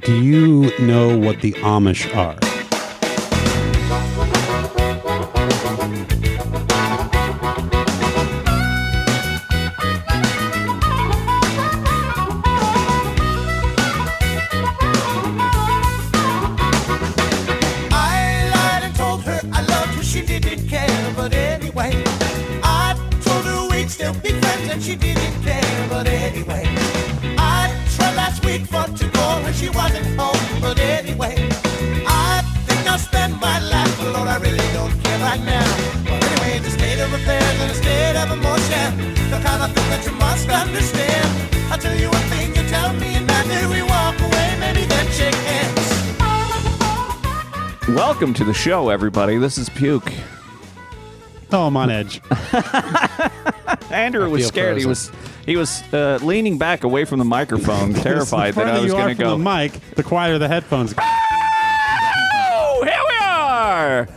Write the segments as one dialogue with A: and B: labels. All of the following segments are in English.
A: Do you know what the Amish are?
B: I lied and told her I loved her. She didn't care, but anyway. I told her we'd still be friends, and she didn't care, but anyway. I tried last week for to call her, she wasn't home, but anyway. I think I'll spend my life alone. I really don't care right now. But anyway, it's a state of affairs and a state of emotion. The kind of thing that you must understand. I tell you one thing, you tell me another. We walk away, maybe then shake hands.
C: Welcome to the show, everybody. This is Puke.
A: Oh, I'm on edge.
C: Andrew was
D: feel
C: scared. He was
D: frozen.
C: he was uh, leaning back away from the microphone, terrified
A: The
C: that I
A: farther
C: was
A: you are
C: going to
A: from The
C: go.
A: mic, the quieter the headphones.
C: Oh, here we are.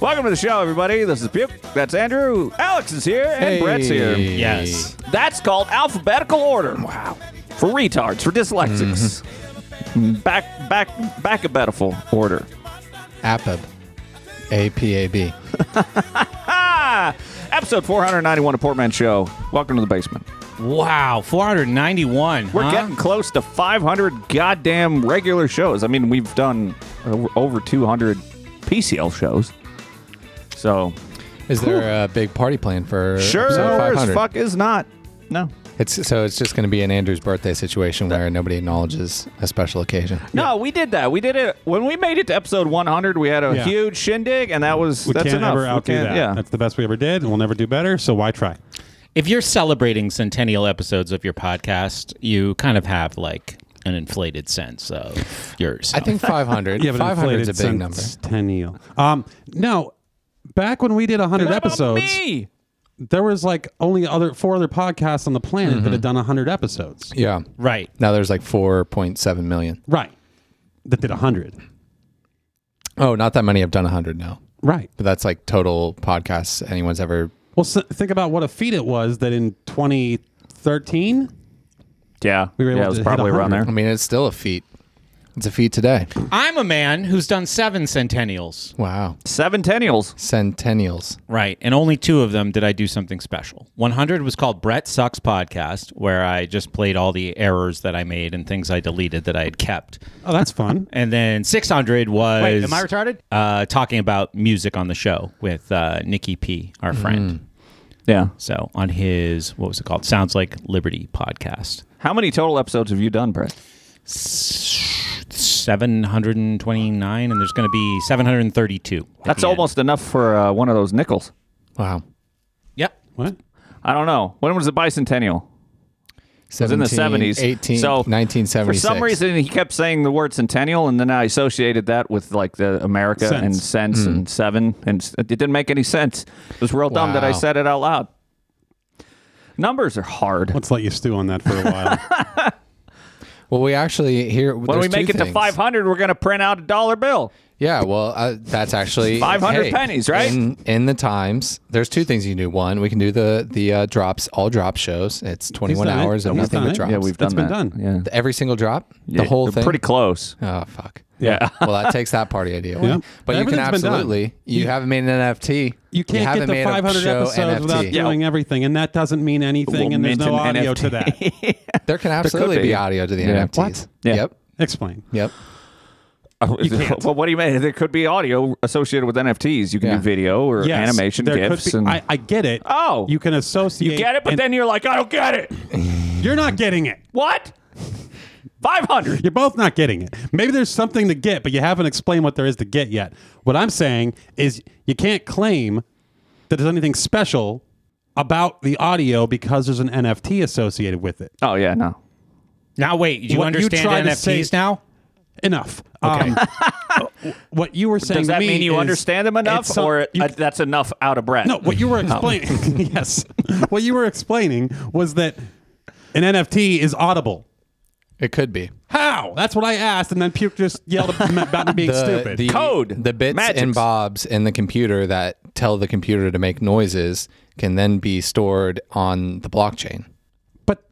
C: Welcome to the show, everybody. This is Puke. That's Andrew. Alex is here, and Brett's here.
A: Yes.
C: That's called alphabetical order. Wow. For retards, for dyslexics. Back, back, back alphabetical order.
D: APAB. A P A B.
C: Ah, episode 491 of Portman Show. Welcome to the basement.
E: Wow, 491.
C: We're
E: huh?
C: getting close to 500 goddamn regular shows. I mean, we've done o- over 200 PCL shows. So,
D: Is there a big party plan for
C: sure
D: episode
C: as
D: 500?
C: fuck is not. No.
D: It's so it's just going to be an Andrew's birthday situation where nobody acknowledges a special occasion.
C: No, we did that. We did it when we made it to episode 100. We had a
A: Yeah.
C: huge shindig, and that was
A: We
C: that's
A: can't
C: enough.
A: ever
C: We
A: outdo
C: can't-
A: that.
C: Yeah,
A: That's the best we ever did, and we'll never do better, so why try?
E: if you're celebrating centennial episodes of your podcast, you kind of have like an inflated sense of yours.
D: I think 500.
A: Yeah, but
D: 500 is a
A: inflated
D: big number.
A: centennial. Um, no, back when we did 100
C: What about
A: episodes,
C: me?
A: there was like only other four other podcasts on the planet that had done 100 episodes.
D: Yeah.
E: right.
D: Now there's like 4.7 million.
A: Right. That did 100.
D: Oh, not that many have done 100 now.
A: Right.
D: But that's like total podcasts anyone's ever.
A: Well, s think about what a feat it was that in 2013,
C: Yeah,
A: We were
C: yeah,
A: able
C: it was
A: to hit
C: probably around
A: 100.
C: there.
D: I mean, it's still a feat. It's a feat today.
E: I'm a man who's done seven centennials.
D: Wow.
C: Seven tennials.
D: Centennials.
E: Right. And only two of them did I do something special. 100 was called Brett Sucks Podcast, where I just played all the errors that I made and things I deleted that I had kept.
A: oh, that's fun.
E: And then 600 was.
F: Wait, am I retarded?
E: Uh, talking about music on the show with uh, Nikki P, our friend.
C: Yeah.
E: So on his what was it called? Sounds like Liberty podcast.
C: How many total episodes have you done, Brett?
E: Seven hundred and twenty nine, and there's going to be seven hundred and thirty two.
C: That's almost enough for uh, one of those nickels.
D: Wow.
E: Yep.
A: What?
C: I don't know. When was the bicentennial? was in the
D: 17,
C: 70s.
D: 18,
C: So,
D: 1976.
C: For some reason, he kept saying the word centennial, and then I associated that with like the America and
A: Cents.
C: cents and
D: Mm.
C: seven, and s- it didn't make any sense. It was real dumb that I
D: Wow.
C: said it out loud. Numbers are hard.
A: Let's let you stew on that for a while.
D: Well, we actually here.
C: when we make it to 500, we're going to print out a dollar bill.
D: Yeah, well, uh, that's actually
C: 500 pennies, right?
D: In, in the times, there's two things you can do. One, we can do the the uh, drops, all drop shows. It's 21
A: done it.
D: hours of
A: He's
D: nothing
A: done
D: but
A: it.
D: drops.
C: Yeah, we've done
A: It's been
C: that.
A: done.
C: Yeah.
D: every single drop,
C: Yeah,
D: the whole
C: they're
D: thing.
C: Pretty close.
D: Oh fuck.
C: Yeah.
D: Well, that takes that party idea away.
A: Yeah.
D: But you can
A: Everything's been done.
D: absolutely. You, haven't made an NFT.
A: You can't
D: haven't
A: get the
D: made a
A: 500
D: show
A: episodes
D: NFT.
A: without
C: Yeah.
A: doing everything, and that doesn't mean anything,
C: We'll
A: and there's no
C: mint an
A: audio
C: NFT.
A: to that.
D: There can absolutely
C: be.
D: be. audio to the
C: Yeah.
D: NFTs.
C: What? Yeah.
D: Yep.
A: Explain.
D: Yep.
A: You can't.
C: Well, what do you mean? There could be audio associated with NFTs. You can
D: Yeah.
C: do video or
A: Yes,
C: animation,
A: there could
C: GIFs.
A: be-
C: and
A: I, I get it.
C: Oh.
A: you can associate.
C: you get it, but
A: and
C: then you're like, I don't get it.
A: you're not getting it.
C: What? 500.
A: You're both not getting it. Maybe there's something to get, but you haven't explained what there is to get yet. What I'm saying is you can't claim that there's anything special about the audio because there's an NFT associated with it.
C: Oh, yeah, no.
E: Now wait, do you
A: What you
E: understand
A: tried to
E: NFTs
A: say-
E: now?
A: Enough. Um, what you were saying
C: Does
A: to
C: that
A: me
C: mean you
A: is-
C: understand them
A: it's
C: enough,
A: some-
C: or
A: you
C: uh, that's enough out of breath?
A: No, what you were explaining, yes, what you were explaining was that an NFT is audible.
D: It could be.
A: How? That's what I asked, and then Puke just yelled about me being stupid.
D: The,
C: Code.
D: The bits
C: Magics.
D: and bobs in the computer that tell the computer to make noises can then be stored on the blockchain.
A: but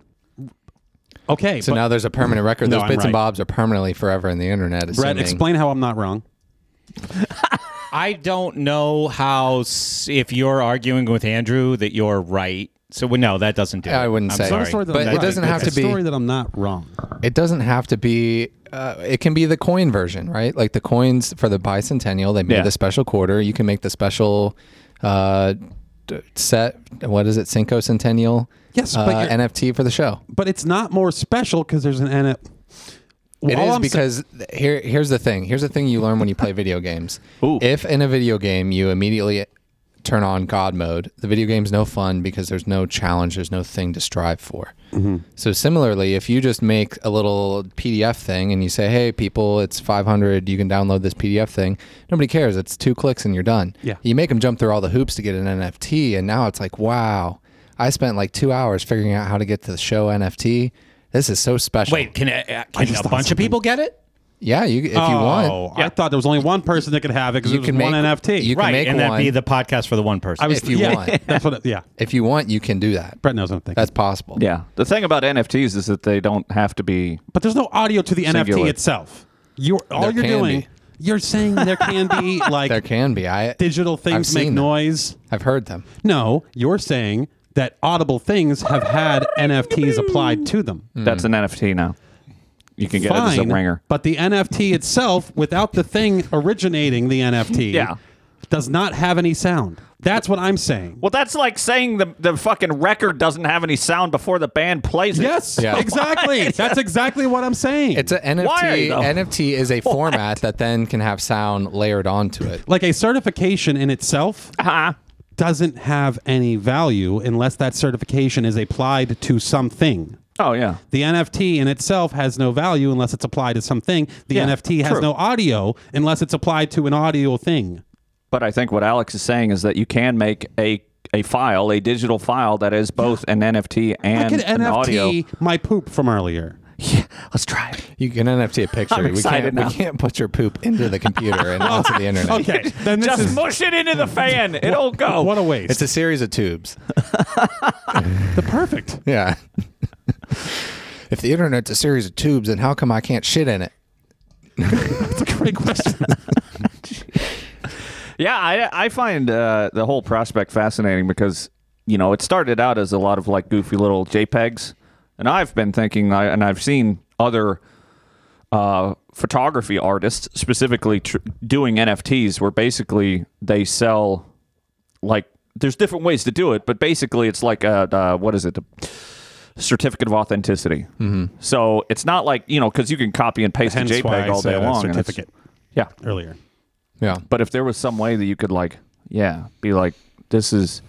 A: Okay,
D: So
A: but-
D: now there's a permanent record.
A: No,
D: Those
A: I'm
D: bits and
A: right.
D: bobs are permanently forever in the internet.
A: Brett,
D: assuming-
A: explain how I'm not wrong.
E: I don't know how s- if you're arguing with Andrew that you're right. So well, no, that doesn't do it.
D: I wouldn't
E: I'm
D: say.
E: sorry.
D: Some sort of- But it doesn't have
A: It's
D: to
A: a
D: be-
A: story that I'm not wrong.
D: It doesn't have to be. Uh, it can be the coin version, right? Like the coins for the bicentennial, they made
C: Yeah.
D: the special quarter. You can make the special uh, d- set. What is it? Cinco centennial.
A: Yes,
D: uh,
A: but you're-
D: NFT for the show.
A: But it's not more special because there's an N.
D: It is because th- here here's the thing. Here's the thing you learn when you play video games.
C: Ooh.
D: If in a video game you immediately turn on God mode, the video game's no fun because there's no challenge, there's no thing to strive for. So similarly, if you just make a little PDF thing and you say, "Hey people, it's 500, you can download this PDF thing." Nobody cares. It's two clicks and you're done.
A: Yeah.
D: You make them jump through all the hoops to get an NFT and now it's like, "Wow, I spent like 2 hours figuring out how to get to the show NFT." This is so special.
E: Wait, can, uh, can
A: just
E: a
A: thought
E: bunch of
A: something.
E: people get it?
D: Yeah, you if you want.
A: Oh, I thought there was only one person that could have it because
D: You
A: it was
D: can
A: one
D: make-
A: NFT.
D: you can-
E: Right,
D: make
E: and that'd be
D: one.
E: the podcast for the one person.
A: I was,
D: if you
A: yeah,
D: want.
A: That's what. it- Yeah,
D: If you want, you can do that.
A: Brett knows what I'm thinking.
D: That's possible.
C: Yeah. The thing about NFTs is that they don't have to be.
A: but there's no audio to the
C: Singular.
A: NFT itself. You're all
D: There
A: you're
D: can
A: doing.
D: be.
A: You're saying there can be like
D: There can be. I
A: digital things
D: I've
A: make
D: seen them.
A: noise.
D: I've heard them.
A: No, you're saying that audible things have had NFTs applied to them.
C: That's an NFT now. You can get it as
A: Hmm. Fine,
C: a ringer.
A: but the NFT itself, without the thing originating the NFT,
C: Yeah.
A: does not have any sound. That's what I'm saying.
C: Well, that's like saying the, the fucking record doesn't have any sound before the band plays it.
A: Yes,
D: Yeah.
A: exactly. That's exactly what I'm saying.
D: It's a
C: Why are
D: NFT.
C: you, though?
D: NFT is a format that then can have sound layered onto it.
A: like a certification in itself
C: Uh-huh.
A: doesn't have any value unless that certification is applied to something.
C: Oh, yeah.
A: The NFT in itself has no value unless it's applied to something. The
C: Yeah,
A: NFT has
C: true.
A: no audio unless it's applied to an audio thing.
C: But I think what Alex is saying is that you can make a a file, a digital file that is both an NFT
A: I
C: and
A: could
C: an
A: NFT
C: audio.
A: my poop from earlier.
C: Let's try it.
D: You can NFT a picture.
C: I'm
D: we
C: excited
D: can't.
C: now.
D: We can't put your poop into the computer
A: Oh,
D: and onto the internet.
A: Okay, then this
C: Just
A: is
C: mush it into the fan. It'll go.
A: what a waste.
D: It's a series of tubes.
A: the perfect.
D: Yeah. if the internet's a series of tubes, then how come I can't shit in it?
A: That's a great question.
C: Yeah, I, I find uh, the whole prospect fascinating because you know it started out as a lot of like goofy little JPEGs, and I've been thinking, I, and I've seen other uh, photography artists specifically tr- doing NFTs, where basically they sell like there's different ways to do it, but basically it's like a uh, what is it? A certificate of authenticity. Mm-hmm. So it's not like you know because you can copy and paste a
A: Hence why
C: JPEG
A: I
C: all day
A: said a
C: long. and it's-
A: certificate
C: Yeah,
A: earlier.
D: Yeah.
C: but if there was some way that you could like, yeah, be like, this is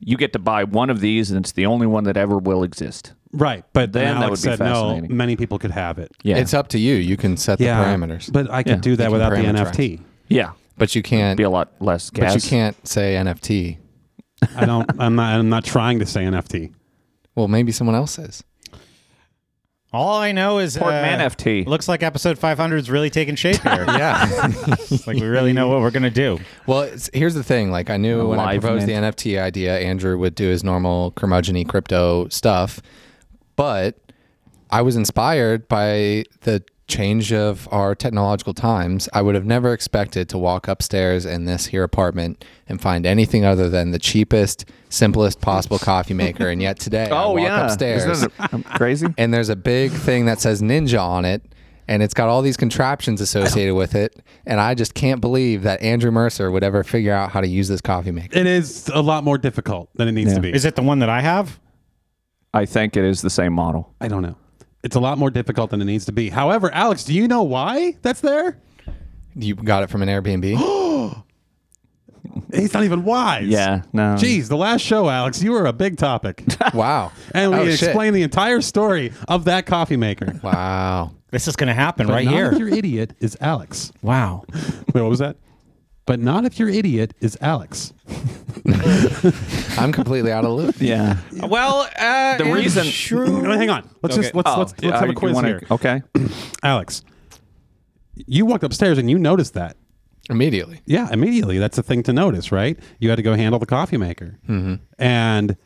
C: you get to buy one of these and it's the only one that ever will exist.
A: Right, but
C: Then
A: then
C: that
A: Alex
C: would be
A: said no.
C: fascinating.
A: Many people could have it.
C: Yeah.
D: It's up to you. You can set the parameters,
A: But I could
C: Yeah.
A: do that
D: can
A: without the
D: parameterize.
A: NFT.
C: yeah.
D: but you can't.
C: Be a lot less
D: But
C: gas.
D: you can't say NFT.
A: I don't. I'm not. I'm not trying to say NFT.
D: Well, maybe someone else is.
E: All I know is uh,
C: Portman FT.
E: Looks like episode 500 is really taking shape here.
D: Yeah.
E: It's like we really know what we're gonna do.
D: Well, it's, here's the thing. Like, I knew when I proposed the NFT idea, Andrew would do his normal curmudgeony crypto stuff, but I was inspired by the change of our technological times. I would have never expected to walk upstairs in this here apartment and find anything other than the cheapest, simplest possible coffee maker. And yet today, I
C: Oh
D: walk
C: yeah.
D: upstairs
C: Isn't it I'm crazy?
D: and there's a big thing that says ninja on it and it's got all these contraptions associated with it and i just can't believe that andrew mercer would ever figure out how to use this coffee maker
A: It is a lot more difficult than it needs
C: Yeah.
A: to be.
E: Is it the one that I have?
C: I think it is the same model.
A: I don't know. It's a lot more difficult than it needs to be. However, Alex, do you know why that's there?
D: you got it from an airbnb
A: He's not even wise.
C: Yeah. No.
A: Geez, the last show, Alex, you were a big topic,
D: wow
A: and we
D: Oh, shit.
A: explained the entire story of that coffee maker.
D: wow
E: This is gonna happen
A: But
E: right
A: not
E: here.
A: If your idiot is Alex.
E: Wow.
A: Wait, what was that? But not if your idiot is Alex.
D: i'm completely out of the loop
C: Yeah.
E: well, uh,
C: The reason-
A: No, hang on. Let's
E: Okay.
A: just let's let's, let's
C: I-
A: have a
C: Oh, you
A: quiz
C: wanna-
A: here.
C: Okay.
A: Alex, you walked upstairs and you noticed that.
D: immediately
A: Yeah, immediately. That's a thing to notice, right? You had to go handle the coffee maker. Mm-hmm. And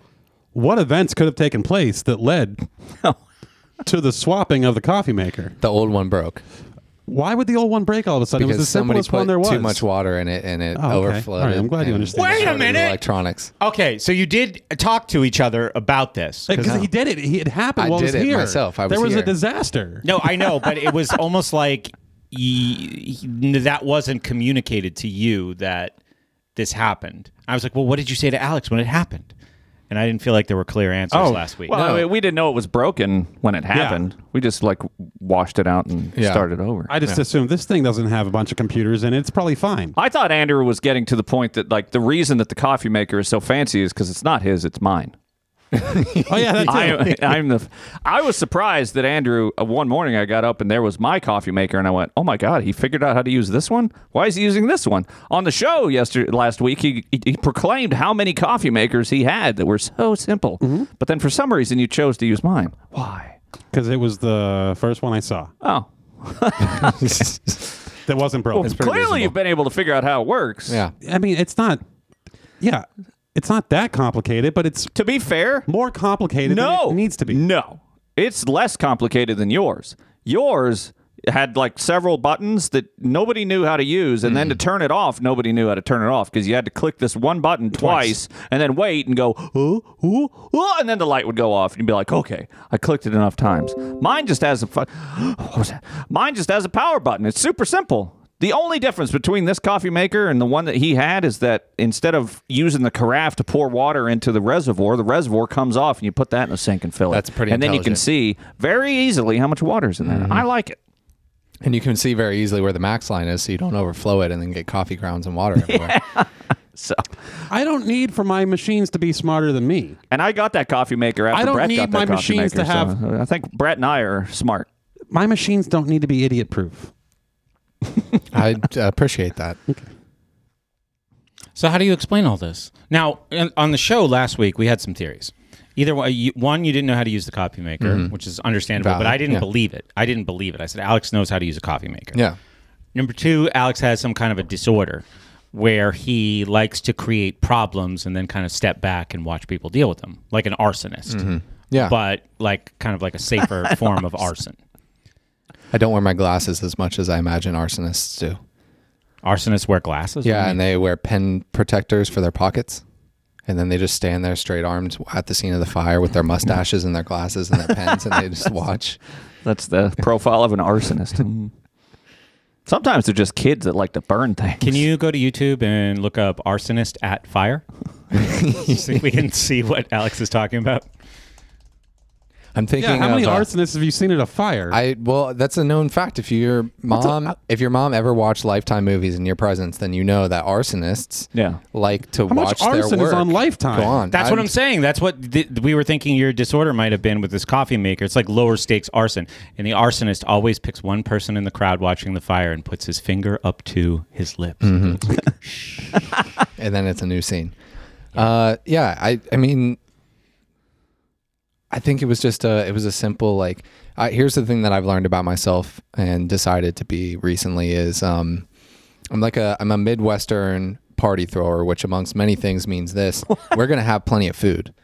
A: what events could have taken place that led to the swapping of the coffee maker.
D: The old one broke
A: Why would the old one break all of a sudden?
D: because
A: it was the
D: somebody
A: simplest
D: put
A: one there was.
D: too much water in it and it
A: Oh, okay.
D: overflowed.
A: All right, I'm glad you understand.
E: Wait a minute!
D: Electronics.
E: Okay, so you did talk to each other about this.
A: Because he did it. He, it happened
D: I
A: while I was
D: did it
A: here.
D: myself. I was
A: there was
D: here.
A: a disaster.
E: No, I know, but it was almost like y y- that wasn't communicated to you that this happened. I was like, well, what did you say to Alex when it happened? And I didn't feel like there were clear answers last week.
C: Oh, Well,
D: No.
C: I mean, we didn't know it was broken when it happened. We just like washed it out and
D: Yeah.
C: started over.
A: I just assumed this thing doesn't have a bunch of computers in it. It's probably fine.
C: I thought Andrew was getting to the point that like the reason that the coffee maker is so fancy is because it's not his, it's mine.
A: Oh yeah, that too.
C: I, I'm the. I was surprised that Andrew. Uh, one morning, I got up and there was my coffee maker, and I went, "Oh my god, he figured out how to use this one. Why is he using this one?" On the show yesterday, last week, he he, he proclaimed how many coffee makers he had that were so simple. But then, for some reason, you chose to use mine. Why?
A: because it was the first one I saw
C: Oh,
A: that wasn't broken.
C: clearly you've been able to figure out how it works.
D: Yeah.
A: I mean, it's not. Yeah, it's not that complicated, but it's
C: To be fair,
A: more complicated.
C: no,
A: than it needs to be.
C: No, it's less complicated than yours. Yours had like several buttons that nobody knew how to use, and then
A: Mm.
C: to turn it off, nobody knew how to turn it off because you had to click this one button twice, and then wait and go, ooh, ooh, ooh, and then the light would go off, and you'd be like, okay, I clicked it enough times. Mine just has a fu- what was that? Mine just has a power button. It's super simple. The only difference between this coffee maker and the one that he had is that instead of using the carafe to pour water into the reservoir, the reservoir comes off and you put that in the sink and fill it.
D: That's pretty
C: And then you can see very easily how much water's in there.
A: Mm-hmm.
C: I like it.
D: And you can see very easily where the max line is, so you don't overflow it and then get coffee grounds and water everywhere.
C: So,
A: I don't need for my machines to be smarter than me.
C: and I got that coffee maker after
A: I don't
C: Brett
A: need
C: got that
A: my
C: coffee
A: machines
C: maker.
A: to have-
C: so I think Brett and I are smart.
A: My machines don't need to be idiot proof.
D: I appreciate that.
E: So how do you explain all this? Now, in- on the show last week, we had some theories. Either way, you- one, you didn't know how to use the coffee maker, which is understandable, but
D: Mm-hmm. Valid,
E: I didn't
D: yeah.
E: believe it. I didn't believe it. I said Alex knows how to use a coffee maker.
D: Yeah.
E: Number two, Alex has some kind of a disorder where he likes to create problems and then kind of step back and watch people deal with them, like an arsonist.
D: Mm-hmm. Yeah.
E: But like kind of like a safer form of arson.
D: I don't wear my glasses as much as I imagine arsonists do.
E: Arsonists wear glasses.
D: Yeah, and they wear pen protectors for their pockets. And then they just stand there straight armed at the scene of the fire with their mustaches and their glasses and their pens and they just watch.
C: That's the profile of an arsonist.
A: Mm-hmm.
C: Mm. Sometimes they're just kids that like to burn things.
E: Can you go to YouTube and look up arsonist at fire? See if we can see what Alex is talking about.
D: I'm thinking
A: Yeah, how many
D: of, uh,
A: arsonists have you seen at a fire?
D: I well, that's a known fact. If your mom, if your mom ever watched Lifetime movies in your presence, then you know that arsonists,
C: Yeah.
D: like to
A: much
D: watch their
A: arson is
D: work
A: on Lifetime?
D: Go on.
E: That's what I'm saying. That's what th- we were thinking your disorder might have been with this coffee maker. It's like lower stakes arson. And the arsonist always picks one person in the crowd watching the fire and puts his finger up to his lips.
D: Mm-hmm. and then it's a new scene. Uh, yeah, I, I mean, I think it was just a, it was a simple like. I, here's the thing that I've learned about myself and decided to be recently is, um, I'm like a, I'm a Midwestern party thrower, which amongst many things means this: we're gonna have plenty of food.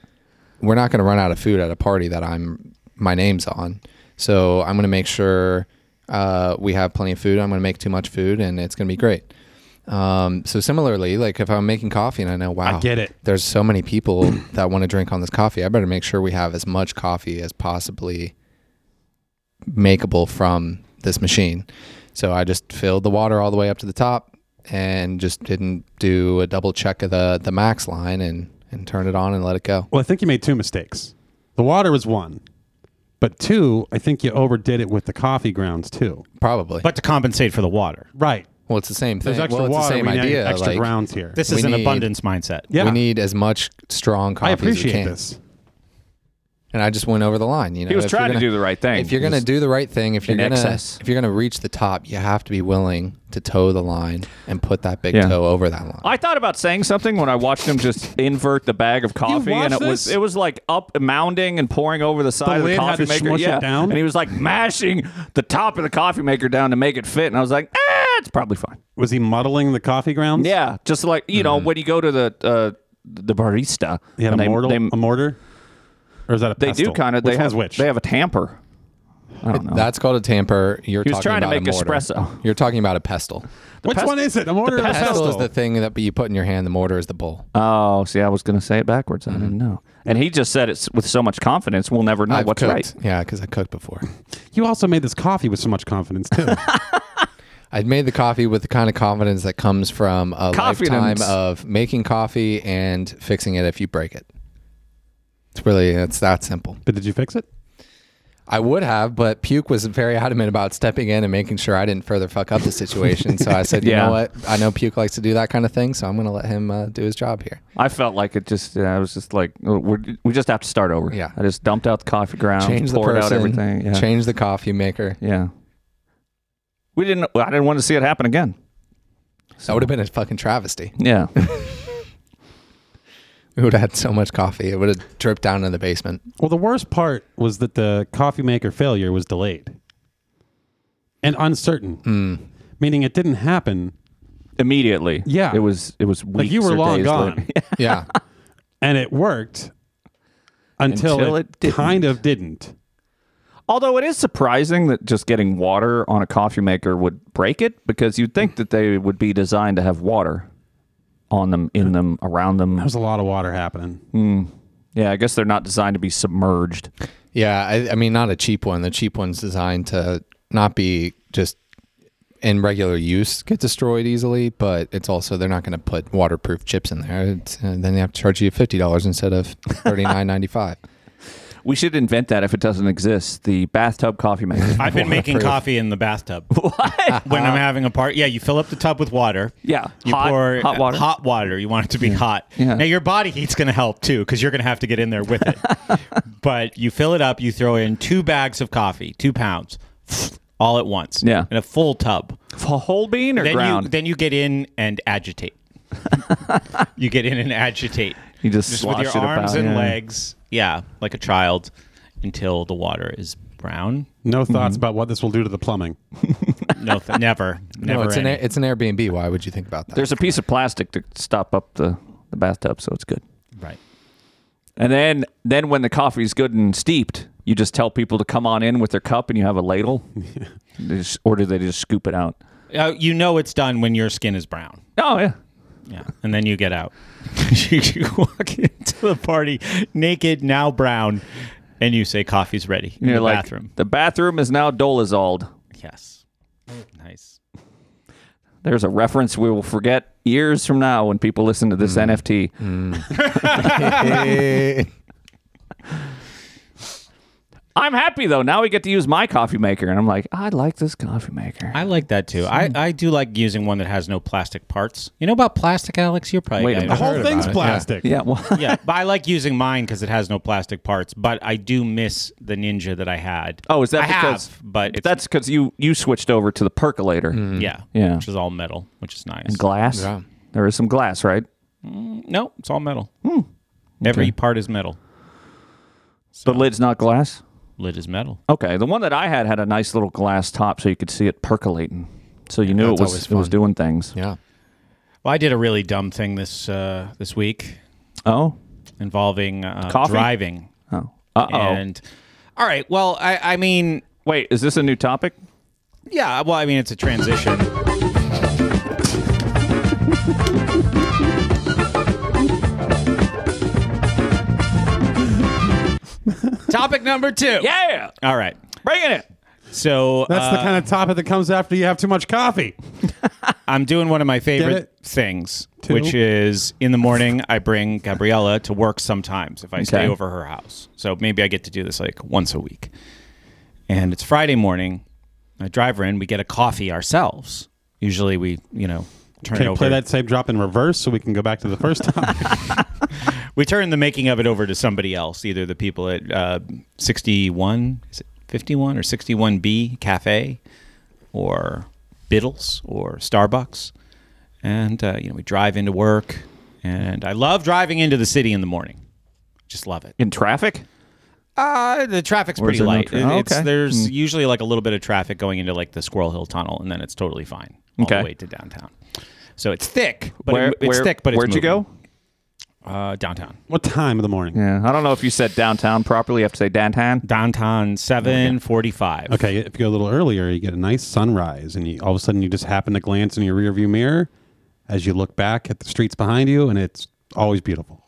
D: We're not gonna run out of food at a party that I'm, my name's on. So I'm gonna make sure uh, we have plenty of food. I'm gonna make too much food, and it's gonna be great. Um, so similarly, like if I'm making coffee and I know, wow,
A: I get it.
D: There's so many people that want to drink on this coffee. I better make sure we have as much coffee as possibly makeable from this machine. So I just filled the water all the way up to the top and just didn't do a double check of the the max line and and turn it on and let it go.
A: well, I think you made two mistakes. The water was one, but two, I think you overdid it with the coffee grounds too.
D: Probably.
E: But to compensate for the water.
A: Right.
D: well, it's the same thing.
A: There's extra
D: well, it's
A: water.
D: the same
A: we need
D: idea.
A: extra
D: like,
A: grounds here.
E: This
D: We
E: is an
D: need-
E: abundance mindset.
A: yeah,
D: We need as much strong coffee
A: I
D: as we
A: appreciate
D: can.
A: this.
D: And I just went over the line. You know,
C: He was
D: If you're
C: trying to
D: gonna-
C: do the right thing.
D: If you're gonna do the right thing, if you're
C: in
D: gonna
C: excess.
D: if you're gonna reach the top, you have to be willing to toe the line and put that big
C: Yeah.
D: toe over that line.
C: I thought about saying something when I watched him just invert the bag of coffee, and it
A: watched
C: was
A: this?
C: it was like up mounding and pouring over the side of the
A: lid had
C: coffee
A: to
C: maker.
A: smush it
C: yeah,
A: down?
C: and he was like mashing the top of the coffee maker down to make it fit, and I was like, ah, it's probably fine.
A: Was he muddling the coffee grounds?
C: Yeah, just like you know when you go to the uh, the barista,
A: He had Mm-hmm. a,
C: and they,
A: mortal,
C: they,
A: a mortar? Or is that a
C: they do
A: pestle?
C: kind of
A: Which
C: they
A: one's
C: have
A: which?
C: they have a tamper. I don't know.
D: That's called a tamper. You're
C: He was
D: talking
C: trying to
D: about a
C: make
D: mortar.
C: espresso.
D: You're talking about a pestle.
A: Which
C: pest-
A: one is it? I'm ordering a
D: pestle,
A: pestle.
D: is the thing that you put in your hand. The mortar is the bowl.
C: Oh, see, I was going to say it backwards. I didn't know. And he just said it s- with so much confidence, we'll never know
D: Mm-hmm. I've
C: what's
D: cooked.
C: right.
D: Yeah, because I cooked before.
A: you also made this coffee with so much confidence too.
D: I'd made the coffee with the kind of confidence that comes from a
C: Confidence.
D: lifetime of making coffee and fixing it if you break it. It's really it's that simple.
A: but did you fix it?
D: I would have, but Puke was very adamant about stepping in and making sure I didn't further fuck up the situation. so I said, you
C: Yeah.
D: know what? I know Puke likes to do that kind of thing, so I'm going to let him uh, do his job here.
C: I felt like it just, yeah, I was just like, oh, we're, we just have to start over.
D: Yeah.
C: I just dumped out the coffee grounds,
D: Change the
C: poured Um, out
D: person,
C: everything. Yeah.
D: change the coffee maker.
C: Yeah. We didn't, I didn't want to see it happen again.
D: That would have been a fucking travesty.
C: Yeah.
D: We would have had so much coffee. It would have dripped down in the basement.
A: Well, the worst part was that the coffee maker failure was delayed and uncertain, meaning it didn't happen.
C: Immediately.
A: Yeah.
C: It was, it was
A: Like
C: weeks
A: you were
C: or
A: long
C: days
A: gone,
C: later.
D: Yeah.
A: and it worked until,
C: Until
A: it,
C: it didn't.
A: kind of didn't.
C: Although it is surprising that just getting water on a coffee maker would break it because you'd think that they would be designed to have water on them, in them, around them.
A: There was a lot of water happening.
C: Yeah, I guess they're not designed to be submerged.
D: Yeah, I, I mean, not a cheap one. The cheap one's designed to not be just in regular use, get destroyed easily, but it's also they're not going to put waterproof chips in there. It's, and then they have to charge you fifty dollars instead of thirty nine ninety five.
C: We should invent that if it doesn't exist. The bathtub coffee maker.
E: I've been making coffee in the bathtub. What? when I'm having a party. Yeah, you fill up the tub with water.
C: Yeah,
E: You
C: hot-
E: pour
C: hot water.
E: Hot water. You want it to be hot.
C: Yeah.
E: Now, your body heat's going to help too because you're going to have to get in there with it. but you fill it up, you throw in two bags of coffee, two pounds, all at once.
C: Yeah.
E: In a full tub.
C: whole bean or
E: Then
C: ground?
E: you then you get in and agitate. you get in and agitate.
C: You just
E: with your
C: slosh it about,
E: arms and
C: yeah.
E: legs, yeah, like a child, until the water is brown.
A: No thoughts about what this will do to the plumbing.
E: No, th- never,
D: No,
E: never.
D: it's an
E: any.
D: Air- it's an Airbnb. Why would you think about that?
C: There's a piece of plastic to stop up the, the bathtub, so it's good.
E: right.
C: And then then when the coffee's good and steeped, you just tell people to come on in with their cup and you have a ladle. They just- or do they just scoop it out?
E: Uh, you know it's done when your skin is brown.
C: Oh yeah.
E: Yeah, and then you get out. you, you walk into the party naked, now brown, and you say coffee's ready in
C: You're
E: the
C: like
E: bathroom.
C: the bathroom is now dolazoled.
E: Yes, nice.
C: There's a reference we will forget years from now when people listen to this
E: Mm.
C: NFT. I'm happy though. Now we get to use my coffee maker, and I'm like, I like this coffee maker.
E: I like that too. I, I do like using one that has no plastic parts. You know about plastic, Alex? You're probably
C: Wait a
E: a
C: minute.
A: The
E: guy.
D: heard
A: whole
D: about
A: thing's
D: it, yeah.
A: plastic.
C: yeah, well,
E: yeah, but I like using mine because it has no plastic parts. But I do miss the Ninja that I had.
C: Oh, is that
E: I
C: because-
E: have, but it's, Mm.
C: that's because you you switched over to the percolator
E: yeah,
C: Yeah.
E: which is all metal, which is nice.
C: and glass.
D: Yeah.
C: There is some glass, right?
E: no, it's all metal. Every part is metal.
C: The lid's not glass.
E: Lid is metal.
C: Okay, the one that I had had a nice little glass top, so you could see it percolating, so you knew it
D: that's
C: was
D: always
C: it was
D: fun.
C: doing things.
D: yeah.
E: Well, I did a really dumb thing this uh, this week
C: Oh,
E: involving uh,
C: Coffee?
E: driving.
C: oh, uh oh.
E: And all right, well, I, I mean,
C: Wait, is this a new topic?
E: yeah, well, I mean, it's a transition. Topic number two.
C: Yeah,
E: All right.
C: bringing it.
E: So
A: That's
E: uh,
A: the kind of topic that comes after you have too much coffee.
E: I'm doing one of my favorite
A: it?
E: things,
A: Two.
E: which is in the morning I bring Gabriella to work sometimes if I stay
C: Okay.
E: over her house. So maybe I get to do this like once a week. And it's Friday morning. I drive her in. We get a coffee ourselves. Usually we, you know, turn
A: Can
E: it
A: you
E: over.
A: play that same drop in reverse so we can go back to the first time?
E: We turn the making of it over to somebody else, either the people at uh, 61, is it 51 or 61B Cafe or Biddles or Starbucks. And, uh, you know, we drive into work. And I love driving into the city in the morning. Just love it.
C: In traffic?
E: Uh, the traffic's
C: Or is
E: pretty
C: there no
E: light.
C: tra-
E: It-
C: Oh,
E: it's-
C: okay.
E: There's usually like a little bit of traffic going into like the Squirrel Hill Tunnel, and then it's totally fine all
C: Okay.
E: the way to downtown. So it's thick, but it- it's
C: where,
E: thick, but it's
C: where'd you
E: moving.
C: go?
E: Uh, downtown.
A: What time of the morning?
C: Yeah, I don't know if you said downtown properly. You have to say downtown.
E: Downtown, 745.
A: Okay, if you go a little earlier, you get a nice sunrise, and you, all of a sudden you just happen to glance in your rearview mirror as you look back at the streets behind you, and it's always beautiful.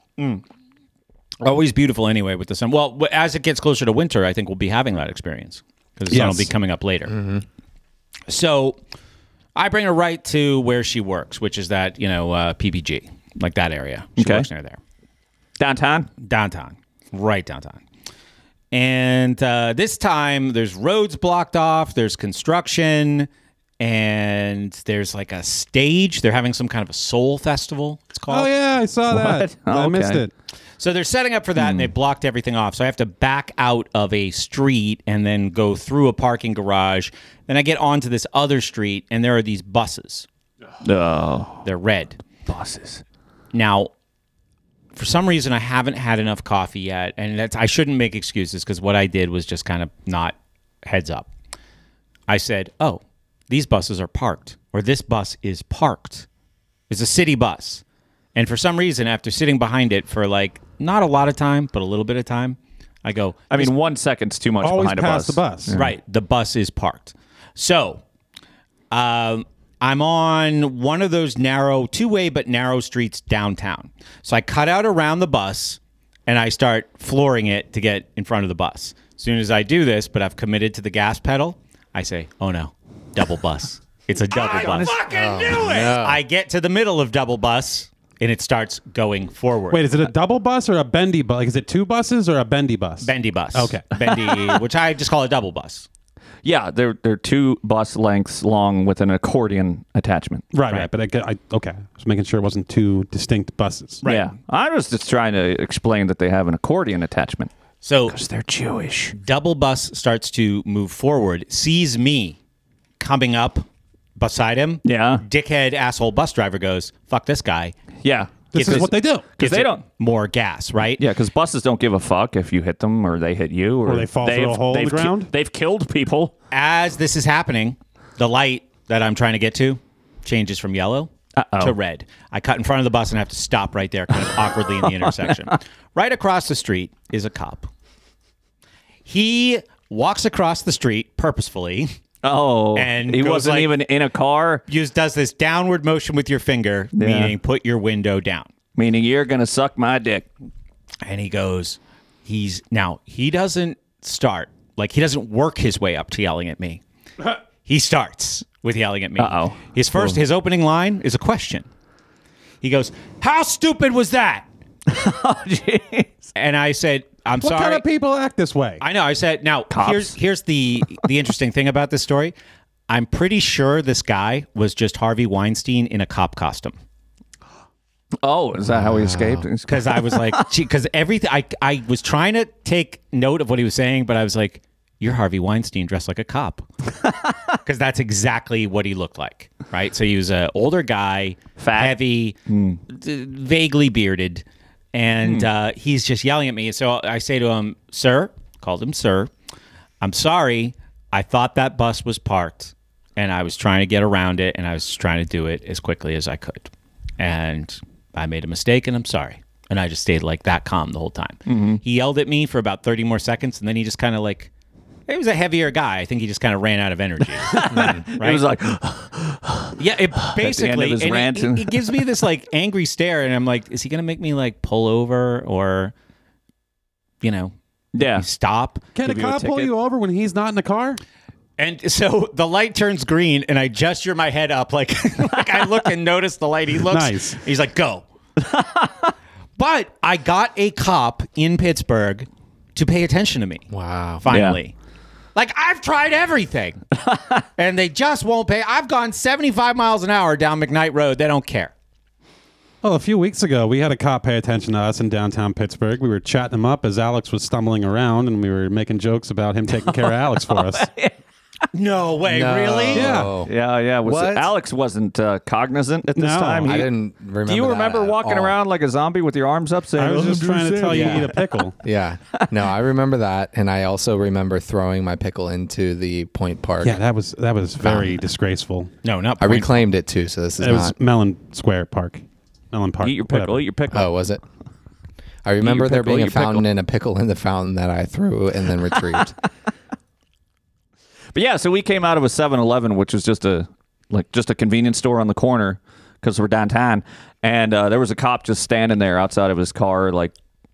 E: Always beautiful anyway with the sun. Well, w- as it gets closer to winter, I think we'll be having that experience because the sun
A: Yes.
E: will be coming up later. So I bring her right to where she works, which is that, you know, uh, PPG, like that area. She
C: Okay.
E: works near there.
C: Downtown.
E: downtown, right downtown. And uh, this time, there's roads blocked off, there's construction, and there's like a stage. They're having some kind of a soul festival. It's called.
A: Oh yeah, I saw that.
C: What? Oh,
A: I missed
C: okay.
A: it.
E: So they're setting up for that, and they blocked everything off. So I have to back out of a street and then go through a parking garage. Then I get onto this other street, and there are these buses.
C: Oh,
E: They're red.
C: bosses.
E: Now, for some reason, I haven't had enough coffee yet, and that's I shouldn't make excuses because what I did was just kind of not heads up. I said, "Oh, these buses are parked, or this bus is parked. It's a city bus." And for some reason, after sitting behind it for like not a lot of time, but a little bit of time, I go,
C: I mean, one second's too much
A: Always
C: behind a
A: past
C: bus.
A: the bus.
E: Right. The bus is parked. So um, I'm on one of those narrow, two way but narrow streets downtown. So I cut out around the bus and I start flooring it to get in front of the bus. As soon as I do this, but I've committed to the gas pedal, I say, oh no, double bus. It's a double bus. I get to the middle of double bus and it starts going forward.
A: Wait, is it a double bus or a bendy bus? Like, is it two buses or a bendy bus?
E: bendy bus.
A: Okay.
E: Bendy, which I just call a double bus.
C: Yeah, they're they're two bus lengths long with an accordion attachment.
A: Right, right. But I, get- I okay, I was making sure it wasn't two distinct buses.
E: Right.
C: Yeah, I was just trying to explain that they have an accordion attachment.
E: So
C: They're Jewish.
E: double bus starts to move forward, sees me coming up beside him.
C: Yeah.
E: Dickhead asshole bus driver goes, fuck this guy.
C: Yeah,
A: This
E: Gives
A: is what
E: it-
A: they do.
E: gives
C: they
E: it
C: don't-
E: More gas, right?
C: Yeah, because buses don't give a fuck if you hit them or they hit you or,
A: Or they fall through
C: they've-
A: a hole in
C: they've
A: the
C: ki-
A: ground?
C: they've killed people.
E: As this is happening, the light that I'm trying to get to changes from yellow
C: Uh-oh.
E: to red. I cut in front of the bus and I have to stop right there, kind of awkwardly in the intersection. Right across the street is a cop. He walks across the street purposefully.
C: Oh,
E: And
C: he
E: goes
C: wasn't
E: like-
C: even in a car,
E: Just does this downward motion with your finger, meaning put your window down.
C: meaning you're gonna suck my dick.
E: and he goes he's now he doesn't start like he doesn't work his way up to yelling at me he starts with yelling at me
C: Uh-oh.
E: his first his opening line is a question he goes how stupid was that and i said i'm
A: Oh, What
E: sorry
A: kind of people act this way?
E: i know i said now here's here's the the interesting thing about this story i'm pretty sure this guy was just harvey weinstein in a cop costume
C: Oh, is that how he escaped?
E: because I was like, because everything I I was trying to take note of what he was saying, but I was like, you're Harvey Weinstein dressed like a cop, because that's exactly what he looked like, right? So he was an older guy,
C: Fat.
E: heavy, d- vaguely bearded, and uh, he's just yelling at me. So I say to him, "Sir," called him "Sir," I'm sorry, I thought that bus was parked, and I was trying to get around it, and I was trying to do it as quickly as I could, and I made a mistake, and I'm sorry. And I just stayed like that calm the whole time. He yelled at me for about 30 more seconds, and then he just kind of like, he was a heavier guy. I think he just kind of ran out of energy.
C: He was like,
E: Yeah, it basically
C: his
E: and it-
C: rant
E: it,
C: and-
E: it gives me this like angry stare, and I'm like, is he gonna make me like pull over or, you know,
C: yeah,
E: stop?
A: Can a
C: Give you a
A: cop pull
C: ticket.
A: you over when he's not in the car?
E: And so the light turns green, and I gesture my head up like, like I look and notice the light. He looks,
A: Nice.
E: he's like, go. but I got a cop in Pittsburgh to pay attention to me.
D: Wow.
E: finally. Like I've tried everything, and they just won't pay. I've gone 75 miles an hour down McKnight Road. They don't care.
A: Well, a few weeks ago, we had a cop pay attention to us in downtown Pittsburgh. We were chatting him up as Alex was stumbling around, and we were making jokes about him taking care of Alex for us.
E: No way,
D: No.
E: really?
A: Yeah.
C: yeah, yeah. Was
D: What?
C: Alex wasn't uh, cognizant at this
A: No.
C: time.
A: I
C: He-
D: I didn't remember.
C: do you
D: that
C: remember
D: at
C: walking
D: all.
C: around like a zombie with your arms up saying,
A: I was just trying to tell you
D: Yeah.
A: to eat a pickle.
D: Yeah. No, I remember that, and I also remember throwing my pickle into the Point Park.
A: Yeah, that was that was very disgraceful.
E: No, not
D: I
E: point.
D: reclaimed it too, so this is
A: It was
D: not.
A: Melon Square Park, Melon Park.
C: eat your pickle,
A: whatever.
C: eat your pickle?
D: Oh, was it? I remember there
C: pickle,
D: being a
C: you pickle.
D: fountain and a pickle in the fountain that I threw and then retrieved.
C: But yeah, so we came out of a 7-Eleven, which was just a like just a convenience store on the corner because we're downtown, and uh, there was a cop just standing there outside of his car, like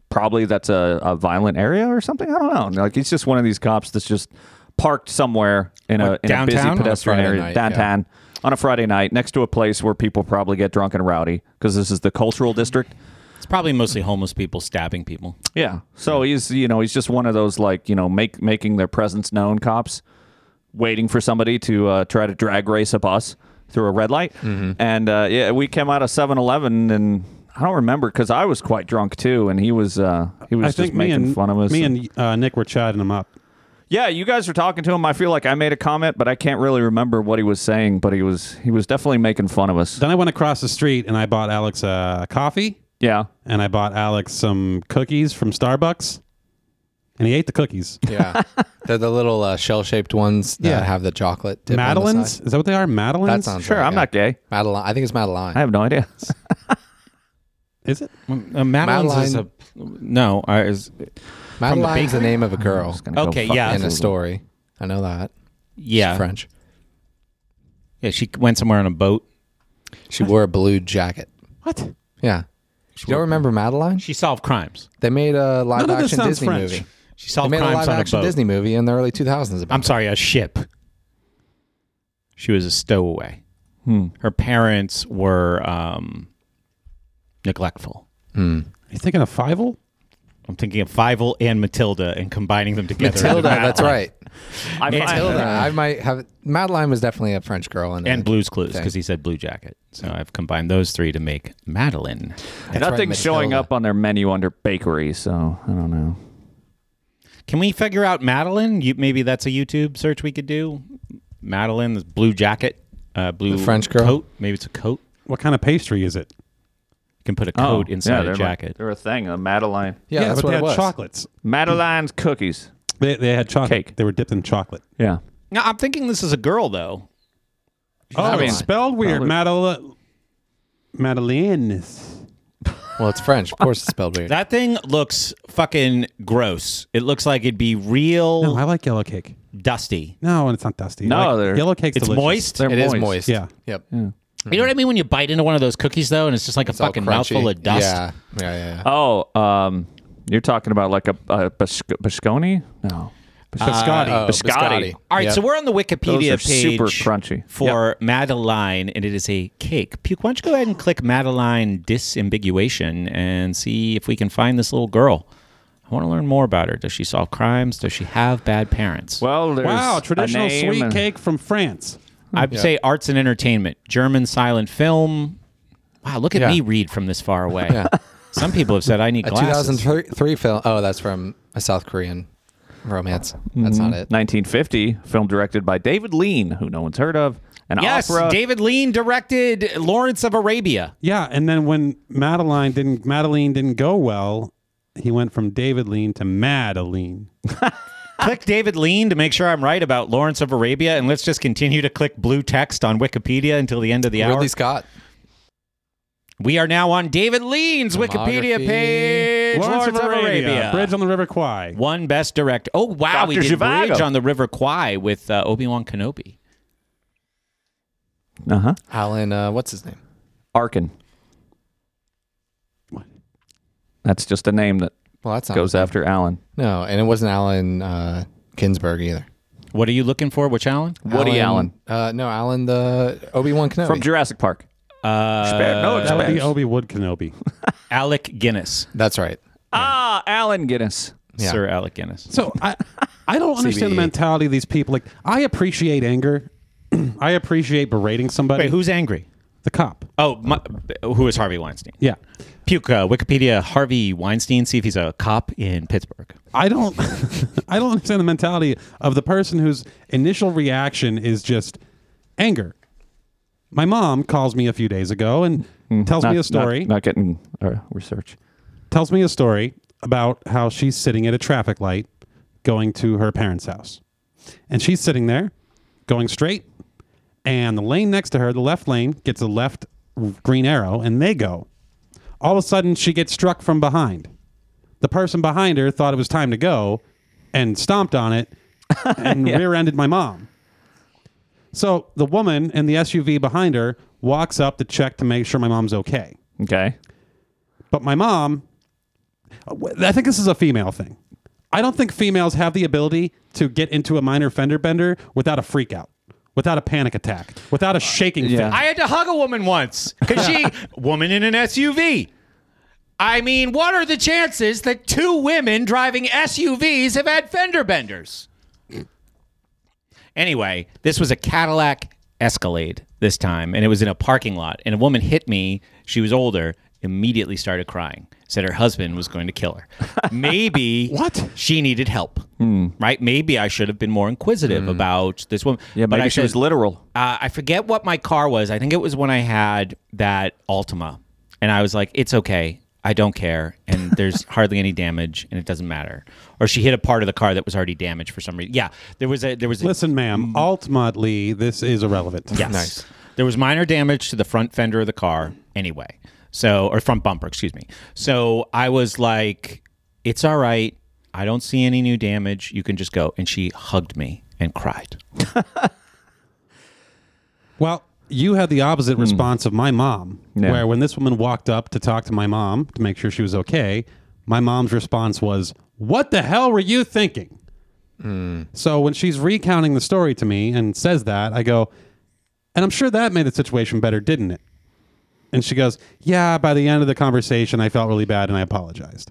C: probably that's a, a violent area or something. I don't know. Like he's just one of these cops that's just parked somewhere in a, in a busy
E: downtown? On a
C: pedestrian
D: Friday
C: area
D: night, yeah.
C: downtown on a Friday night next to a place where people probably get drunk and rowdy because this is the cultural district.
E: It's probably mostly homeless people stabbing people.
C: Yeah. So he's you know he's just one of those like you know make making their presence known cops, waiting for somebody to uh, try to drag race a bus through a red light. And uh, yeah, we came out of 7-Eleven and I don't remember because I was quite drunk too, and he was uh, he was
A: I
C: just
A: think me
C: making
A: and
C: fun of us.
A: me and uh, Nick were chatting him up.
C: yeah, you guys were talking to him. I feel like I made a comment, but I can't really remember what he was saying. But he was he was definitely making fun of us.
A: Then I went across the street and I bought Alex a coffee
C: Yeah.
A: and I bought Alex some cookies from Starbucks, and he ate the cookies.
D: yeah, they're the little uh, shell-shaped ones that
A: Yeah.
D: have the chocolate. Dip on the
A: Madeline's
D: side.
A: is that what they are? Madeline's.
D: That sounds
C: Sure,
D: right,
C: I'm
D: yeah.
C: not gay.
D: Madeline. I think it's
C: I
D: Madeline.
C: have no idea.
A: Is it?
E: Uh, Madeline's is a no. I, is,
D: Madeline's the name of a girl
C: Just gonna go
E: Okay,
C: fuck
E: yeah.
D: in a
C: myself.
D: story. I know that.
E: yeah,
D: French.
E: yeah. She went somewhere on a boat.
D: She wore a blue jacket.
A: What?
D: Yeah. you don't remember Madeline?
E: She solved crimes.
D: They made a live
A: None of this
D: action
A: sounds
D: Disney
A: French.
D: movie.
E: She
D: They
E: solved
D: made a
E: crimes
D: live
E: on a
D: action
E: boat.
D: Disney movie in the early 2000s. About
E: I'm sorry, a ship. She was a stowaway. Her parents were um, neglectful.
A: Are you thinking of Fivel?
E: I'm thinking of Fievel and Matilda and combining them together. into
D: Matilda. That's
E: Madeline.
D: right.
C: I find-
D: Matilda. I might have. Madeline was definitely a French girl. In
E: And
D: it.
E: Blues Clues
D: Thing.
E: because he said Blue Jacket. So I've combined those three to make Madeline.
D: right,
C: Nothing's showing
D: Matilda.
C: up on their menu under bakery, so I don't know.
E: Can we figure out Madeline? You, maybe that's a YouTube search we could do. Madeline, this blue jacket, uh, blue
D: The French girl?
E: coat. Maybe it's a coat.
A: What kind of pastry is it?
E: You can put a coat inside
C: Oh, they're
E: a jacket.
C: Like, they're a thing, a Madeline.
D: Yeah, that's
A: but
D: what
A: they
D: it
A: had
D: was.
A: chocolates.
C: Madeline's cookies.
A: They, they had chocolate.
C: Cake.
A: They were dipped in chocolate.
C: Yeah.
E: no, I'm thinking this is a girl though.
A: Oh,
C: I mean-
A: it's spelled weird. Madele- Madeleine's.
D: Well, it's French. Of course, it's spelled weird.
E: That thing looks fucking gross. It looks like it'd be real
A: No, I like yellow cake.
E: dusty.
A: No, and it's not dusty.
C: No,
A: I like-
C: they're-
A: yellow cake's
E: It's
A: delicious.
E: moist.
C: They're
D: It is
C: moist.
D: moist.
A: Yeah.
D: Yep.
E: You know what I mean when you bite into one of those cookies though, and it's just like
D: It's
E: a
D: all
E: fucking
D: crunchy.
E: mouthful of dust.
D: Yeah. Yeah. Yeah. yeah.
C: Oh, um, you're talking about like a, a bisc- biscone? No.
A: Biscotti.
D: Oh,
C: Biscotti.
E: All right,
D: Yep.
E: so we're on the Wikipedia
C: Those are
E: page
C: super crunchy.
E: for Madeline, and it is a cake. Puke, why don't you go ahead and click Madeline disambiguation and see if we can find this little girl. I want to learn more about her. Does she solve crimes? Does she have bad parents?
C: Well, there's
A: wow,
C: a
A: traditional
C: name
A: sweet
C: and-
A: cake from France.
E: I'd say arts and entertainment, German silent film. Wow, look at
D: Yeah.
E: me read from this far away.
D: Yeah.
E: Some people have said I need
D: A
E: glasses.
D: 2003 film. Oh, that's from a South Korean romance. That's not
C: Mm-hmm.
D: it.
C: 1950 film directed by David Lean, who no one's heard of. An
E: Yes,
C: opera.
E: David Lean directed Lawrence of Arabia.
A: Yeah, and then when Madeline didn't Madeline didn't go well, he went from David Lean to Madeline.
E: click David Lean to make sure I'm right about Lawrence of Arabia, and let's just continue to click blue text on Wikipedia until the end of the hour.
D: Ridley Scott.
E: We are now on David Lean's Wikipedia
D: Filmography.
E: page. Lawrence, of Arabia.
A: Bridge on the River Kwai.
E: One best director. Oh wow, we
C: Dr.
E: did
C: Zhivago.
E: Bridge on the River Kwai with uh, Obi Wan Kenobi.
C: Uh
A: Uh-huh.
C: huh.
D: Alan. Uh, what's his name?
C: Arkin. That's just a name that
D: Well, that's not
C: goes after Alan.
D: No, and it wasn't Alan uh, Ginsberg either.
E: What are you looking for? Which Alan?
C: Woody Allen.
D: Uh, no, Alan the Obi Wan Kenobi.
C: From Jurassic Park. Uh, Spare- no
A: That would be
C: expense.
A: Obi Wood Kenobi.
E: Alec Guinness.
D: that's right.
C: Ah, Alan Guinness.
D: Yeah.
E: Sir Alec Guinness.
A: So I, I
C: E.
A: don't understand the
D: CBE.
A: mentality of these people. Like I appreciate anger. I appreciate berating somebody.
E: Wait, who's angry?
A: the cop?
E: Oh, my, who is Harvey Weinstein?
A: Yeah,
E: Puke, uh, Wikipedia, Harvey Weinstein, see if he's a cop in Pittsburgh.
A: I don't. I don't understand the mentality of the person whose initial reaction is just anger. My mom calls me a few days ago and tells
C: Hmm.
A: me
C: Not-
A: a
C: not-
A: story.
C: Not, getting uh, research.
A: tells me a story about how she's sitting at a traffic light going to her parents' house. And she's sitting there going straight, and the lane next to her, the left lane, gets a left green arrow, and they go. All of a sudden, she gets struck from behind. the person behind her thought it was time to go and stomped on it and rear-ended my mom. So the woman in the SUV behind her walks up to check to make sure my mom's okay.
C: Okay.
A: But my mom, I think this is a female thing. I don't think females have the ability to get into a minor fender bender without a freak out, without a panic attack, without a shaking fit.
C: Yeah.
E: I had to hug a woman once because she woman in an SUV. I mean, what are the chances that two women driving SUVs have had fender benders? Anyway, this was a Cadillac Escalade this time, and it was in a parking lot. And a woman hit me. She was older. Immediately started crying. Said her husband was going to kill her. Maybe
A: What?
E: she needed help.
C: Hmm.
E: Right? Maybe I should have been more inquisitive about this woman.
C: Yeah,
E: but
C: maybe
E: I
C: she was
E: said-
C: literal.
E: uh, I forget what my car was. I think it was when I had that Altima, and I was like, "It's okay, I don't care," and there's hardly any damage, and it doesn't matter. Or she hit a part of the car that was already damaged for some reason. Yeah, there was a there was a,
A: Listen, ma'am, ultimately, this is irrelevant.
E: Yes,
D: Nice.
E: there was minor damage to the front fender of the car anyway. So or front bumper, excuse me. So I was like, "It's all right. I don't see any new damage. You can just go." And she hugged me and cried.
A: Well, you had the opposite response of my mom,
C: Hmm. Yeah.
A: where when this woman walked up to talk to my mom to make sure she was okay, my mom's response was, What the hell were you thinking?
C: Hmm.
A: So when she's recounting the story to me and says that, I go, And I'm sure that made the situation better, didn't it? And she goes, Yeah, by the end of the conversation, I felt really bad and I apologized.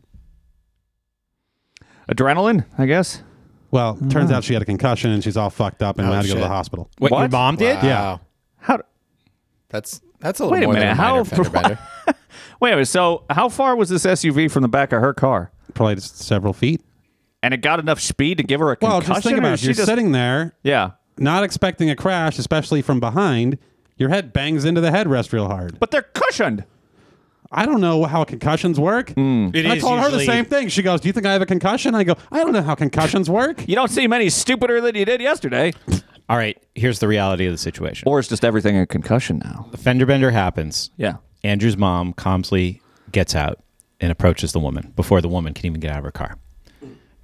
C: Adrenaline, I guess.
A: Well, turns out she had a concussion and she's all fucked up and
D: Oh,
A: had to go to the
D: shit.
A: hospital.
E: What, your
C: What?
E: mom did?
A: Yeah.
C: How?
D: That's that's a little
C: Wait a
D: more
C: minute,
D: than a
C: how-
D: minor fender bender.
C: Wait a minute. So, how far was this SUV from the back of her car?
A: Probably just several feet.
C: And it got enough speed to give her a
A: Well,
C: concussion.
A: just think
C: or
A: about it.
C: is she
A: You're
C: just-
A: sitting there
C: Yeah.
A: not expecting a crash, especially from behind, your head bangs into the headrest real hard.
C: But they're cushioned.
A: I don't know how concussions work.
E: It
A: And I
E: is
A: told her the
E: Hmm. usually-
A: same thing. She goes, "Do you think I have a concussion?" I go, "I don't know how concussions work."
C: You don't seem any stupider than you did yesterday.
E: All right. Here's the reality of the situation.
C: Or is just everything a concussion now?
E: The fender bender happens.
C: Yeah.
E: Andrew's mom calmly gets out and approaches the woman before the woman can even get out of her car.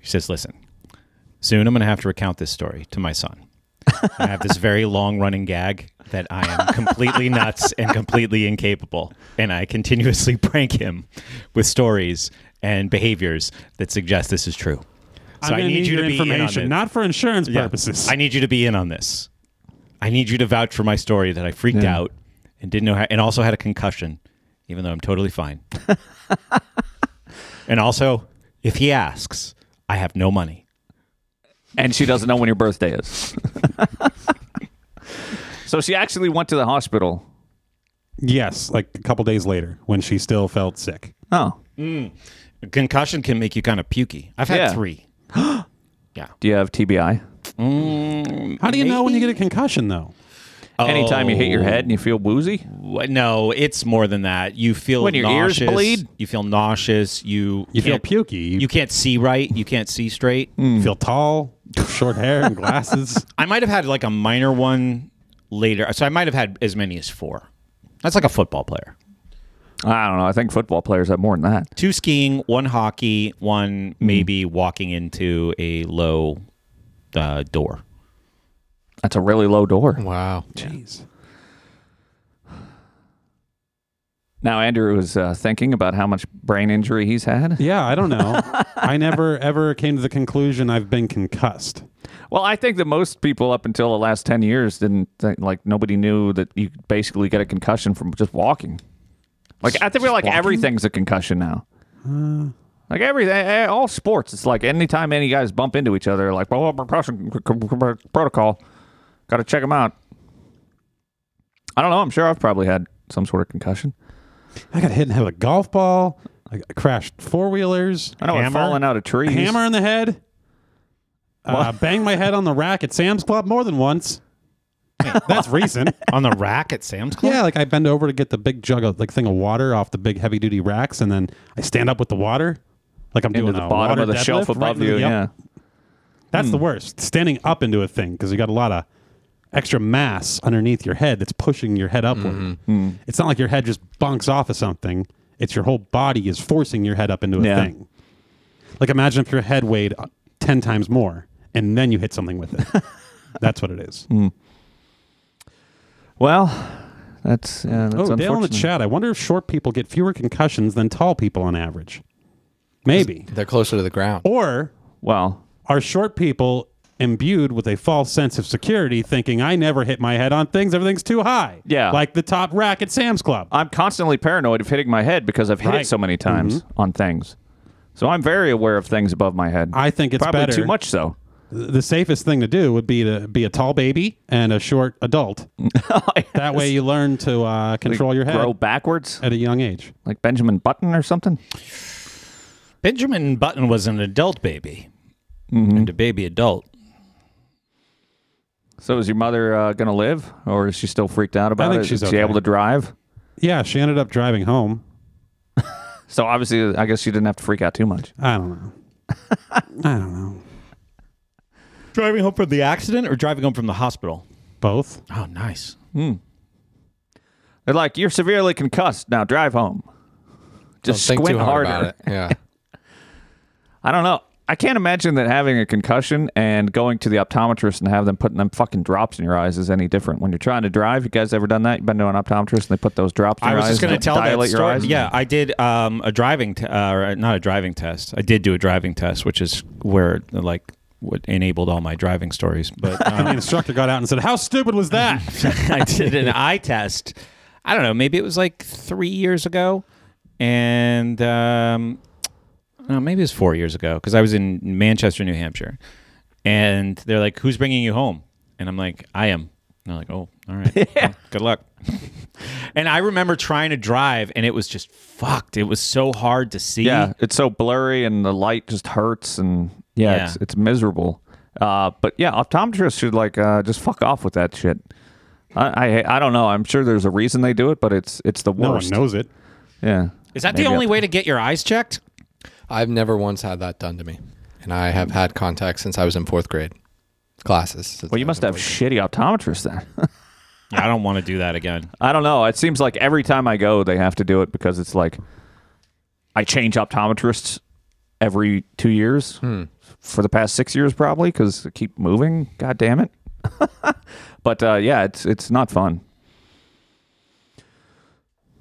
E: She says, Listen, soon I'm going to have to recount this story to my son. I have this very long running gag that I am completely nuts and completely incapable. And I continuously prank him with stories and behaviors that suggest this is true. So
A: I'm
E: I
A: gonna
E: need, you
A: your
E: to be in on
A: information,
E: this.
A: not for insurance
E: Yeah.
A: purposes.
E: I need you to be in on this. I need you to vouch for my story that I freaked out and didn't know how, and also had a concussion, even though I'm totally fine. and also, if he asks, I have no money.
C: And she doesn't know when your birthday is. so she actually went to the hospital.
A: yes, like a couple days later when she still felt sick.
C: Oh.
E: A concussion can make you kind of pukey. I've had
C: Yeah.
E: three.
C: Do you have TBI?
A: How do you know when you get
E: Maybe?
A: a concussion though?
C: Anytime you hit your
E: Oh.
C: head and you feel woozy?
E: Wha- No, it's more than that. You feel
C: When your ears
E: nauseous,
C: bleed?
E: You feel nauseous. You
A: You feel
E: can't-
A: pukey. You-
E: You can't see right. You can't see straight.
C: Mm.
A: You feel tall, short hair, and glasses.
E: I might have had like a minor one later. So I might have had as many as four. That's like a football player.
C: I don't know. I think football players have more than that.
E: Two skiing, one hockey, one maybe walking into a low uh, door.
C: That's a really low door.
D: wow.
A: Jeez.
C: Now Andrew was uh, thinking about how much brain injury he's had.
A: Yeah, I don't know. I never ever came to the conclusion I've been concussed.
C: Well, I think that most people up until the last ten years didn't think like nobody knew that you basically get a concussion from just walking. Like I think we like everything's a concussion now.
A: Uh.
C: like everything, eh, all sports. It's like anytime any guys bump into each other, like "Oh, well, precaution protocol, got to check them out. I don't know. I'm sure I've probably had some sort of concussion.
A: I got hit and had a golf ball. I got- crashed four wheelers.
C: I know I've
E: Hammer?
C: fallen out of trees.
A: hammer in the head. Uh, banged my head on the rack at Sam's Club more than once. That's recent.
E: On the rack at Sam's Club?
A: yeah, like I bend over to get the big jug of like thing of water off the big heavy duty racks, and then I stand up with the water, like I'm
C: into
A: doing
C: the
A: a
C: bottom
A: water
C: of the
A: deadlift
C: shelf
A: right
C: above
A: into the-
C: you.
A: yep.
C: Yeah.
A: that's the worst. Standing up into a thing because you got a lot of extra mass underneath your head that's pushing your head upward. It's not like your head just bonks off of something. It's your whole body is forcing your head up into a
C: Yeah.
A: thing. Like imagine if your head weighed uh, 10 times more and then you hit something with it. That's what it is.
C: Well, that's yeah, that's
A: oh, Dale in the
C: unfortunate.
A: chat. I wonder if short people get fewer concussions than tall people on average. Maybe.
D: They're closer to the ground.
A: Or
C: Well,
A: are short people imbued with a false sense of security, thinking, I never hit my head on things, everything's too high?
C: Yeah. Uh,
A: Like the top rack at Sam's Club.
C: I'm constantly paranoid of hitting my head because I've hit
A: Right. Mm-hmm.
C: it so many times on things. So I'm very aware of things above my head.
A: I think it's
C: probably
A: better.
C: too much so.
A: the safest thing to do would be to be a tall baby and a short adult. That way you learn to uh, control your head
C: Grow backwards
A: at a young age.
C: like Benjamin Button or something.
E: Benjamin Button was an adult baby and a baby adult.
C: So is your mother uh, gonna live, or is she still freaked out about
A: think
C: it?
A: she's
C: is she
A: okay.
C: able to drive?
A: Yeah, she ended up driving home.
C: So obviously, I guess she didn't have to freak out too much.
A: I don't know. I don't know.
E: Driving home from the accident or driving home from the hospital?
A: Both.
E: Oh, nice.
C: They're like, "You're severely concussed. Now drive home."
D: Don't
C: Just
D: think
C: squint
D: too hard
C: harder.
D: about it. Yeah.
C: I don't know. I can't imagine that having a concussion and going to the optometrist and have them putting them fucking drops in your eyes is any different. When you're trying to drive, you guys ever done that? You've been to an optometrist and they put those drops in
E: I
C: your
E: was
C: eyes
E: just going to
C: and
E: tell that
C: dilate your
E: story.
C: eyes?
E: Yeah, I did um, a driving, t- uh, or not a driving test. I did do a driving test, which is where like what enabled all my driving stories. But um,
A: The instructor got out and said, How stupid was that?
E: I did an eye test. I don't know. Maybe it was like three years ago, and um, no, maybe it was four years ago because I was in Manchester, New Hampshire, and they're like, "Who's bringing you home?" And I'm like, "I am." And they're like, "Oh, all right. Well, good luck." and I remember trying to drive, and it was just fucked. It was so hard to see.
C: Yeah, it's so blurry and the light just hurts and yeah,
E: Yeah.
C: It's, it's miserable. Uh, but yeah, optometrists should like uh, just fuck off with that shit. I, I I don't know. I'm sure there's a reason they do it, but it's it's the
A: no one
C: worst.
A: knows it.
C: Yeah.
E: Is that
C: Maybe
E: the only
C: I'll-
E: way to get your eyes checked?
D: I've never once had that done to me. And I have had contacts since I was in fourth grade classes.
C: Well, you must have shitty optometrists then.
E: Yeah, I don't want to do that again.
C: I don't know. It seems like every time I go, they have to do it because it's like I change optometrists every two years for the past six years, probably because I keep moving. God damn it! but uh, yeah, it's it's not fun.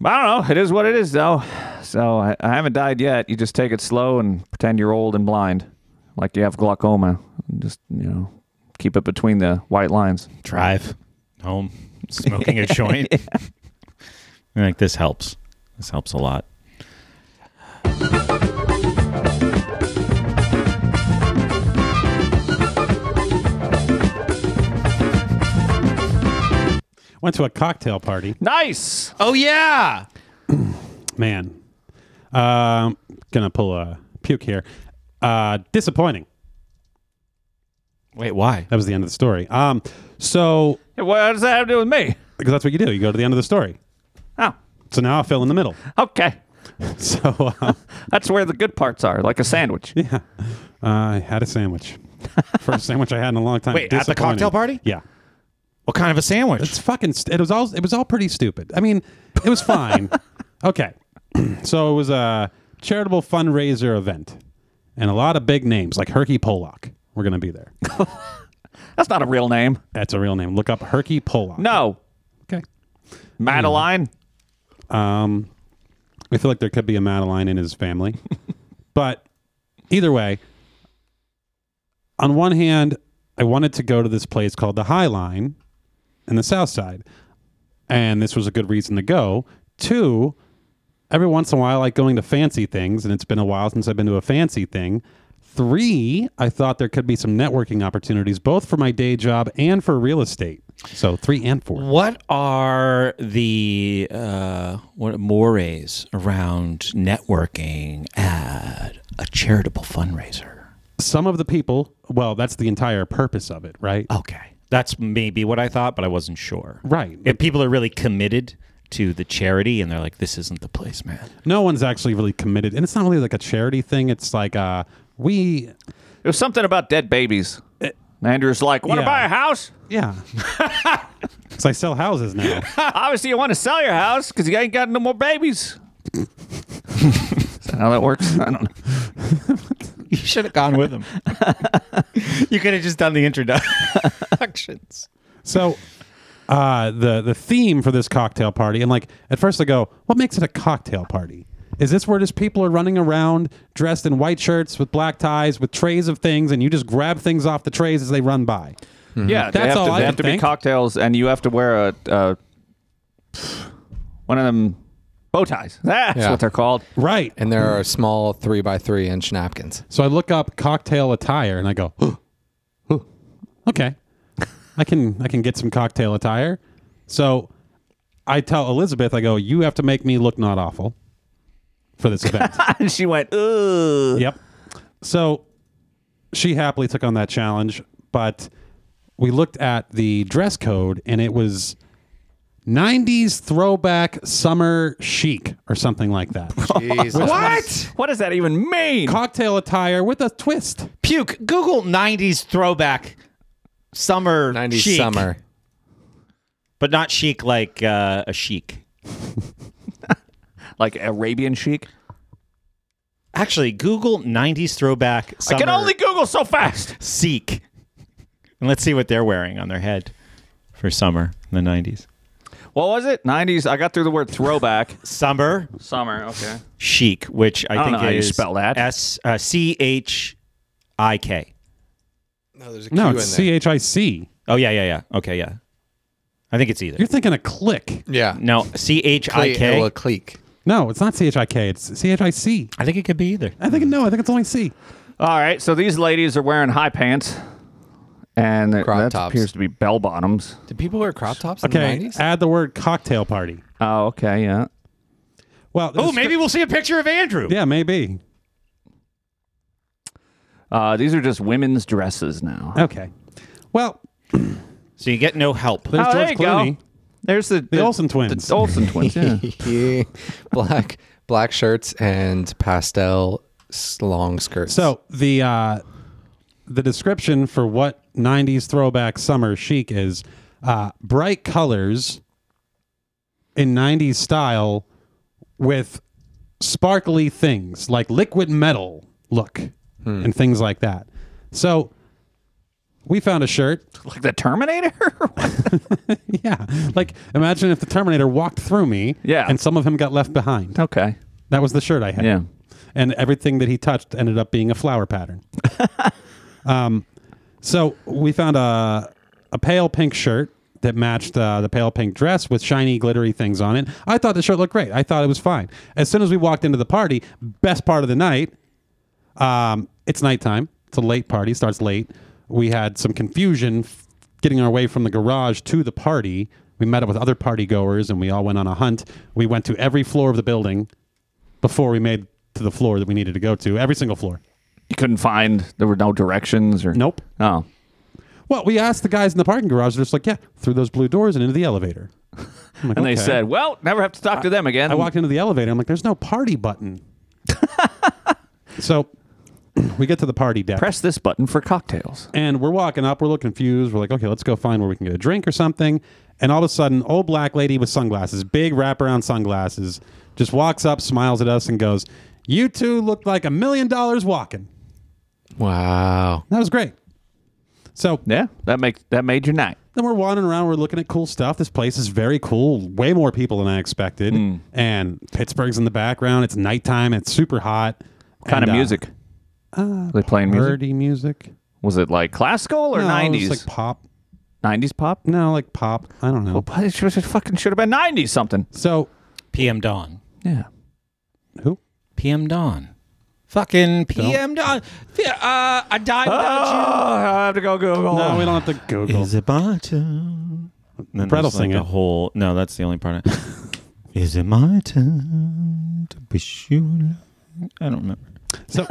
C: But I don't know. It is what it is, though. So I, I haven't died yet. You just take it slow and pretend you're old and blind, like you have glaucoma. Just you know, keep it between the white lines.
E: drive home smoking a joint. I think this helps. This helps a lot.
A: Went to a cocktail party.
C: Nice.
E: Oh yeah.
A: Man. Um, gonna pull a puke here. Uh, disappointing.
E: Wait, why?
A: That was the end of the story. Um, so,
C: Hey, What does that have to do with me?
A: because that's what you do, you go to the end of the story.
C: Oh,
A: So now I fill in the middle.
C: okay.
A: So uh,
C: That's where the good parts are, like a sandwich.
A: I had a sandwich. First sandwich I had in a long time.
E: Wait, at the
A: Disappointing.
E: cocktail party?
A: Yeah.
E: What kind of a sandwich?
A: It's fucking. St- it was all. It was all pretty stupid. I mean, it was fine. okay, so it was a charitable fundraiser event, and a lot of big names like Herky Pollock. We're gonna be there.
C: That's not a real name.
A: That's a real name. Look up Herky Pollock.
C: No.
A: Okay.
C: Madeline.
A: Um, I feel like there could be a Madeline in his family, but either way, on one hand, I wanted to go to this place called the High Line in the South Side, and this was a good reason to go. Two, every once in a while, I like going to fancy things, and it's been a while since I've been to a fancy thing. Three, I thought there could be some networking opportunities, both for my day job and for real estate. So three and four.
E: what are the uh, what mores around networking at a charitable fundraiser?
A: some of the people well that's the entire purpose of it right
E: Okay, that's maybe what I thought, but I wasn't sure.
A: right
E: If people are really committed to the charity, and they're like, "This isn't the place, man."
A: no one's actually really committed and it's not really like a charity thing it's like uh we
C: It was something about dead babies.
E: Eh.
C: Andrew's like, want to
A: yeah.
C: buy a house?
A: yeah so i sell houses now
C: Obviously, you want to sell your house because you ain't got no more babies. Is that how that works? I don't know.
E: You should have gone with him. you could have just done the introductions.
A: So uh, the the theme for this cocktail party, and like at first I go, what makes it a cocktail party? Is this where just people are running around dressed in white shirts with black ties with trays of things, and you just grab things off the trays as they run by?
C: Yeah,
A: That's
C: they have
A: all
C: to,
A: I
C: they
A: can
C: have to be
A: think.
C: cocktails, and you have to wear a, a one of them bow ties. That's
D: Yeah.
C: what they're called.
A: Right.
D: And there are small three by three inch napkins.
A: So I look up cocktail attire and I go, "Huh, huh, okay, I can I can get some cocktail attire. So I tell Elizabeth, I go, you have to make me look not awful for this event.
C: And she went, "Ooh."
A: yep. So she happily took on that challenge, but we looked at the dress code and it was 90s throwback summer chic or something like that.
D: Jesus.
C: What? What does that even mean?
A: cocktail attire with a twist.
E: Puke. Google '90s throwback summer
D: 90s
E: chic,
D: summer.
E: but not chic like uh, a chic.
C: like Arabian chic?
E: Actually, Google '90s throwback summer
C: I can only Google so fast.
E: chic, and let's see what they're wearing on their head for summer in the '90s.
C: What was it? 90s. I got through the word throwback.
E: Summer
C: Summer. Okay.
E: chic, which I,
C: don't
E: think
C: know how you
E: is
C: spell that.
E: S uh, C H I K.
D: No, there's a
A: No, it's C H I C.
E: Oh yeah, yeah, yeah. Okay, yeah. I think it's either.
A: You're thinking a click.
D: Yeah.
E: no, C H I
D: Cle-
E: K.
D: Ella Cleek.
A: No, it's not C H I K. It's C H I C.
E: I think it could be either.
A: I think no. I think it's only C.
C: All right. So these ladies are wearing high pants, and
D: Crop
C: that
D: tops.
C: appears to be bell bottoms.
D: Did people wear crop tops
A: Okay.
D: in the 90s?
A: Add the word cocktail party.
C: Oh, okay. Yeah.
A: Well,
E: Oh,
A: this-
E: maybe we'll see a picture of Andrew.
A: Yeah, maybe.
C: Uh, these are just women's dresses now.
A: Okay. Well,
E: So you get no help.
A: there's
C: Oh,
A: George
C: there you
A: Clooney.
C: go. There's the, the,
A: Olsen twins.
C: The Olsen twins. Yeah.
D: Yeah. black black shirts and pastel s- long skirts.
A: So the uh, the description for what '90s throwback summer chic is: uh, bright colors in '90s style with sparkly things like liquid metal look
E: Hmm.
A: and things like that. So we found a shirt.
C: like the Terminator.
A: Yeah, like imagine if the Terminator walked through me.
C: Yeah.
A: and some of him got left behind.
C: okay.
A: That was the shirt I had.
C: Yeah.
A: And everything that he touched ended up being a flower pattern. um, so we found a, a pale pink shirt that matched uh, the pale pink dress with shiny, glittery things on it. I thought the shirt looked great. I thought it was fine. As soon as we walked into the party, best part of the night, um, it's nighttime. It's a late party. Starts late. We had some confusion f- getting our way from the garage to the party. We met up with other party goers, and we all went on a hunt. We went to every floor of the building before we made to the floor that we needed to go to. Every single floor.
C: You couldn't find. There were no directions or.
A: Nope.
C: Oh.
A: Well, we asked the guys in the parking garage. They're just like, "Yeah, through those blue doors and into the elevator." I'm like,
C: And they
A: "Okay."
C: said, "Well, never have to talk to them again."
A: I walked into the elevator. I'm like, "There's no party button." so we get to the party deck.
C: Press this button for cocktails.
A: And we're walking up. We're a little confused. We're like, okay, let's go find where we can get a drink or something. And all of a sudden, old black lady with sunglasses, big wraparound sunglasses, just walks up, smiles at us, and goes, "You two look like a million dollars walking."
D: wow.
A: That was great. So
C: Yeah, that makes that made your night.
A: then we're wandering around. We're looking at cool stuff. This place is very cool. Way more people than I expected.
C: Hmm.
A: And Pittsburgh's in the background. It's nighttime. It's super hot.
C: What kind
A: And,
C: of
A: uh,
C: music? Were they uh, playing music?
A: Birdie music.
C: Was it like classical or
A: No, it was
C: nineties?
A: like pop.
C: Nineties pop?
A: No, like pop. I don't know.
C: Well, it should- it fucking should have been nineties something.
A: So
E: PM Dawn.
C: Yeah.
A: who?
E: PM Dawn. Fucking PM Dawn. Fe- Uh, I died without
C: Oh, I have to go Google.
A: No, oh, we don't have to Google.
E: Is it my turn? Then
A: Brett'll
E: there's, like,
A: sing
E: a
A: it.
E: whole. No, that's the only part. I- Is it my turn to wish you? luck? I don't remember.
A: So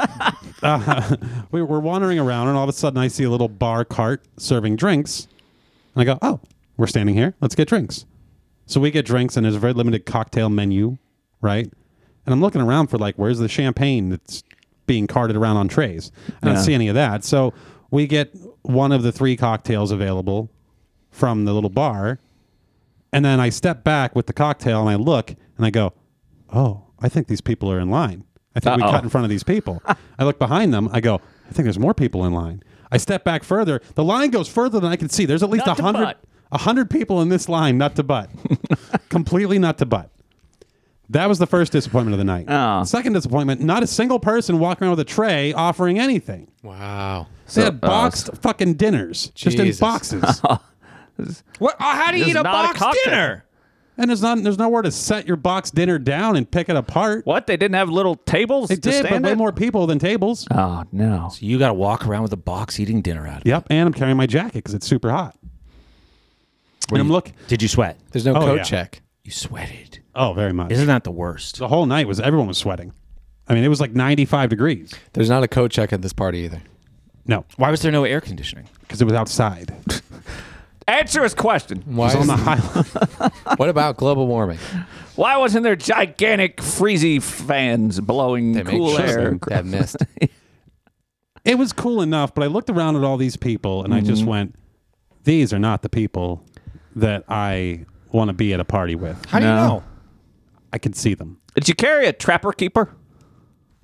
A: uh, we were wandering around, and all of a sudden, I see a little bar cart serving drinks, and I go, "Oh, we're standing here. Let's get drinks." So we get drinks, and there's a very limited cocktail menu, right? And I'm looking around for like, where's the champagne that's being carted around on trays? I don't
C: Yeah.
A: see any of that. So we get one of the three cocktails available from the little bar, and then I step back with the cocktail, and I look, and I go, "Oh, I think these people are in line." I think we
C: Uh-oh.
A: cut in front of these people. I look behind them. I go, I think there's more people in line. I step back further. The line goes further than I can see. There's at least a
C: Nut to
A: hundred,
C: butt.
A: a hundred people in this line, nut to butt, completely nut to butt. That was the first disappointment of the night.
C: Oh.
A: Second disappointment: not a single person walking around with a tray offering anything.
D: Wow.
A: They had
C: uh,
A: boxed fucking dinners, just in
D: Jesus.
A: boxes.
E: What? oh, how do you
C: This
E: eat
C: is
E: a
C: not a
E: box
C: cocktail.
E: dinner?
A: and there's not, there's nowhere to set your box dinner down and pick it apart.
C: What? They didn't have little tables?
A: They
C: to
A: did, but
C: stand
A: way
C: at?
A: more people than tables.
C: Oh, no.
E: So you got to walk around with a box eating dinner out of it.
A: Yep, and I'm carrying my jacket because it's super hot. And I'm look.
E: Did you sweat?
D: There's no
A: Oh,
D: coat
A: yeah.
D: check.
E: You sweated.
A: Oh, very much.
E: Isn't that the worst?
A: the whole night was everyone was sweating. I mean, it was like 95 degrees.
D: There's not a coat check at this party either.
A: No,
E: Why was there no air conditioning?
A: because it was outside. It
C: Answer his question.
A: was
D: Why
A: on
D: is-
A: the high.
D: what about global warming?
C: Why wasn't there gigantic freezy fans blowing
D: They make
C: cool
D: sure
C: air?
D: that mist.
A: It was cool enough, but I looked around at all these people and I just went, "These are not the people that I want to be at a party with."
E: How do you
C: No.
E: know?
A: I can see them.
C: Did you carry a trapper keeper?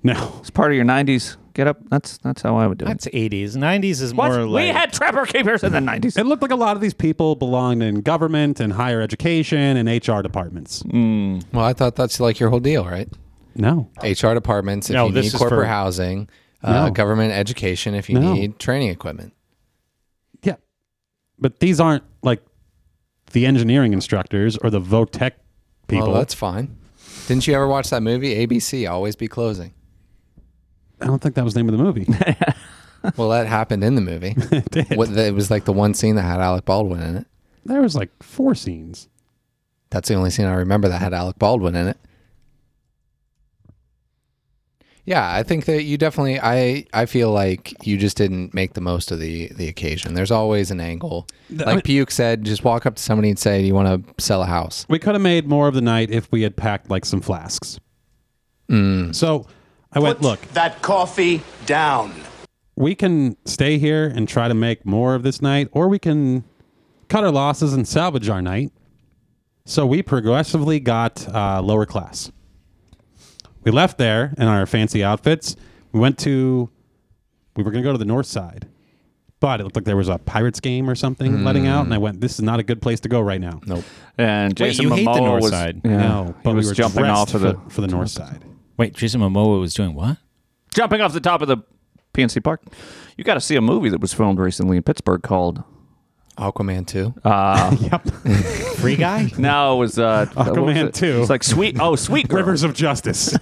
A: No,
C: It's part of your '90s. Get up. That's that's how I would do it.
E: That's 80s. 90s is
C: What?
E: more like.
C: we had trapper keepers in the '90s.
A: it looked like a lot of these people belonged in government and higher education and HR departments.
D: well, I thought that's like your whole deal, right?
A: No,
D: HR departments, if
E: No,
D: you
E: this
D: need
E: is
D: corporate
E: for-
D: housing, uh,
A: No.
D: government education, if you
A: No.
D: need training equipment.
A: Yeah. But these aren't like the engineering instructors or the Votech people.
D: Well, that's fine. Didn't you ever watch that movie? ABC, Always Be Closing.
A: I don't think that was the name of the movie.
D: Well, that happened in the movie.
A: it did.
D: What- it was like the one scene that had Alec Baldwin in it.
A: There was like four scenes.
D: That's the only scene I remember that had Alec Baldwin in it. Yeah, I think that you definitely I I feel like you just didn't make the most of the the occasion. There's always an angle. Like
A: mean-
D: Puke said, just walk up to somebody and say, "Do you want to sell a house?"
A: We could have made more of the night if we had packed like some flasks.
C: Mm.
A: So I went, look,
F: that coffee down.
A: we can stay here and try to make more of this night, or we can cut our losses and salvage our night. So we progressively got uh, lower class. We left there in our fancy outfits. We went to, we were going to go to the north side, but it looked like there was a Pirates game or something
C: Mm.
A: letting out. And I went, this is not a good place to go right now.
D: Nope.
C: And
E: Wait,
C: Jason
E: you
C: Momoa
E: hate the North
C: was,
E: Side.
C: Yeah,
A: No,
C: he
A: but
C: was
A: we were
C: jumping off of the
A: for, for the north side.
E: Wait, Jason Momoa was doing what?
C: jumping off the top of the PNC Park. You got to see a movie that was filmed recently in Pittsburgh called.
D: Aquaman 2.
A: Yep.
E: Free guy?
C: No, it was uh, what was
A: Aquaman
C: it?
A: 2.
C: It's like sweet. Oh, sweet girl.
A: Rivers of Justice.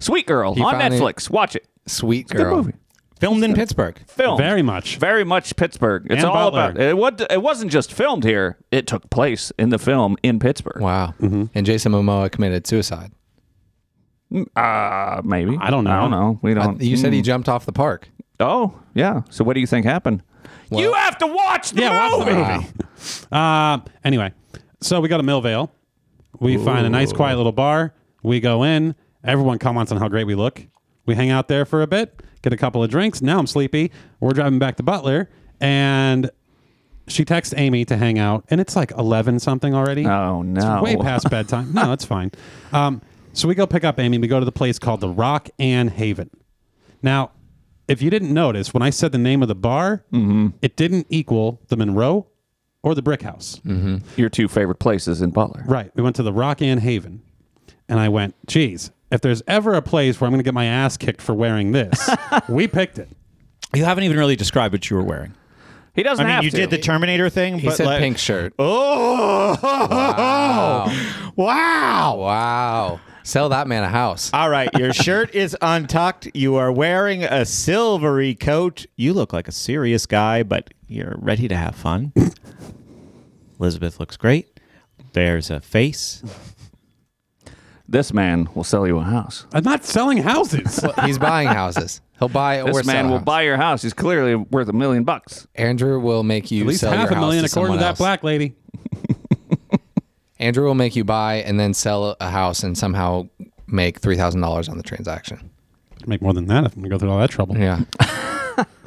C: Sweet girl
D: He
C: on
D: found it-
C: Netflix. Watch it.
D: Sweet
C: Good
D: girl.
C: movie.
E: Filmed in Pittsburgh.
C: Film.
A: Very much.
C: Very much Pittsburgh. It's
A: And
C: all
A: Butler.
C: about it. What it wasn't just filmed here. It took place in the film in Pittsburgh.
D: Wow. And Jason Momoa committed suicide.
C: Uh, maybe.
A: I don't know.
C: I don't know. We
D: I-
C: don't.
D: you said he
C: Mm.
D: jumped off the park.
C: Oh, yeah. So what do you think happened? you have to watch the
A: Yeah, watch the
C: movie.
A: movie. Uh, anyway, so we go to Millvale. We find a nice, quiet little bar. We go in. Everyone comments on how great we look. We hang out there for a bit, get a couple of drinks. Now I'm sleepy. We're driving back to Butler, and she texts Amy to hang out, and it's like 11 something already.
C: Oh no.
A: It's way past bedtime. No, that's fine. Um, so we go pick up Amy. We go to the place called the Rock and Haven. Now, if you didn't notice, when I said the name of the bar,
D: Mm-hmm.
A: it didn't equal the Monroe or the Brick House.
D: Mm.
C: Your two favorite places in Butler.
A: Right. We went to the Rock and Haven, and I went, geez, if there's ever a place where I'm going to get my ass kicked for wearing this, we picked it.
E: You haven't even really described what you were wearing.
C: He doesn't
E: I mean,
C: have
E: you
C: to.
E: did the Terminator thing,
D: He
E: but
D: said
E: like,
D: pink shirt.
E: Oh,
D: Wow.
E: wow.
D: Wow. Sell that man a house.
E: All right, your shirt is untucked. You are wearing a silvery coat. You look like a serious guy, but you're ready to have fun. Elizabeth looks great. There's a face.
C: this man will sell you a house.
A: I'm not selling houses.
D: He's buying houses. He'll buy or
C: This
D: sell
C: man
D: a
C: will
D: house.
C: buy your house. He's clearly worth a million bucks.
D: Andrew will make you
A: At least
D: sell
A: half
D: your
A: a million,
D: house to
A: according to
D: someone
A: that
D: else.
A: black lady.
D: Andrew will make you buy and then sell a house and somehow make three thousand dollars on the transaction.
A: Make more than that if I'm going to go through all that trouble.
D: Yeah,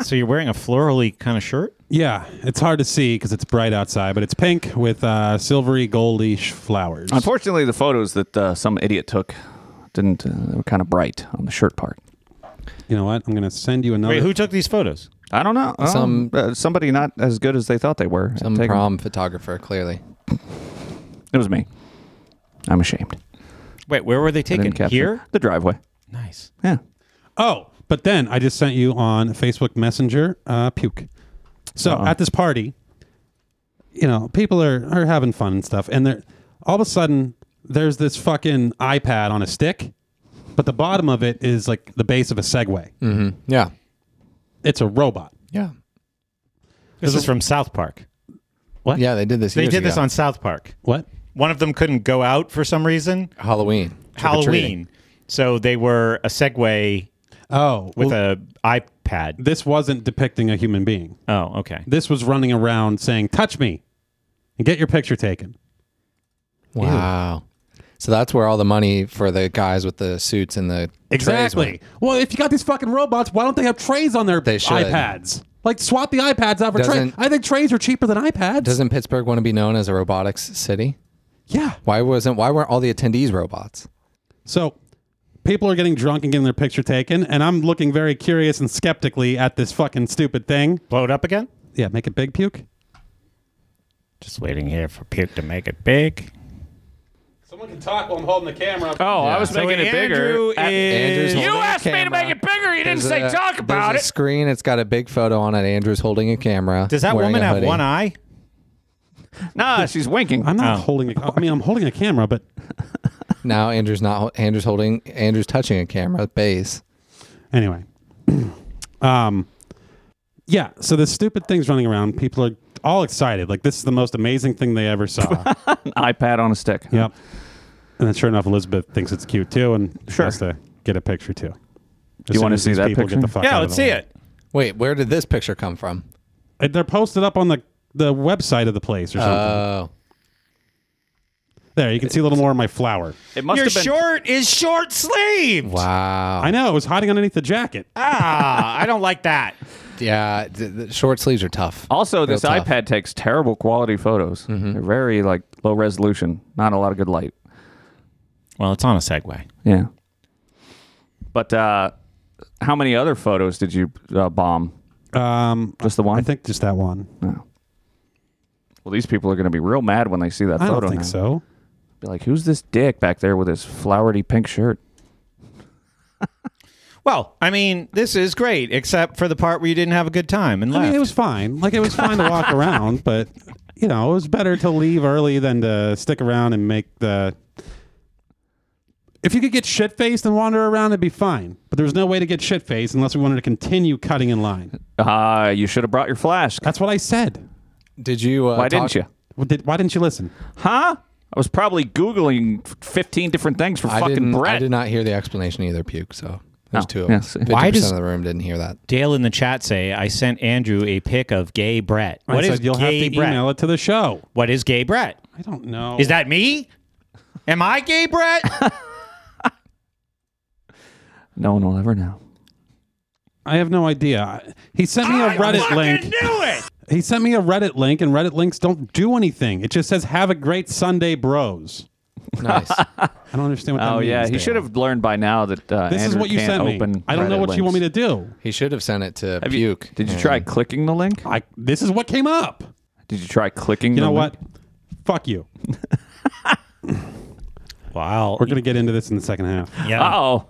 E: So you're wearing a florally kind of shirt?
A: Yeah, it's hard to see because it's bright outside, but it's pink with uh, silvery goldish flowers.
C: Unfortunately, the photos that uh, some idiot took Didn't uh, they were kind of bright on the shirt part.
A: You know what? I'm going to send you another.
E: Wait, who took these photos?
C: I don't know. Some
D: Some-
C: uh, somebody not as good as they thought they were.
D: Some
C: Take 'em.
D: prom photographer, clearly.
C: It was me. I'm ashamed.
E: Wait, where were they
C: I
E: taken?
C: capture-
E: Here?
C: the driveway.
E: Nice.
C: Yeah.
A: Oh, but then I just sent you on Facebook Messenger uh, puke. So at this party, you know, people are, are having fun and stuff, and they're all of a sudden there's this fucking iPad on a stick, but the bottom of it is like the base of a Segway.
D: Yeah.
A: It's a robot.
D: Yeah.
E: This is from South Park.
D: Yeah, they did this.
E: They
D: years
E: did this
D: ago.
E: on South Park.
A: What?
E: One of them couldn't go out for some reason.
D: Halloween. Trick-or-treating.
E: Halloween. So they were a Segway
A: Oh,
E: with
A: well,
E: a iPad.
A: this wasn't depicting a human being.
E: Oh, okay.
A: This was running around saying, "Touch me, and get your picture taken."
D: Wow. So that's where all the money for the guys with the suits and the trays went.
A: Exactly. Well, if you got these fucking robots, why don't they have trays on their
D: They should.
A: iPads? Like swap the iPads out for trays.
D: Doesn't-
A: I think trays are cheaper than iPads.
D: Doesn't Pittsburgh want to be known as a robotics city?
A: yeah.
D: Why wasn't? Why weren't all the attendees robots?
A: So people are getting drunk and getting their picture taken, and I'm looking very curious and skeptically at this fucking stupid thing.
E: Blow it up again?
A: Yeah, make it big puke.
E: Just waiting here for Puke to make it big.
A: Someone can talk while I'm holding the camera.
C: Oh, I was
E: So Andrew
C: Uh,
E: is.
D: Andrew's holding a
C: asked me to
D: camera.
C: make it bigger, you didn't
D: There's
C: say
D: a-
C: talk about
D: there's
C: it.
D: A screen. It's got a big photo on it. Andrew's holding a camera.
E: Does that
D: wearing
E: woman
D: a
E: have
D: hoodie.
E: one eye?
C: Nah, she's winking.
A: I'm
D: Oh.
A: not holding. A, I mean, I'm holding a camera, but
D: Now Andrew's not. Andrew's holding. Andrew's touching a camera base.
A: Anyway, um, yeah. So this stupid thing's running around. People are all excited. Like this is the most amazing thing they ever saw.
C: An iPad on a stick.
A: yep. And then, sure enough, Elizabeth thinks it's cute too, and
C: Sure.
A: has to get a picture too. Do
C: you wanna see that
A: Get
C: picture?
A: the fuck out
E: Yeah,
A: of
E: let's
A: the
E: see
A: way.
E: it.
D: Wait, where did this picture come from?
A: Uh, They're posted up on the the website of the place or something.
C: Uh,
D: Oh,
A: there, you can see a little more of my flower.
C: It must
E: Your
C: have been.
E: short is short sleeved.
D: wow.
A: I know it was hiding underneath the jacket.
E: Ah, I don't like that.
D: yeah, th- th- short sleeves are tough.
C: Also, this
D: Real tough.
C: iPad takes terrible quality photos. They're very like low resolution. Not a lot of good light.
E: Well, it's on a Segway.
C: Yeah. But uh, how many other photos did you uh, bomb?
A: Um,
C: Just the one?
A: I think just that one.
C: Well, these people are going to be real mad when they see that
A: I
C: photo.
A: don't think
C: now.
A: so.
C: Be like, who's this dick back there with his flowery pink shirt?
E: Well, I mean, this is great, except for the part where you didn't have a good time and
A: I
E: left.
A: mean, it was fine. Like it was fine to walk around, but you know, it was better to leave early than to stick around and make the. If you could get shit faced and wander around, it'd be fine. But there was no way to get shit faced unless we wanted to continue cutting in line.
C: Uh, you should have brought your flask.
A: That's what I said.
D: Did you? Uh,
C: Why
D: talk-
C: didn't you?
A: Well, did- Why didn't you listen?
C: Huh? I was probably Googling 15 different things for
D: I
C: fucking
D: didn't.
C: bread.
D: I did not hear the explanation either. Puke. So there's
C: Oh,
D: two of
C: yeah,
D: us.
C: see.
D: Fifty
C: Why
D: percent
E: does-
D: of the room didn't hear that.
E: Dale in the chat say, I sent Andrew a pic of gay Brett. What
A: I
E: is
A: said you'll
E: gay
A: have to
E: Brett?
A: email it to the show.
E: What is gay Brett?
A: I don't know.
E: Is that me? Am I gay Brett?
C: no one will ever know.
A: I have no idea. I- He sent me a Reddit
E: fucking
A: link.
E: knew it.
A: He sent me a Reddit link, and Reddit links don't do anything. It just says "Have a great Sunday, bros."
D: Nice.
A: I don't understand what that
C: Oh
A: means.
C: yeah, he
A: Dale.
C: should have learned by now that uh,
A: This is
C: Andrew
A: what you
C: can't
A: sent
C: open
A: me. I don't know
C: Reddit
A: what you want me
C: links.
A: to do.
D: he should have sent it to
C: Have you-
D: Puke.
C: did you
D: and-
C: try clicking the link?
A: I this is what came up.
C: Did you try clicking?
A: You
C: the
A: know
C: link?
A: what? Fuck you.
E: Wow.
A: We're gonna get into this in the second half.
E: Yeah.
C: Uh-oh.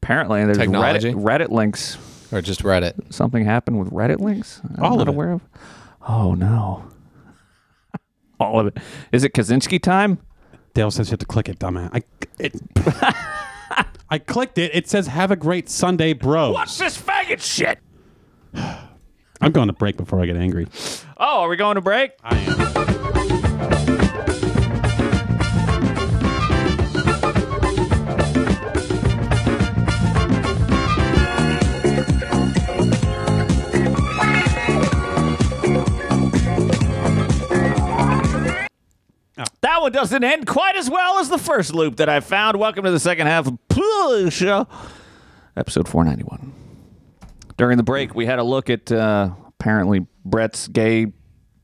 C: Apparently, there's
D: Technology?
C: Reddit, Reddit links.
D: Or just Reddit.
C: Something happened with Reddit links. I'm
A: All
C: not
A: of it.
C: aware of. Oh no. All of it. Is it Kaczynski time?
A: Dale says you have to click it, dumbass. I it, I clicked it. It says "Have a great Sunday, bros."
C: this faggot shit?
A: I'm going to break before I get angry.
C: Oh, are we going to break? That one doesn't end quite as well as the first loop that I found. Welcome to the second half of Pool Show, episode 491. During the break, we had a look at uh, apparently Brett's gay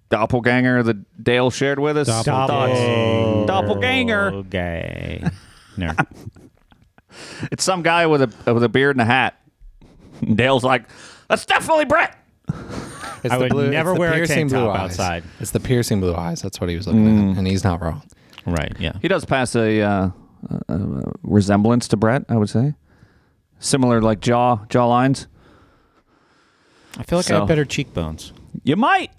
C: doppelganger that Dale shared with us.
A: Doppelganger.
C: Thoughts? Doppelganger.
E: Okay. No.
C: It's some guy with a with a beard and a hat. Dale's like, that's definitely Brett.
D: It's
E: I would never wear a
D: piercing
E: tank top
D: eyes.
E: outside.
D: It's the piercing blue eyes. That's what he was looking
C: Mm.
D: at, and he's not wrong.
E: Right. Yeah.
C: He does pass a, uh, a, a resemblance to Brett, I would say. Similar like jaw jaw lines.
E: I feel like I
C: So-
E: have better cheekbones.
C: You might.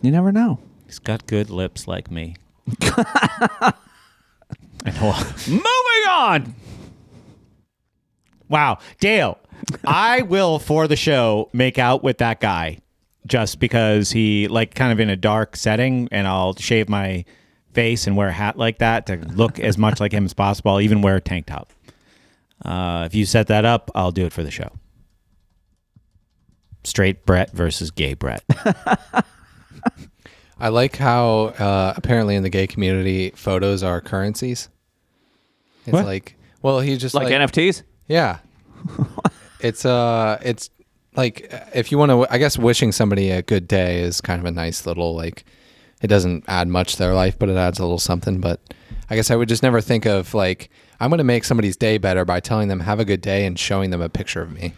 C: You never know.
E: He's got good lips like me. I know.
C: Moving on.
E: wow, Dale, I will for the show make out with that guy just because he like kind of in a dark setting, and I'll shave my face and wear a hat like that to look as much like him as possible. I'll even wear a tank top. Uh, if you set that up, I'll do it for the show. Straight Brett versus gay Brett.
D: I like how uh, apparently in the gay community, photos are currencies. It's
A: What?
D: like, well, he just
C: Like,
D: like
C: NFTs?
D: Yeah. it's uh it's like uh, if you want to I guess wishing somebody a good day is kind of a nice little like it doesn't add much to their life but it adds a little something but I guess I would just never think of like I'm going to make somebody's day better by telling them have a good day and showing them a picture of me.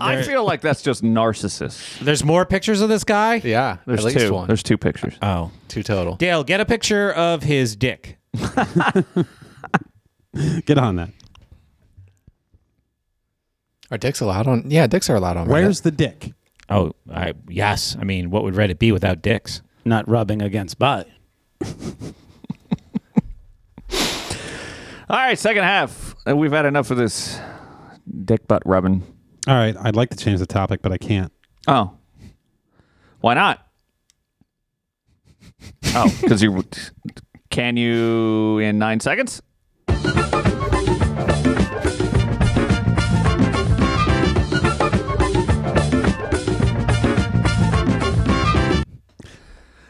C: I feel like that's just narcissists.
E: There's more pictures of this guy.
D: Yeah,
C: There's
D: at least
C: two.
D: one.
C: There's two pictures.
E: Oh,
D: two total.
E: Dale, get a picture of his dick.
A: Get on that.
D: Are dicks allowed on? Yeah, dicks are allowed on. Reddit.
A: Where's the dick?
E: Oh, I, yes. I mean, what would Reddit be without dicks?
G: Not rubbing against butt.
C: All right, second half. Uh, We've had enough of this dick butt rubbing.
A: All right, I'd like to change the topic, but I can't.
C: Oh. Why not? Oh, because you can you in nine seconds?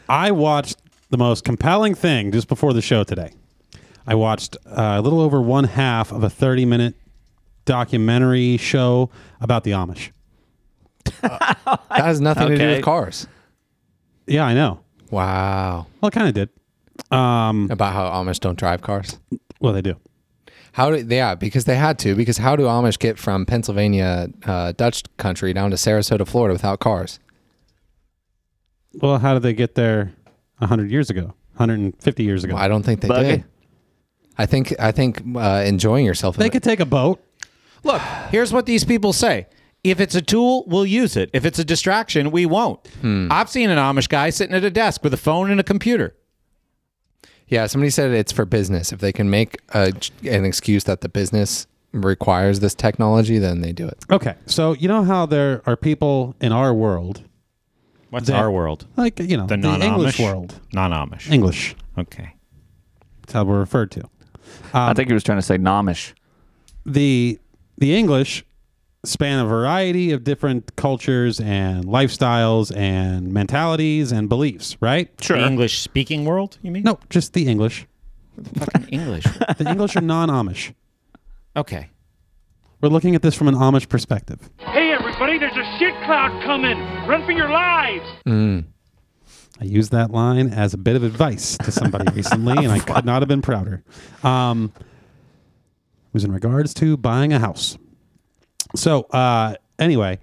A: I watched the most compelling thing just before the show today. I watched uh, a little over one half of a 30 minute documentary show about the Amish.
D: That has nothing to do
C: Okay.
D: with cars.
A: Yeah, I know.
D: Wow.
A: Well, it kind of did. Um,
D: About how Amish don't drive cars.
A: well, they do.
D: How do yeah? Because they had to. Because how do Amish get from Pennsylvania, uh, Dutch country, down to Sarasota, Florida, without cars?
A: Well, how did they get there 100 years ago, 150 years ago?
D: I don't think they
C: Buggy.
D: did. I think I think uh, enjoying yourself.
A: they could take a boat.
E: Look, here's what these people say. If it's a tool, we'll use it. If it's a distraction, we won't. I've seen an Amish guy sitting at a desk with a phone and a computer.
D: yeah, somebody said it's for business. If they can make a, an excuse that the business requires this technology, then they do it.
A: Okay. So, you know how there are people in our world,
E: What's
A: That-
E: our world?
A: like, you know,
E: The
A: the,
E: non
A: English
E: Amish
A: world.
E: Non Amish.
A: English.
E: Okay.
A: That's how we're referred to. Uh,
C: I think he was trying to say nomish.
A: the the English span a variety of different cultures and lifestyles and mentalities and beliefs, right?
E: Sure. English speaking world, you mean?
A: No, just the English.
E: Fucking English.
A: The English are non-Amish.
E: okay.
A: We're looking at this from an Amish perspective.
H: Hey, everybody, there's a shit cloud coming. Run for your lives.
A: I used that line as a bit of advice to somebody recently, and I could not have been prouder. Um, it was in regards to buying a house. So, uh, anyway,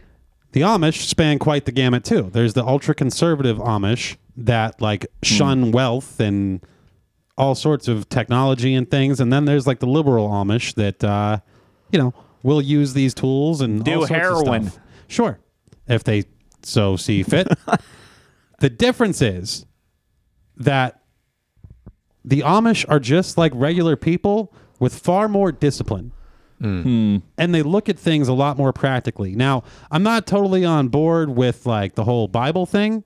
A: the Amish span quite the gamut too. There's the ultra conservative Amish that like
C: Hmm.
A: shun wealth and all sorts of technology and things, and then there's like the liberal Amish that uh, you know will use these tools and
C: Do
A: all sorts of
C: heroin.
A: stuff. Sure, if they so see fit. the difference is that the Amish are just like regular people with far more discipline. And they look at things a lot more practically. Now, I'm not totally on board with like the whole Bible thing,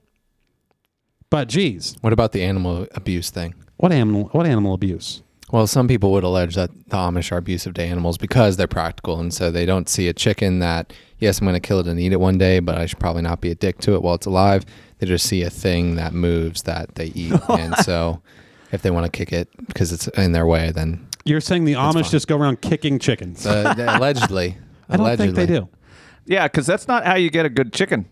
A: but geez,
D: What about the animal abuse thing?
A: what animal what animal abuse?
D: Well, some people would allege that the Amish are abusive to animals because they're practical, and so they don't see a chicken that yes, I'm going to kill it and eat it one day, but I should probably not be a dick to it while it's alive. They just see a thing that moves that they eat, and so if they want to kick it because it's in their way, then
A: You're saying the Amish just go around kicking chickens?
D: uh, they- allegedly,
A: I don't
D: allegedly,
A: think they do.
C: Yeah, because that's not how you get a good chicken.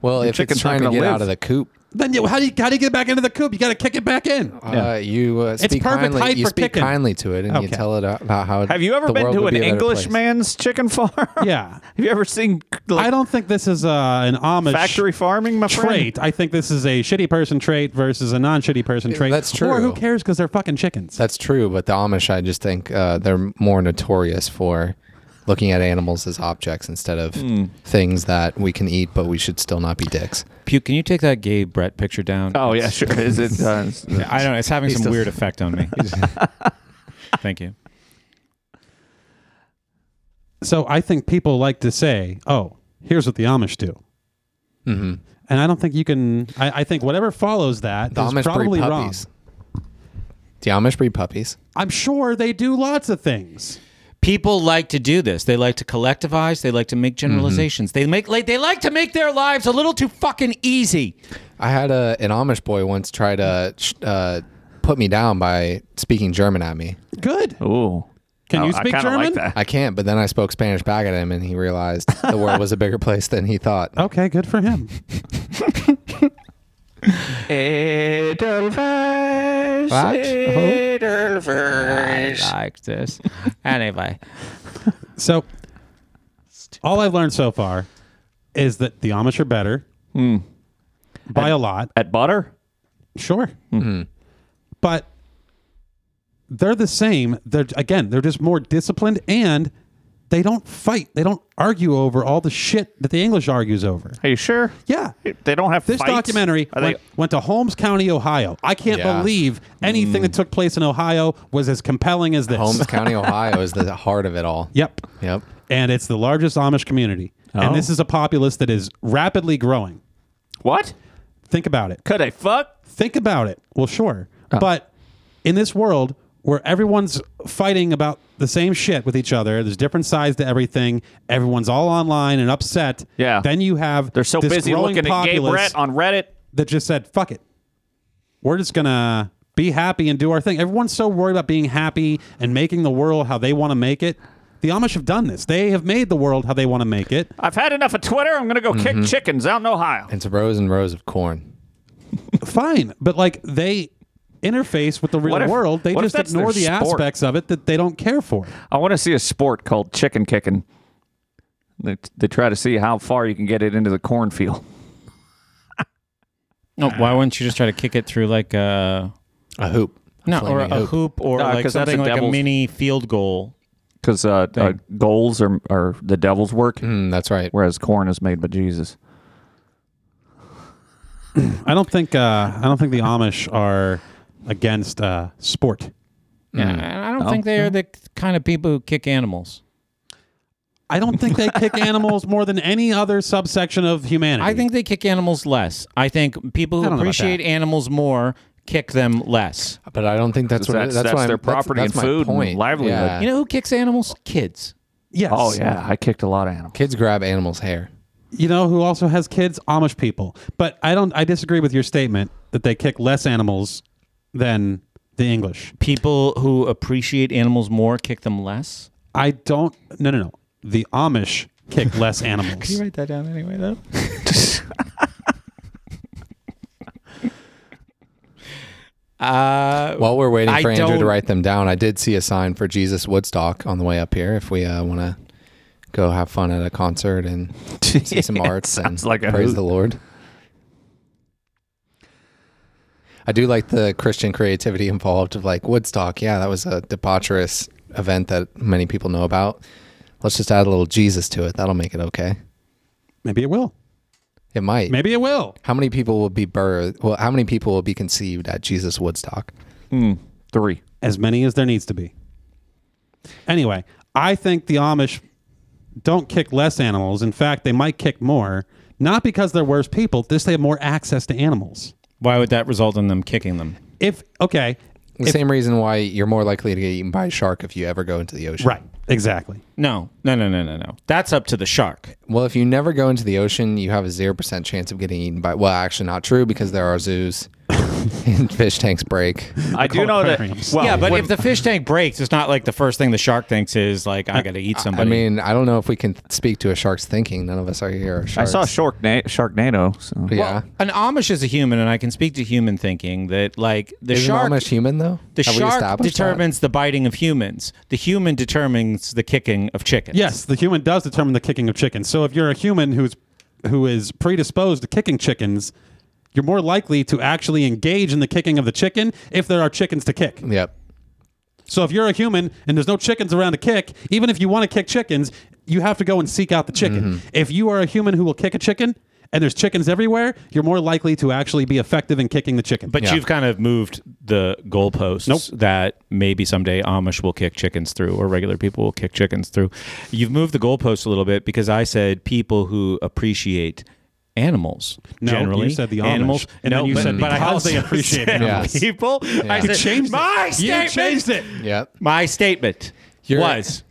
D: Well, if it's
C: chicken's not
D: trying to
C: gonna
D: get
C: live.
D: out of the coop,
A: Then you, how do you how do you get back into the coop? You got to kick it back in.
D: Uh, you uh, speak
A: perfect
D: kindly.
A: height
D: You
A: for
D: speak
A: kicking.
D: kindly to it, and you
A: Okay.
D: tell it uh, about how.
C: Have you ever
D: the
C: been
D: world
C: to
D: would
C: an
D: be a better
C: English
D: place.
C: man's chicken farm?
A: Yeah.
C: Have you ever seen like,
A: I don't think this is uh, an Amish
C: factory farming, my friend?
A: trait. I think this is a shitty person trait versus a non-shitty person trait.
D: that's true.
A: Or who cares because they're fucking chickens.
D: That's true, but the Amish, I just think uh, they're more notorious for looking at animals as objects instead of things that we can eat, but we should still not be dicks.
E: Puke, can you take that gay Brett picture down?
C: Oh yeah, sure. Is it? Uh,
E: I don't know. It's having some
D: still-
E: weird effect on me. Thank you.
A: So I think people like to say, "Oh, here's what the Amish do," mm-hmm. and I don't think you can. I, I think whatever follows that is
D: The Amish
A: probably
D: breed
A: wrong.
D: puppies. The Amish breed puppies.
A: I'm sure they do lots of things.
E: People like to do this. They like to collectivize. They like to make generalizations. They make like, they like to make their lives a little too fucking easy.
D: I had a an Amish boy once try to sh- uh, put me down by speaking German at me.
A: Good.
C: Ooh.
A: Can
C: I-
A: you
C: Oh, I
A: speak
C: kinda
A: German?
C: Like that.
D: I can't, but then I spoke Spanish back at him, and he realized the world was a bigger place than he thought.
A: Okay, good for him.
C: Edelweiss.
D: What?
C: Edelweiss.
E: Like this. Anyway,
A: So, all I've learned so far is that the Amish are better by a lot.
C: At butter?
A: Sure.
D: Mm-hmm.
A: But they're the same. They're again, they're just more disciplined and they don't fight. They don't argue over all the shit that the English argues over.
C: Are you sure?
A: Yeah.
C: They don't have
A: This
C: fights?
A: documentary
C: Are
A: went,
C: they-
A: went to Holmes County, Ohio. I can't
D: Yeah. Mm.
A: believe anything that took place in Ohio was as compelling as this.
D: Holmes County, Ohio, is the heart of it all.
A: Yep.
D: Yep.
A: And it's the largest Amish community.
D: Oh.
A: And this is a populace that is rapidly growing.
C: what?
A: Think about it.
C: Could I fuck?
A: Think about it. Well, sure.
C: Oh.
A: But in this world where everyone's fighting about the same shit with each other, there's different sides to everything, everyone's all online and upset.
C: Yeah.
A: Then you have
C: They're so
A: this
C: busy
A: growing
C: looking at gay
A: populace
C: Brett on Reddit.
A: that just said, fuck it. We're just going to be happy and do our thing. Everyone's so worried about being happy and making the world how they want to make it. The Amish have done this. They have made the world how they want to make it.
C: I've had enough of Twitter. I'm going to go kick chickens out in Ohio.
D: It's rows and rows of corn.
A: Fine, but like they interface with the real
C: What if-
A: world. They
C: what if
A: just
C: that's
A: ignore the
C: their sport?
A: aspects of it that they don't care for.
C: I want to see a sport called chicken kicking. They, they try to see how far you can get it into the cornfield.
E: no, why wouldn't you just try to kick it through like a
D: A hoop.
E: no or
D: flaming
E: a hoop or
C: No,
E: like
C: 'cause that's
E: something
C: a
E: like a
C: devil's-
E: mini field goal?
C: Because uh, uh, goals are, are the devil's work,
D: Mm, that's right.
C: whereas corn is made by Jesus.
A: I don't think uh, I don't think the Amish are against uh, sport. Mm.
E: Yeah, I don't think they are the kind of people who kick animals.
A: I don't think they kick animals more than any other subsection of humanity.
E: I think they kick animals less. I think people
A: I
E: who
A: don't know about
E: appreciate
A: that.
E: animals more kick them less.
D: But I don't think that's what
C: That's,
D: that's,
C: that's
D: what I'm-
C: their
D: that's-
C: property
D: that's,
C: and food
D: my point.
C: and livelihood.
D: Yeah.
E: You know who kicks animals? Kids.
A: yes.
C: Oh, yeah. I kicked a lot of animals.
D: Kids grab animals' hair.
A: You know who also has kids? Amish people. But I don't. I disagree with your statement that they kick less animals than the English.
E: People who appreciate animals more kick them less.
A: I don't. No, no, no. The Amish kick less animals.
E: write that down anyway, though? uh,
D: While we're waiting
E: I
D: for Andrew
E: don't-
D: to write them down, I did see a sign for Jesus Woodstock on the way up here. If we uh, want to go have fun at a concert and see some arts and
C: sounds like a
D: praise
C: hoot.
D: the Lord. I do like the Christian creativity involved of like Woodstock. Yeah, that was a debaucherous event that many people know about. Let's just add a little Jesus to it. That'll make it okay.
A: Maybe it will.
D: It might.
A: Maybe it will.
D: How many people will be birthed? Well, how many people will be conceived at Jesus Woodstock?
C: Three.
A: As many as there needs to be. Anyway, I think the Amish don't kick less animals. In fact, they might kick more. Not because they're worse people, just they have more access to animals.
E: why would that result in them kicking them?
A: If okay,
D: The same reason why you're more likely to get eaten by a shark if you ever go into the ocean.
A: right, exactly.
E: No, no, no, no, no, no. That's up to the shark.
D: Well, if you never go into the ocean, you have a 0% chance of getting eaten by. Well, actually, not true because there are zoos. and fish tanks break.
C: I do know that.
A: aquariums.
C: Well,
E: yeah, but
C: when-
E: if the fish tank breaks, it's not like the first thing the shark thinks is like I got to eat
D: I
E: somebody.
D: mean, I don't know if we can speak to a shark's thinking. None of us are here. Are
C: I
D: sharks.
C: saw Shark Sharknado. So.
D: Yeah.
E: an Amish is a human, and I can speak to human thinking that like the
D: Is
E: shark.
D: an Amish human though?
E: the
D: Have we
E: shark
D: established that?
E: determines the biting of humans. The human determines the kicking of chickens.
A: Yes, the human does determine the kicking of chickens. So if you're a human who's who is predisposed to kicking chickens, you're more likely to actually engage in the kicking of the chicken if there are chickens to kick.
D: Yep.
A: So if you're a human and there's no chickens around to kick, even if you want to kick chickens, you have to go and seek out the chicken.
E: Mm-hmm.
A: If you are a human who will kick a chicken and there's chickens everywhere, you're more likely to actually be effective in kicking the chicken.
E: But
D: Yeah.
E: you've kind of moved the goalposts
A: Nope.
E: that maybe someday Amish will kick chickens through or regular people will kick chickens through. You've moved the goalposts a little bit because I said people who appreciate animals
A: No,
E: generally.
A: you said the Amish.
E: Animals.
A: And then you
E: but,
A: said
E: but I
A: because
E: also
A: they appreciate
E: said
D: animals.
E: people. I
D: You
E: said,
A: changed it.
E: my
A: You
E: statement.
A: changed it.
D: Yep.
E: My statement
D: You're-
E: was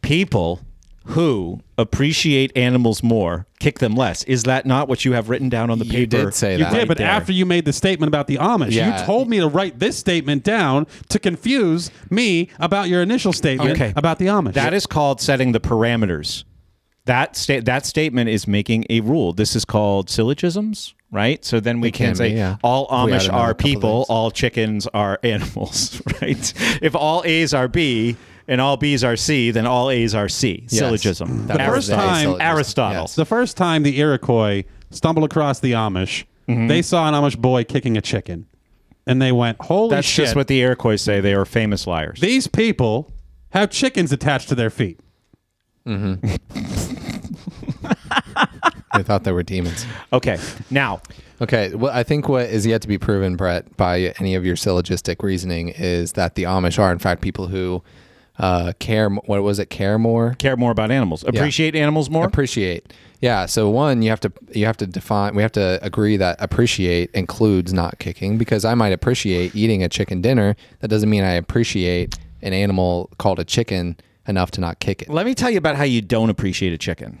E: people who appreciate animals more kick them less. Is that not what you have written down on the
D: You
E: paper?
D: did say
A: You
D: that.
A: did, but
E: there.
A: after you made the statement about the Amish,
D: Yeah.
A: you told me to write this statement down to confuse me about your initial statement
E: Okay.
A: about the Amish.
E: That is called setting the parameters. That sta- that statement is making a rule. This is called syllogisms, right? So then we
D: It can
E: can say
D: be, yeah.
E: all
D: If we add
E: Amish
D: another
E: are
D: couple
E: people,
D: things.
E: all chickens are animals, right? If all A's are B and all B's are C, then all A's are C. Syllogism.
A: was
D: That
A: the
E: Aristotle.
A: syllogism.
E: Aristotle.
D: Yes.
A: the first time the Iroquois stumbled across the Amish,
E: Mm-hmm.
A: they saw an Amish boy kicking a chicken, and they went, "Holy
E: That's
A: shit!"
E: just what the Iroquois say. They are famous liars.
A: These people have chickens attached to their feet.
D: They thought they were demons.
E: okay, now
D: Okay. Well, I think what is yet to be proven, Brett, by any of your syllogistic reasoning is that the Amish are, in fact, people who uh, care. m- What was it? Care more.
E: care more about animals. Appreciate animals more.
D: Appreciate. Yeah. So one, you have to you have to define. We have to agree that appreciate includes not kicking because I might appreciate eating a chicken dinner. That doesn't mean I appreciate an animal called a chicken enough to not kick it.
E: Let me tell you about how you don't appreciate a chicken.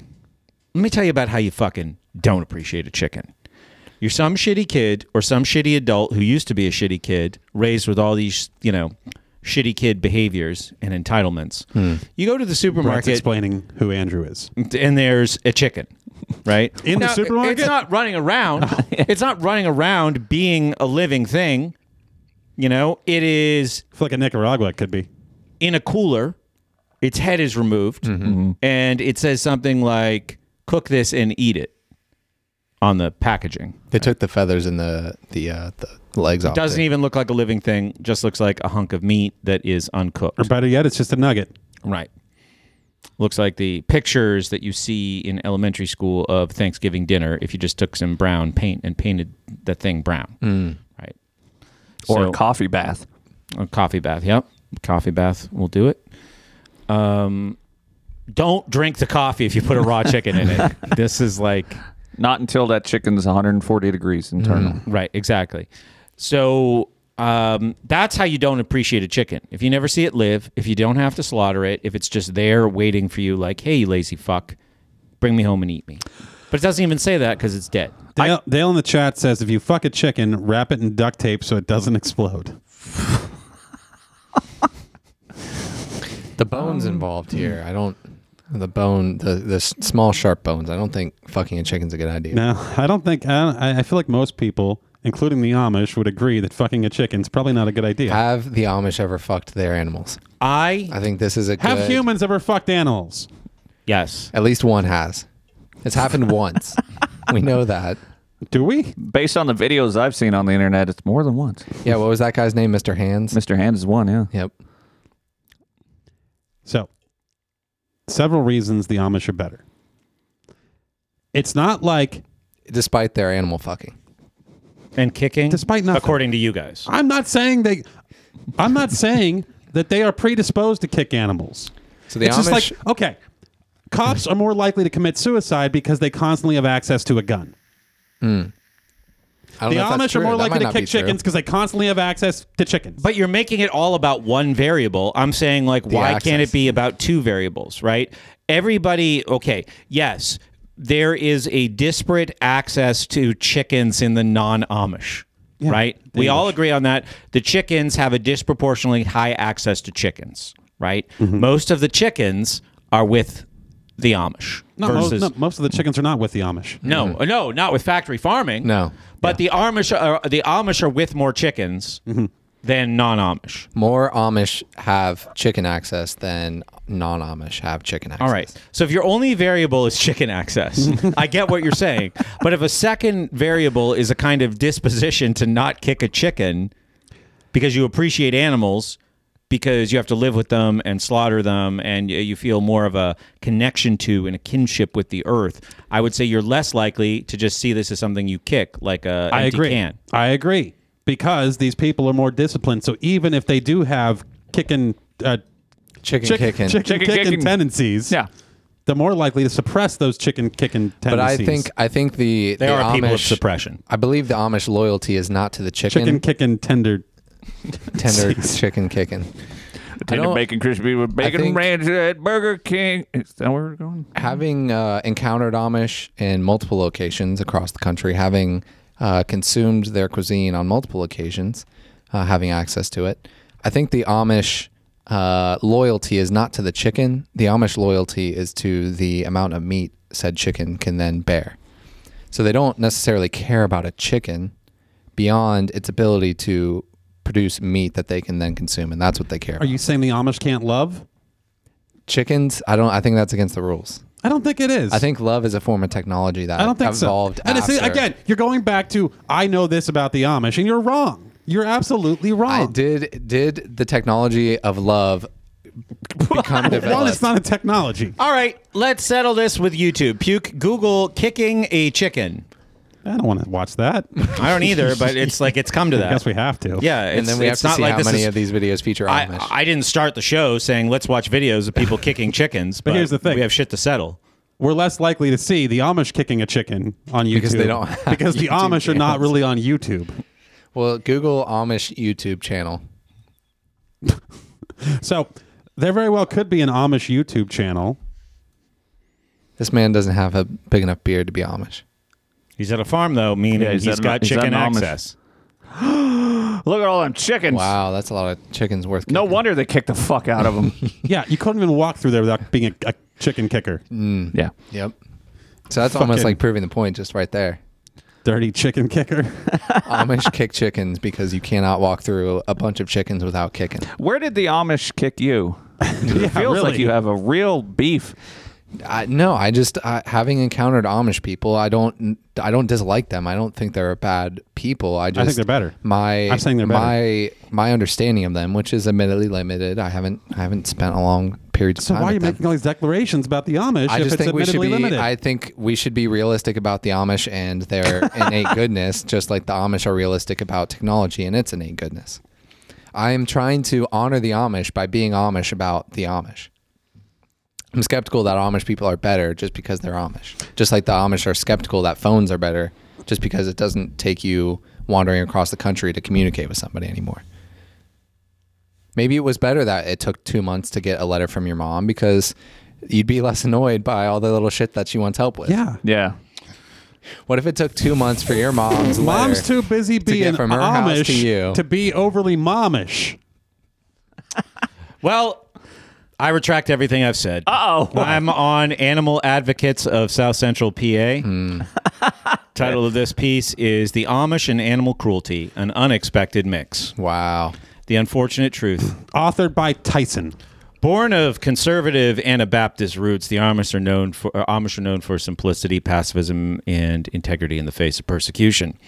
E: Let me tell you about how you fucking don't appreciate a chicken. You're some shitty kid or some shitty adult who used to be a shitty kid, raised with all these, you know, shitty kid behaviors and entitlements.
A: Hmm.
E: You go to the
A: Brett's
E: supermarket
A: explaining who Andrew is.
E: and there's a chicken, right?
A: In the supermarket?
E: It's not running around. it's not running around being a living thing. You know, it is
A: It's like a Nicaragua it could be.
E: in a cooler. Its head is removed, and it says something like "cook this and eat it" on the packaging.
D: They took the feathers and the the uh, the legs off.
E: Doesn't
D: it.
E: even look like a living thing; just looks like a hunk of meat that is uncooked.
A: Or better yet, it's just a nugget.
E: Right. Looks like the pictures that you see in elementary school of Thanksgiving dinner if you just took some brown paint and painted the thing brown. Right.
C: or
E: So-
C: a coffee bath.
E: A coffee bath. Yep. Coffee bath will do it. Um, don't drink the coffee if you put a raw chicken in it. This is like
C: Not until that chicken's 140 degrees internal.
D: Mm.
E: Right, exactly. So um, that's how you don't appreciate a chicken. If you never see it live, if you don't have to slaughter it, if it's just there waiting for you, like, hey, you lazy fuck, bring me home and eat me. But it doesn't even say that because it's dead.
A: Dale, Dale in the chat says, if you fuck a chicken, wrap it in duct tape so it doesn't explode.
D: the bones involved here. I don't. The bone, the the s- small sharp bones. I don't think fucking a chicken's a good idea.
A: Now, I don't think, I, don't- I I feel like most people, including the Amish, would agree that fucking a chicken's probably not a good idea.
D: Have the Amish ever fucked their animals? I
E: I,
D: think this is a
A: Have
D: good,
A: humans ever fucked animals?
E: yes.
D: At least one has. It's happened once. We know that.
A: Do we?
C: Based on the videos I've seen on the internet, it's more than once.
D: Yeah. What was that guy's name? Mr. Hands.
C: Mr. Hand is one, yeah.
D: Yep.
A: So, several reasons the Amish are better. It's not like,
D: Despite their animal fucking.
E: And kicking?
A: Despite nothing.
E: According to you guys.
A: I'm not saying they, I'm not saying that they are predisposed to kick animals.
D: So the
A: it's
D: Amish.
A: just like okay, cops are more likely to commit suicide because they constantly have access to a gun.
D: I don't
A: The
D: know if that's
A: Amish are
D: true.
A: more
D: That might
A: likely to
D: not be
A: kick
D: true.
A: chickens because they constantly have access to chickens.
E: But you're making it all about one variable. I'm saying, like, why can't
D: access.
E: it be about two variables, right? Everybody, okay, yes, there is a disparate access to chickens in the non Amish. right? We all agree on that. The chickens have a disproportionately high access to chickens, right? Most of the chickens are with the Amish
A: Not most,
E: versus
A: no, most of the chickens are not with the Amish.
E: no, no, not with factory farming.
D: No.
E: but the Amish are the Amish are with more chickens than non-Amish.
D: More Amish have chicken access than non-Amish have chicken access.
E: All right. So if your only variable is chicken access, I get what you're saying. But if a second variable is a kind of disposition to not kick a chicken because you appreciate animals, because you have to live with them and slaughter them, and y- you feel more of a connection to and a kinship with the earth, I would say you're less likely to just see this as something you kick, like a
A: I
E: empty
A: agree.
E: can.
A: I agree because these people are more disciplined. So even if they do have kicking, uh,
D: Chicken
A: chick-
D: kicking.
A: chicken,
C: Chicken
A: kicking,
C: kicking.
A: tendencies,
C: Yeah.
A: they're more likely to suppress those chicken kicking tendencies.
D: But I think I think the
E: They
D: the
E: are
D: Amish,
E: people of suppression.
D: I believe the Amish loyalty is not to the chicken,
A: chicken kicking tender.
D: tender chicken kicking.
C: Tender
D: don't-
C: bacon crispy with bacon
D: think-
C: ranch at Burger King. Is that where we're going?
D: having uh, encountered Amish in multiple locations across the country, having uh, consumed their cuisine on multiple occasions, uh, having access to it, I think the Amish uh, loyalty is not to the chicken. The Amish loyalty is to the amount of meat said chicken can then bear. So they don't necessarily care about a chicken beyond its ability to produce meat that they can then consume, and that's what they care.
A: Are you saying the Amish can't love?
D: Chickens, I don't. I think that's against the rules.
A: I don't think it is.
D: I think love is a form of technology that
A: I don't think
D: evolved
A: so. And it's,
D: after.
A: again, you're going back to I know this about the Amish, and you're wrong. You're absolutely wrong.
D: I did did the technology of love become developed?
A: One, it's not a technology.
E: All right, let's settle this with YouTube. Puke, Google kicking a chicken.
A: I don't want to watch that.
E: I don't either, but it's like it's come to that.
A: I guess we have to.
E: Yeah, it's,
D: and then we have
E: it's
D: to
E: not
D: see
E: like
D: how
E: this
D: many
E: is-
D: of these videos feature Amish.
E: I, I didn't start the show saying let's watch videos of people kicking chickens, but,
A: here's the thing.
E: we have shit to settle.
A: We're less likely to see the Amish kicking a chicken on YouTube
D: Because they don't have
A: because the
D: YouTube
A: Amish are not
D: channels.
A: really on YouTube.
D: well, Google Amish YouTube channel.
A: So there very well could be an Amish YouTube channel.
D: This man doesn't have a big enough beard to be Amish.
E: He's at a farm though, meaning
C: Yeah, he's
E: he's
C: at-
E: got
C: he's at
E: chicken
C: an Amish-
E: access.
C: Look at all them chickens.
D: Wow, that's a lot of chickens worth.
C: No
D: kicking.
C: wonder they kicked the fuck out of them.
A: Yeah, you couldn't even walk through there without being a, a chicken kicker.
C: yeah.
D: Yep. So that's almost
A: Fucking-
D: like proving the point just right there.
A: Dirty chicken kicker.
D: Amish kick chickens because you cannot walk through a bunch of chickens without kicking.
C: Where did the Amish kick you? it feels
A: really.
C: like you have a real beef.
D: I, no, I just I, having encountered Amish people, I don't I don't dislike them. I don't think they're bad people. I just
A: think they're better.
D: My
A: I'm saying they're better.
D: my my understanding of them, which is admittedly limited. I haven't I haven't spent a long period of
A: So
D: time.
A: why are you
D: with them.
A: making all these declarations about the Amish
D: I
A: if
D: just
A: it's
D: think we should
A: admittedly
D: be.
A: limited?
D: I think we should be realistic about the Amish and their innate goodness, just like the Amish are realistic about technology and its innate goodness. I am trying to honor the Amish by being Amish about the Amish. I'm skeptical that Amish people are better just because they're Amish. Just like the Amish are skeptical that phones are better just because it doesn't take you wandering across the country to communicate with somebody anymore. Maybe it was better that it took two months to get a letter from your mom because you'd be less annoyed by all the little shit that she wants help with.
A: yeah.
C: Yeah.
D: What if it took two months for your mom's letter?
A: Mom's too busy
D: get
A: being
D: from her house
A: Amish
D: to you.
A: to be overly momish.
E: Well, I retract everything I've said.
C: Uh oh.
E: I'm on Animal Advocates of South Central PA. Title of this piece is The Amish and Animal Cruelty, an Unexpected Mix.
D: Wow.
E: The unfortunate truth.
A: Authored by Tyson.
E: Born of conservative Anabaptist roots, the Amish are known for uh, Amish are known for simplicity, pacifism, and integrity in the face of persecution.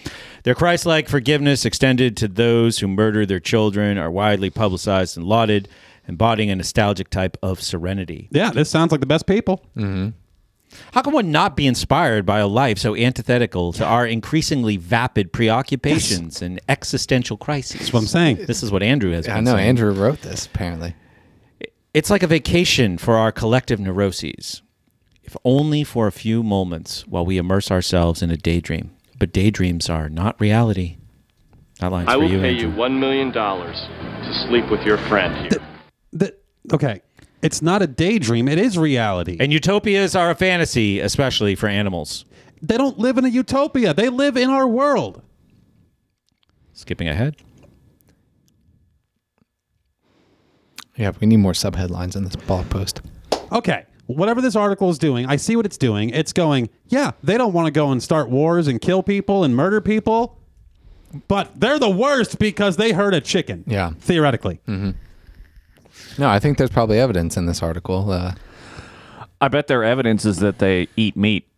E: Their Christ-like forgiveness extended to those who murder their children are widely publicized and lauded, embodying a nostalgic type of serenity.
A: Yeah, this sounds like the best people.
E: How can one not be inspired by a life so antithetical to our increasingly vapid preoccupations and existential crises? That's
A: what I'm saying.
E: This is what Andrew has.
D: I
E: been
D: know
E: saying.
D: Andrew wrote this apparently.
E: It's like a vacation for our collective neuroses, if only for a few moments while we immerse ourselves in a daydream. But daydreams are not reality. That line's
I: I
E: for
I: will
E: you,
I: pay
E: Andrew.
I: you $1 million to sleep with your friend here.
A: The- okay, it's not a daydream; it is reality.
E: And utopias are a fantasy, especially for animals.
A: they don't live in a utopia; they live in our world.
E: Skipping ahead.
D: Yeah, we need more sub headlines in this blog post.
A: Okay. Whatever this article is doing, I see what it's doing. It's going, yeah, they don't want to go and start wars and kill people and murder people, but they're the worst because they hurt a chicken.
D: Yeah.
A: Theoretically.
D: No, I think there's probably evidence in this article. Uh,
C: I bet their evidence is that they eat meat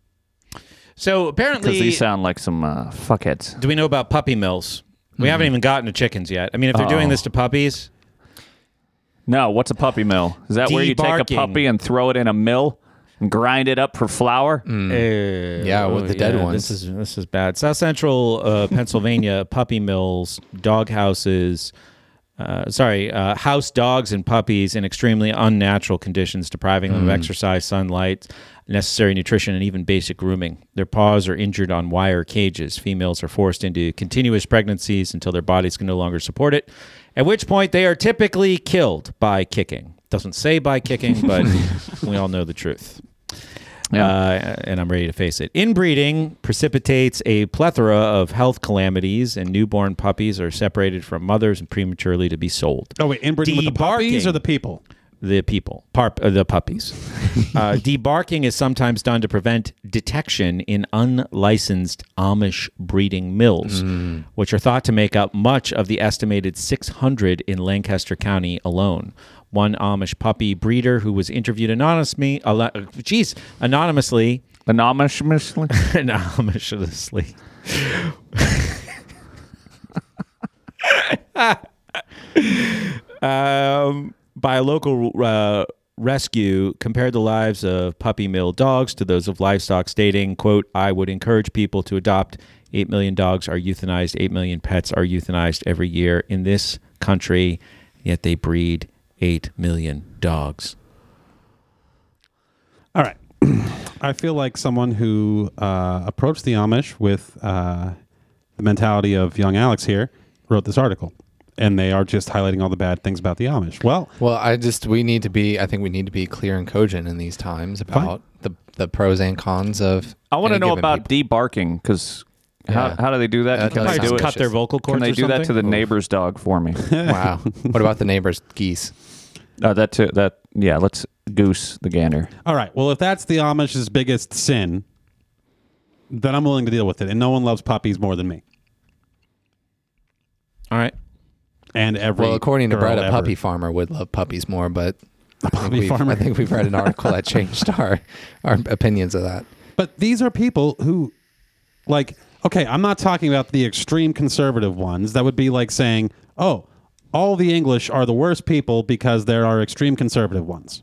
E: So
C: because
E: apparently,
C: these sound like some uh, fuckheads.
E: do we know about puppy mills? We haven't even gotten to chickens yet. I mean, if they're doing
C: Mm-hmm. Oh.
E: this to puppies,
C: No, what's a puppy mill? Is that where you take a
E: Debarking.
C: puppy and throw it in a mill and grind it up for flour?
E: Mm.
D: Mm. yeah, with the dead
E: Eh, oh, yeah,
D: ones.
E: This is this is bad. South Central uh, Pennsylvania puppy mills, dog houses. Uh, sorry, uh, house dogs and puppies in extremely unnatural conditions, depriving them of
D: Mm.
E: exercise, sunlight, necessary nutrition, and even basic grooming. Their paws are injured on wire cages. Females are forced into continuous pregnancies until their bodies can no longer support it, at which point they are typically killed by kicking. Doesn't say by kicking, but we all know the truth uh, and I'm ready to face it. Inbreeding precipitates a plethora of health calamities, and newborn puppies are separated from mothers and prematurely to be sold.
A: Oh, wait, inbreeding with the puppies
E: Debarking
A: or the people?
E: the people, parp, uh, the puppies. uh, debarking is sometimes done to prevent detection in unlicensed Amish breeding mills, which are thought to make up much of the estimated 600 in Lancaster County alone. One Amish puppy breeder who was interviewed anonymously, al- geez, anonymously,
C: Anonymously?
E: anonymously. um, by a local uh, rescue compared the lives of puppy mill dogs to those of livestock, stating, "quote I would encourage people to adopt. Eight million dogs are euthanized. Eight million pets are euthanized every year in this country, yet they breed eight million dogs."
A: All right. I feel like someone who uh, approached the Amish with uh, the mentality of young Alex here wrote this article, and they are just highlighting all the bad things about the Amish. Well,
D: Well, I just we need to be. I think we need to be clear and cogent in these times about the the pros and cons of.
C: I want to
D: any
C: know
D: given
C: about
D: people.
C: debarking because
D: Yeah.
C: how, how do they do that?
D: That
C: Can they
D: sounds
C: do it?
E: Cut their vocal cords.
C: Can they
E: or
C: do that to
E: something?
C: the neighbor's dog for me?
D: wow. What about the neighbors' geese?
C: uh, that too, that yeah. Let's goose the gander.
A: all right. Well, if that's the Amish's biggest sin, then I'm willing to deal with it. And no one loves puppies more than me.
E: All right.
A: And every
D: Well, according to
A: girl
D: Brett, a
A: ever.
D: puppy farmer would love puppies more, but I think,
A: puppy
D: we've,
A: farmer.
D: I think we've read an article that changed our our opinions of that.
A: But these are people who, like, okay, I'm not talking about the extreme conservative ones. That would be like saying, oh, all the English are the worst people because there are extreme conservative ones.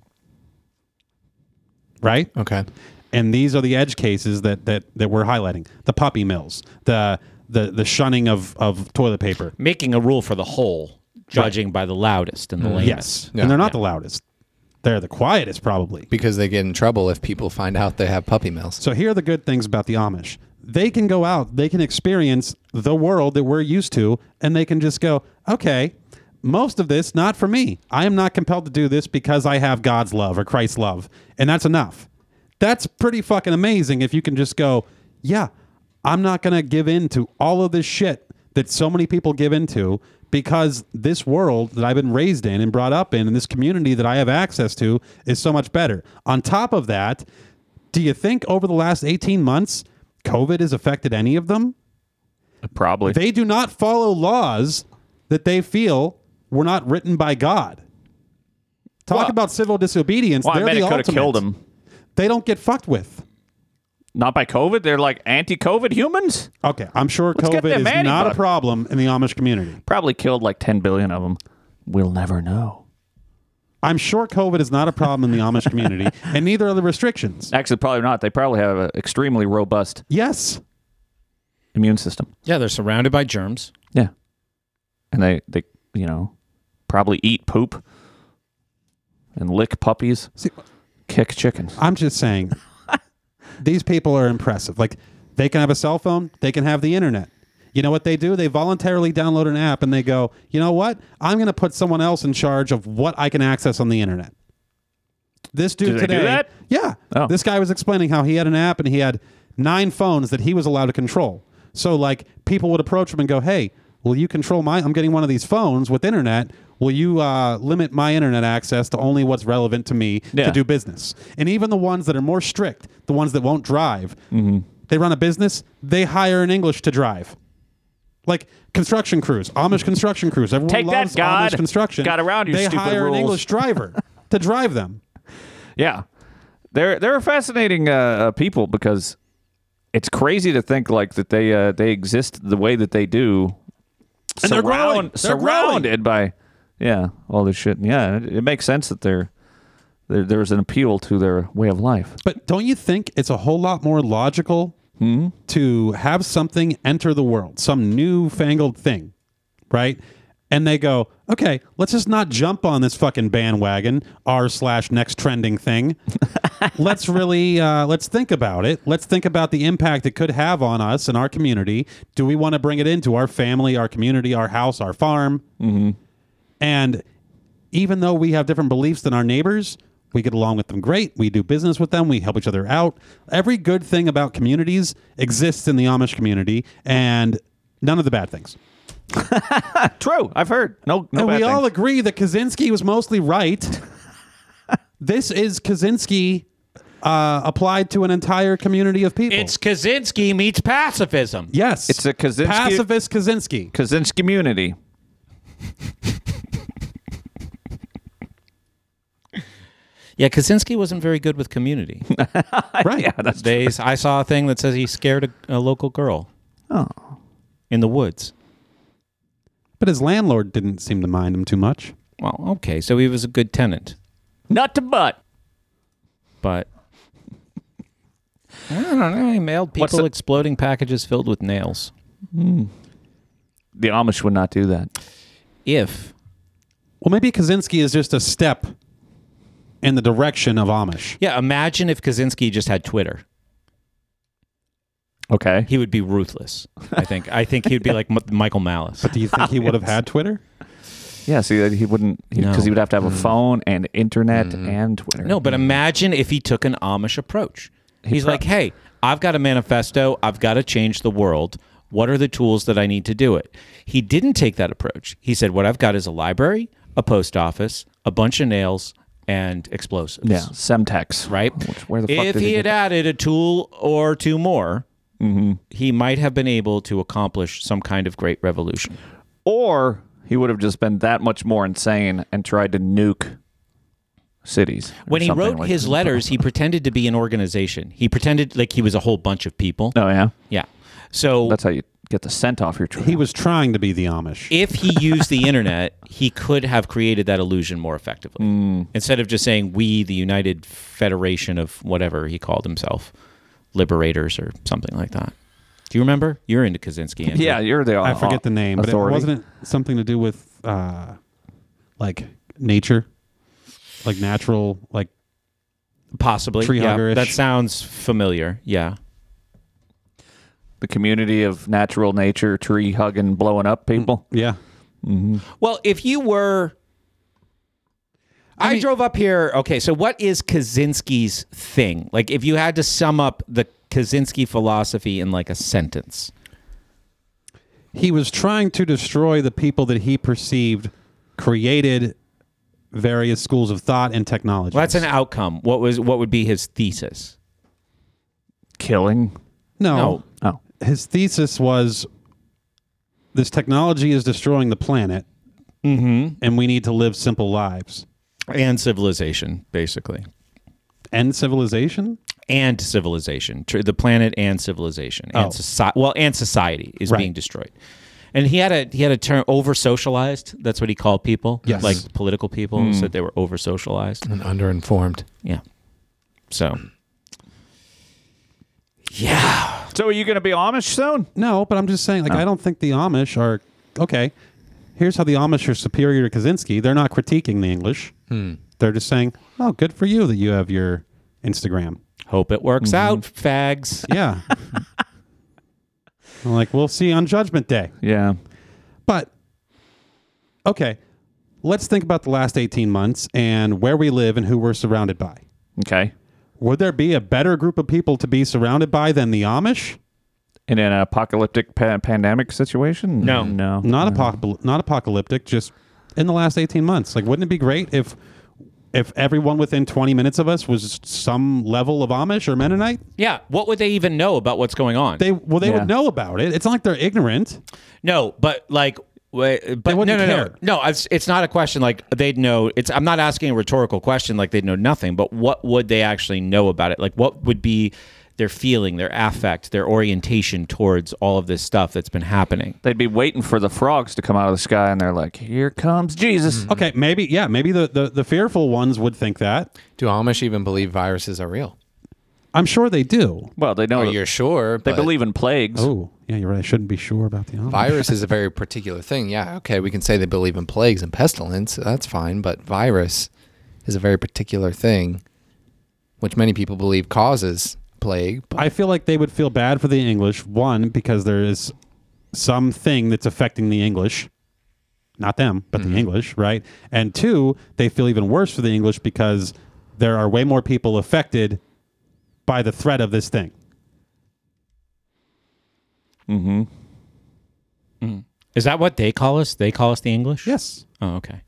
A: Right?
D: Okay.
A: And these are the edge cases that, that, that we're highlighting the puppy mills, the, the, the shunning of, of toilet paper.
E: making a rule for the whole, judging by the loudest and the lamest.
A: Mm-hmm. Yes.
D: Yeah.
A: And they're not the loudest, they're the quietest, probably.
D: Because they get in trouble if people find out they have puppy mills.
A: So here are the good things about the Amish. They can go out, they can experience the world that we're used to, and they can just go, okay, most of this not for me. I am not compelled to do this because I have God's love or Christ's love, and that's enough. That's pretty fucking amazing if you can just go, yeah, I'm not going to give in to all of this shit that so many people give into because this world that I've been raised in and brought up in and this community that I have access to is so much better. On top of that, do you think over the last 18 months, COVID has affected any of them?
C: Probably.
A: They do not follow laws that they feel were not written by God. Talk
C: Well-
A: about civil disobedience.
C: well, I
A: They're
C: bet
A: the
C: it could have
A: ultimate.
C: killed him.
A: They don't get fucked with.
C: Not by COVID. They're like anti-COVID humans.
A: Okay, I'm sure
C: Let's
A: COVID
C: get them
A: is
C: antibodies.
A: not a problem in the Amish community.
C: Probably killed like 10 billion of them. We'll never know.
A: I'm sure COVID is not a problem in the Amish community, and neither are the restrictions.
C: Actually, probably not. They probably have an extremely robust
A: Yes,
C: immune system.
E: Yeah, they're surrounded by germs.
C: Yeah, and they they you know probably eat poop and lick puppies,
A: See-
C: kick chickens.
A: I'm just saying these people are impressive. Like they can have a cell phone, they can have the internet. You know what they do? They voluntarily download an app and they go, you know what? I'm going to put someone else in charge of what I can access on the internet. This dude
C: Do they do
A: today,
C: that?
A: yeah,
C: Oh.
A: this guy was explaining how he had an app and he had nine phones that he was allowed to control. So like people would approach him and go, hey, will you control my? I'm getting one of these phones with internet. Will you uh, limit my internet access to only what's relevant to me
C: Yeah.
A: to do business? And even the ones that are more strict, the ones that won't drive,
C: Mm-hmm.
A: they run a business. They hire an English to drive. Like construction crews, Amish construction crews. Everyone
C: Take that,
A: loves
C: God.
A: Amish construction.
C: Got around you,
A: They
C: stupid
A: hire
C: rules.
A: an English driver to drive them.
C: Yeah, they're they're fascinating uh, uh, people because it's crazy to think like that they uh, they exist the way that they do.
A: And they're growing. They're growing.
C: surrounded by yeah all this shit. Yeah, it, it makes sense that they're, there there's an appeal to their way of life.
A: But don't you think it's a whole lot more logical to have something enter the world, some newfangled thing, right? And they go, okay, let's just not jump on this fucking bandwagon, r slash next trending thing. let's really uh, let's think about it. Let's think about the impact it could have on us and our community. Do we want to bring it into our family, our community, our house, our farm? And even though we have different beliefs than our neighbors, we get along with them great. We do business with them. We help each other out. Every good thing about communities exists in the Amish community, and none of the bad things.
C: True, I've heard. No, no
A: and we
C: bad
A: all
C: things.
A: agree that Kaczynski was mostly right. this is Kaczynski uh, applied to an entire community of people.
E: It's Kaczynski meets pacifism.
A: yes,
C: It's a Kaczynski-
A: pacifist Kaczynski.
C: Kaczynski community.
E: Yeah, Kaczynski wasn't very good with community.
A: right?
E: they, I saw a thing that says he scared a, a local girl.
C: Oh.
E: In the woods.
A: But his landlord didn't seem to mind him too much.
E: Well, okay, so he was a good tenant,
C: Nut to butt.
E: but I don't know. He mailed
C: What's the-
E: people exploding packages filled with nails.
C: The Amish would not do that.
E: If
A: Well, maybe Kaczynski is just a step in the direction of Amish.
E: yeah, imagine if Kaczynski just had Twitter.
C: Okay.
E: He would be ruthless. I think. I think he'd be like M- Michael Malice.
A: Do you think he would have had Twitter?
C: Yeah. See, he wouldn't because
E: No. Mm.
C: he would have to have a phone and internet and Twitter.
E: No, but imagine if he took an Amish approach. He's
C: pro-
E: like, hey, I've got a manifesto. I've got to change the world. What are the tools that I need to do it? He didn't take that approach. He said, what I've got is a library, a post office, a bunch of nails, and explosives.
C: yeah, Semtex.
E: Right?
C: Which- where the fuck
E: if
C: did
E: he,
C: he
E: had
C: get- Mm-hmm.
E: added a tool or two more, he might have been able to accomplish some kind of great revolution.
C: or he would have just been that much more insane and tried to nuke cities. or
E: When he
C: something
E: wrote
C: like-
E: his letters, he pretended to be an organization. He pretended like he was a whole bunch of people.
C: Oh yeah,
E: Yeah. So
C: that's how you get the scent off your tree.
A: He was trying to be the Amish.
E: if he used the internet, he could have created that illusion more effectively. Instead of just saying we, the United Federation of whatever he called himself, liberators or something like that. Do you remember? You're into Kaczynski. Andrew.
C: yeah, you're the.
A: I forget the name,
C: authority.
A: but it wasn't it something to do with uh, like nature, like natural, like
E: possibly.
A: Tree
E: yeah,
A: hugger-ish.
E: that sounds familiar. Yeah.
C: the community of natural nature tree hugging, blowing up
E: Mm.
C: people.
A: yeah.
E: Well, if you were, I, drove up here. Okay, so what is Kaczynski's thing? Like, if you had to sum up the Kaczynski philosophy in like a sentence,
A: He was trying to destroy the people that he perceived created various schools of thought and technology.
E: well, that's an outcome. What was what would be his thesis?
C: Killing.
A: no,
C: Oh,
A: his thesis was this technology is destroying the planet, and we need to live simple lives.
E: and civilization, basically,
A: End civilization?
E: and civilization, tr- the planet and civilization,
A: Oh.
E: and society. Well, and society is
A: Right.
E: being destroyed. And he had a he had a term over socialized. That's what he called people,
A: Yes. Hmm.
E: like political people. Said they were over socialized.
D: and underinformed.
E: Yeah. So. Yeah.
C: so are you going to be Amish soon?
A: No, but I'm just saying, like, I don't think the Amish are okay. Here's how the Amish are superior to Kaczynski. They're not critiquing the English. They're just saying, "Oh, good for you that you have your Instagram."
E: Hope it works
A: Mm-hmm.
E: out, fags.
A: Yeah. I'm like, we'll see on Judgment Day.
C: Yeah.
A: But okay, let's think about the last 18 months and where we live and who we're surrounded by.
C: Okay.
A: Would there be a better group of people to be surrounded by than the Amish?
C: in an apocalyptic pa- pandemic situation?
E: No.
C: no,
A: not apocal- not apocalyptic just in the last 18 months like wouldn't it be great if if everyone within 20 minutes of us was some level of amish or mennonite
E: Yeah. What would they even know about what's going on?
A: they well they
C: Yeah.
A: would know about it it's not like they're ignorant
E: no, but like, wa- but no, no,
A: wouldn't
E: no,
A: care.
E: no. It's, it's not a question like they'd know. It's I'm not asking a rhetorical question like they'd know nothing. But what would they actually know about it? Like, what would be their feeling, their affect, their orientation towards all of this stuff that's been happening?
C: They'd be waiting for the frogs to come out of the sky, and they're like, "Here comes
E: Mm-hmm.
C: Jesus."
A: okay maybe yeah maybe the, the the fearful ones would think that
D: Do Amish even believe viruses are real?
A: i'm sure they do
C: Well, they know
D: Well, you're sure.
C: Uh, they
D: but
C: believe in plagues.
A: oh yeah you're right i shouldn't be sure about the amish
D: virus is a very particular thing. Yeah, okay, we can say they believe in plagues and pestilence. That's fine, but virus is a very particular thing, which many people believe causes plague. But
A: I feel like they would feel bad for the English. One, because there is something that's affecting the English, not them, but the English, right? And two, they feel even worse for the English because there are way more people affected by the threat of this thing.
E: Is that what they call us? They call us the English?
A: Yes.
E: Oh, okay.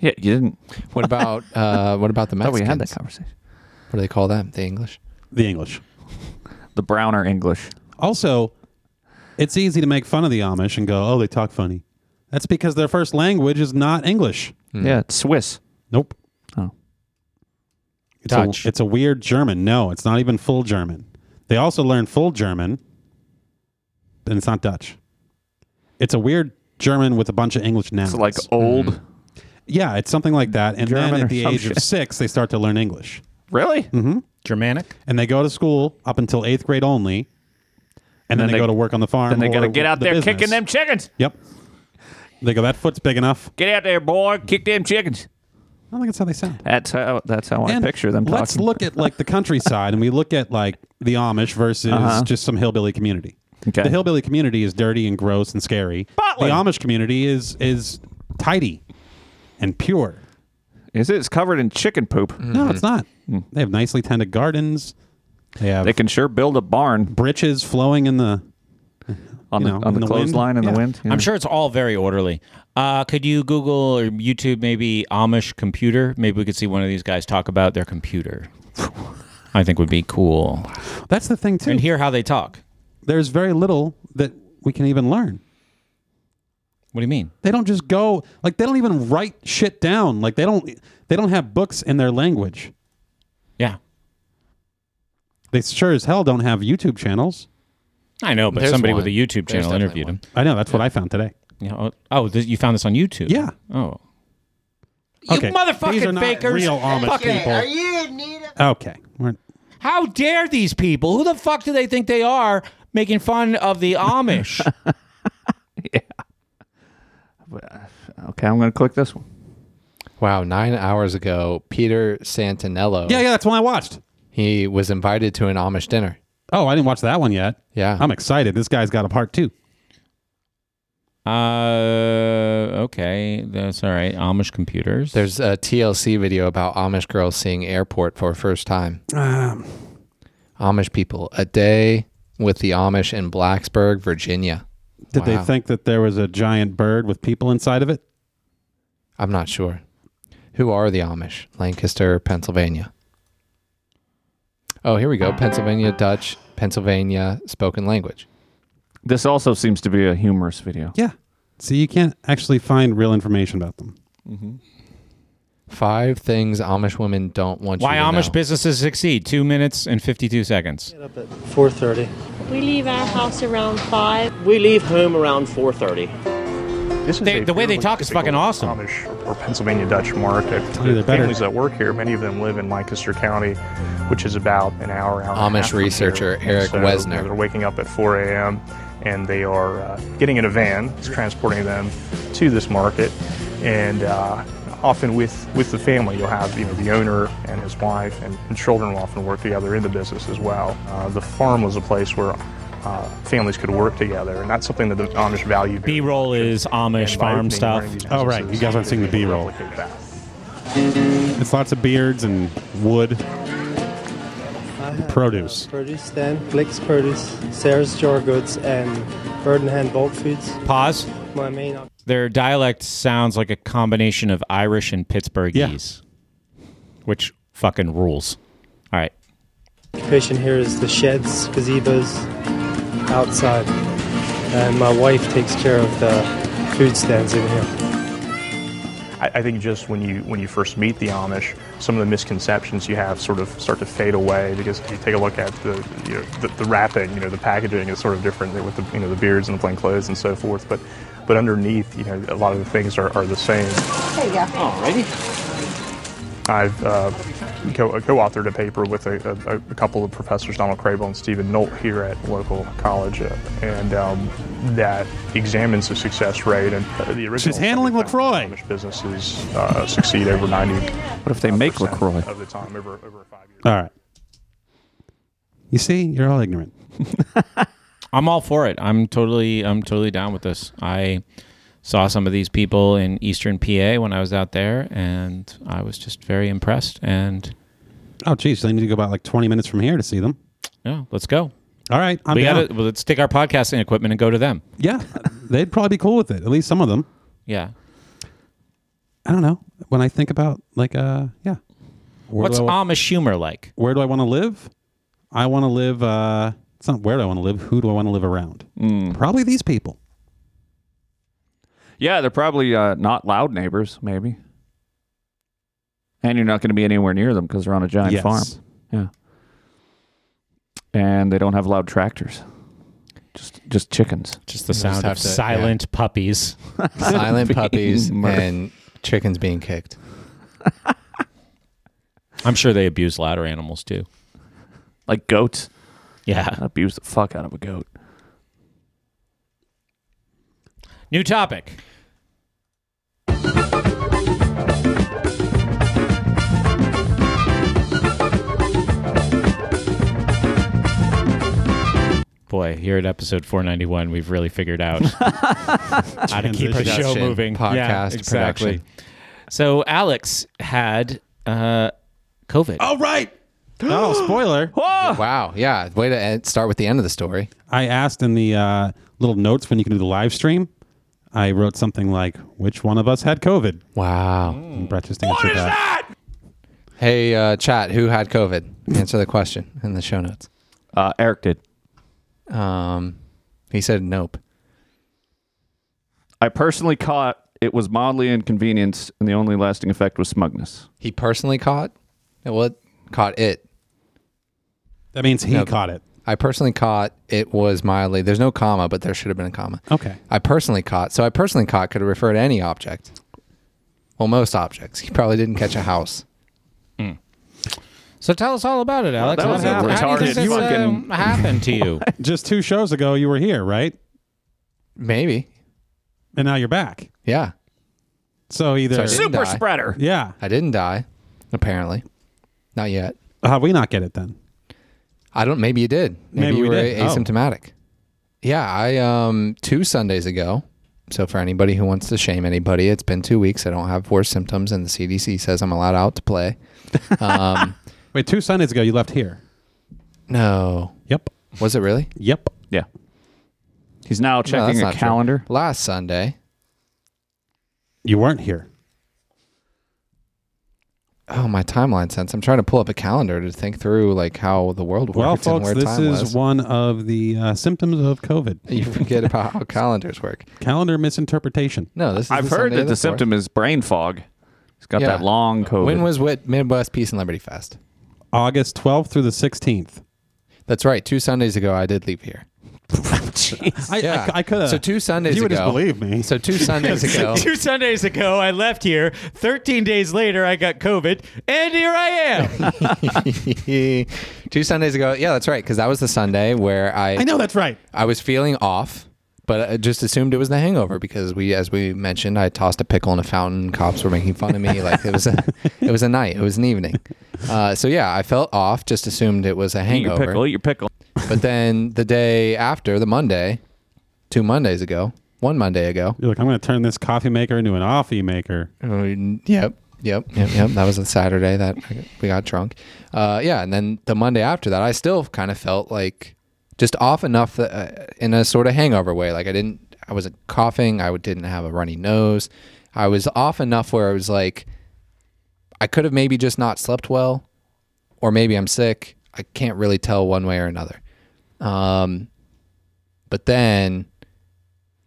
C: Yeah, you didn't.
D: what about uh, what about the
C: I thought
D: Mexicans?
C: we had that conversation.
D: what do they call them? The English?
A: The English.
C: The browner English.
A: Also, it's easy to make fun of the Amish and go, oh, they talk funny. That's because their first language is not English.
C: Yeah, it's Swiss.
A: Nope.
C: Oh.
A: It's
E: Dutch.
A: A, it's a weird German. No, it's not even full German. They also learn full German, and it's not Dutch. It's a weird German with a bunch of English nouns.
C: It's like old.
A: Mm. yeah, it's something like that. And
C: German
A: then
C: or
A: at the
C: some
A: age
C: shit.
A: of six, they start to learn English,
C: Really?
E: Germanic?
A: and they go to school up until eighth grade only, and then,
C: then
A: they,
C: they-
A: go to work on the farm.
C: Then they
A: or
C: got to get out
A: the
C: there
A: business.
C: kicking them chickens.
A: Yep. They go. That foot's big enough.
C: Get out there, boy. Kick them chickens.
A: I don't think that's how they sound.
C: That's how. That's how I
A: And
C: picture them.
A: Let's
C: talking.
A: look at like the countryside, and we look at like the Amish versus just some hillbilly community.
C: Uh-huh. Okay.
A: The hillbilly community is dirty and gross and scary.
C: Portland.
A: The Amish community is is tidy and pure.
C: Is it? It's covered in chicken poop.
E: Mm.
A: No, it's not. They have nicely tended gardens. They have
C: Hmm. They can sure build a barn
A: britches flowing in the.
C: on
A: You
C: the
A: know,
C: on the,
A: in the wind.
C: clothesline in
A: Yeah.
C: the wind.
E: I'm sure it's all very orderly. Uh, could you Google or YouTube maybe Amish computer? Maybe we could see one of these guys talk about their computer. I think would be cool.
A: That's the thing too.
E: And hear how they talk.
A: There's very little that we can even learn.
E: What do you mean?
A: They don't just go like they don't even write shit down. Like they don't they don't have books in their language.
E: Yeah.
A: They sure as hell don't have YouTube channels.
E: I know, but
D: There's
E: somebody with a
D: one.
E: YouTube
D: There's
E: channel
D: definitely
E: interviewed
D: one.
E: him.
A: I know that's what I found today.
E: You know, oh, this, you found this on YouTube?
A: Yeah.
E: Oh.
A: Okay.
E: You motherfucking
A: These are not
E: fakers.
A: real Amish
E: Fucking-
A: people. Okay. We're-
E: How dare these people? Who the fuck do they think they are making fun of the Amish?
C: Okay, I'm going to click this one.
D: Wow, nine hours ago, Peter Santinello.
A: yeah, yeah, that's one I watched.
D: He was invited to an Amish dinner.
A: Oh, I didn't watch that one yet.
D: Yeah.
A: I'm excited. This guy's got a part two.
E: Uh, okay, that's all right. Amish computers.
D: There's a TLC video about Amish girls seeing airport for first time.
C: Um.
D: Amish people, a day with the Amish in Blacksburg, Virginia.
A: Did they
D: Wow.
A: think that there was a giant bird with people inside of it?
D: I'm not sure. Who are the Amish? Lancaster, Pennsylvania. Oh, here we go. Pennsylvania Dutch, Pennsylvania spoken language.
C: This also seems to be a humorous video.
A: Yeah. See, you can't actually find real information about them.
D: Five things Amish women don't want
E: Why
D: you to
E: Amish
D: know.
E: businesses succeed. Two minutes and fifty-two seconds.
J: We leave our house around five.
G: We leave home around 4:30.
K: This is
E: They-
K: a
E: the way they
K: fairly
E: talk is fucking
K: typical
E: awesome.
K: Amish or Pennsylvania Dutch market.
A: Tell you they're
K: The
A: better.
K: families that work here, many of them live in Lancaster County, which is about an hour, hour and a
D: Amish
K: half from here.
D: researcher
K: And
D: Eric
K: so, you know,
D: Wesner.
K: They're waking up at 4 a.m. and they are uh, getting in a van. It's transporting them to this market, and uh, often with with the family, you'll have you know the owner and his wife and, and children will often work together in the business as well. Uh, the farm was a place where. Uh, families could work together, and that's something that the Amish value.
E: B-roll is Amish farm stuff.
A: Oh, right. You guys aren't seeing the B-roll. It's lots of beards and wood. produce.
L: Produce stand, Flicks Produce, Sarah's Jar Goods, and Bird and Hand Bulk Foods.
E: Pause.
L: My main op-
E: Their dialect sounds like a combination of Irish and Pittsburghese, which fucking rules. All right.
L: occupation here is the sheds, gazebos, outside. And my wife takes care of the food stands in here.
K: I, I think just when you when you first meet the Amish, some of the misconceptions you have sort of start to fade away because if you take a look at the you know, the, the wrapping, you know, the packaging is sort of different with the you know the beards and the plain clothes and so forth. But but underneath, you know, a lot of the things are, are the same.
M: There you go. Alrighty.
K: I've uh, co- co-authored a paper with a, a, a couple of professors, Donald Crable and Stephen Nolt, here at local college, uh, and um, that examines the success rate and uh, the original.
A: She's handling Lacroix.
K: Businesses uh, succeed over ninety. What
C: if they make LaCroix?
K: Of the time, over, over five years.
A: All right. You see, you're all ignorant.
E: I'm all for it. I'm totally I'm totally down with this. I saw some of these people in Eastern PA when I was out there and I was just very impressed and
A: Oh, geez, they need to go about like 20 minutes from here to see them.
E: yeah, let's go.
A: All right, I'm
E: we
A: down.
E: gotta well, let's take our podcasting equipment and go to them.
A: Yeah, they'd probably be cool with it. At least some of them.
E: Yeah.
A: I don't know. When I think about like, uh, yeah, Where
E: What's
A: do I wa-
E: Amish humor like?
A: Where do I want to live? I want to live. Uh, it's not where do I want to live. Who do I want to live around?
C: Hmm.
A: Probably these people.
C: Yeah, they're probably uh, not loud neighbors, maybe. And you're not going to be anywhere near them because they're on a giant
A: Yes.
C: farm. Yeah. And they don't have loud tractors. Just just chickens.
E: Just
D: the sound of silent
E: puppies.
D: Silent
C: Being
D: puppies
C: murdered.
D: and chickens being kicked.
E: I'm sure they abuse louder animals too.
C: Like goats.
E: Yeah.
C: Abuse the fuck out of a goat.
E: New topic. Boy, here at episode 491, we've really figured out how to keep the show
D: Transition.
E: moving.
D: Podcast
E: exactly.
D: production.
E: So Alex had uh, COVID.
A: Oh, right. oh, spoiler.
D: Wow. Yeah. Way to end, start with the end of the story.
A: I asked in the uh, little notes when you can do the live stream. I wrote something like, "Which one of us had COVID?"
D: Wow.
A: And Brett just answered that.
D: Mm. Hey, uh, chat, who had COVID? Answer the question in the show notes.
C: Uh, Eric did.
D: Um, he said nope.
C: I personally caught it was mildly inconvenience, and the only lasting effect was smugness.
D: He personally caught what? Caught it.
A: That means he
D: No.
A: caught it.
D: I personally caught it was mildly. There's no comma, but there should have been a comma.
A: Okay.
D: I personally caught. So I personally caught could refer to any object. Well, most objects. He probably didn't catch a house.
E: So tell us all about it, Alex.
C: that
E: What
C: was a
E: happened? How do you
C: retarded
E: think this,
C: fucking-
E: um, happened to you?
A: Just two shows ago, you were here, right?
D: Maybe.
A: And now you're back.
D: Yeah.
A: So either
D: So I didn't Super die.
C: spreader.
A: yeah,
D: I didn't die, apparently. Not yet.
A: how we not get it then?
D: I don't. Maybe you did. Maybe,
A: Maybe
D: you
A: we
D: were
A: did. Oh.
D: asymptomatic. Yeah, I um two Sundays ago. So for anybody who wants to shame anybody, it's been two weeks. I don't have worse symptoms, and the CDC says I'm allowed out to play. Um,
A: Wait, two Sundays ago, you left here.
D: no,
A: Yep.
D: was it really?
A: Yep.
C: Yeah. He's now
D: no,
C: checking a
D: true.
C: calendar.
D: Last Sunday.
A: You weren't here.
D: Oh, my timeline sense. I'm trying to pull up a calendar to think through like how the world
A: Well,
D: works and
A: folks,
D: where
A: this
D: time
A: is
D: was.
A: one of the uh, symptoms of COVID
D: you forget about how calendars work.
A: calendar misinterpretation.
D: No, this. Is
C: I've heard
D: Sunday
C: that
D: of
C: the
D: fourth.
C: symptom is brain fog. He's got
D: Yeah.
C: that long COVID.
D: When was Wit Midwest Peace and Liberty Fest?
A: August 12th through the 16th.
D: That's right. Two Sundays ago, I did leave here.
A: I,
D: Yeah.
A: I, I could have.
D: So two Sundays
A: You would
D: ago-
A: just believe me.
D: So two Sundays ago,
E: Two Sundays ago, I left here. 13 days later, I got COVID, and here I am.
D: two Sundays ago. Yeah, that's right. Because that was the Sunday where I
A: I know that's right.
D: I was feeling off, but I just assumed it was the hangover because we, as we mentioned, I tossed a pickle in a fountain. Cops were making fun of me. Like it was a it was a night. It was an evening. Uh, so yeah, I felt off. Just assumed it was a
C: Eat your
D: hangover.
C: pickle. Eat your pickle.
D: But then the day after, the Monday, two Mondays ago, one Monday ago,
C: Oh,
A: You're like, I'm going to turn this coffee maker into an offie maker.
D: Uh, Yep. Yep, yep, yep. That was the Saturday that I- we got drunk. Uh, yeah, and then the Monday after that, I still kind of felt like just off enough that, uh, in a sort of hangover way. Like I didn't, I wasn't coughing. I didn't have a runny nose. I was off enough where I was like, I could have maybe just not slept well, or maybe I'm sick. I can't really tell one way or another. Um, but then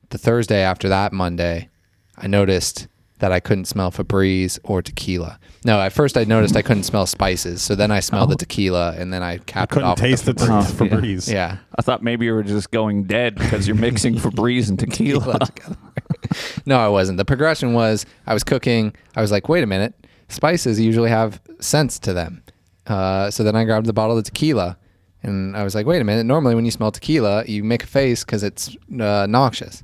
D: the Thursday after that Monday, I noticed that I couldn't smell Febreze or tequila. No, at first I noticed I couldn't smell spices. So then I smelled the tequila, and then I capped
C: Oh.
D: it
C: couldn't
D: off. with
C: taste the
D: Febreze.
C: t-
D: Yeah.
C: Febreze.
D: yeah.
C: I thought maybe you were just going dead because you're mixing Febreze and tequila.
D: no, I wasn't. The progression was I was cooking. I was like, wait a minute, spices usually have scents to them. Uh, so then I grabbed the bottle of tequila, and I was like, wait a minute. Normally, when you smell tequila, you make a face because it's uh, noxious.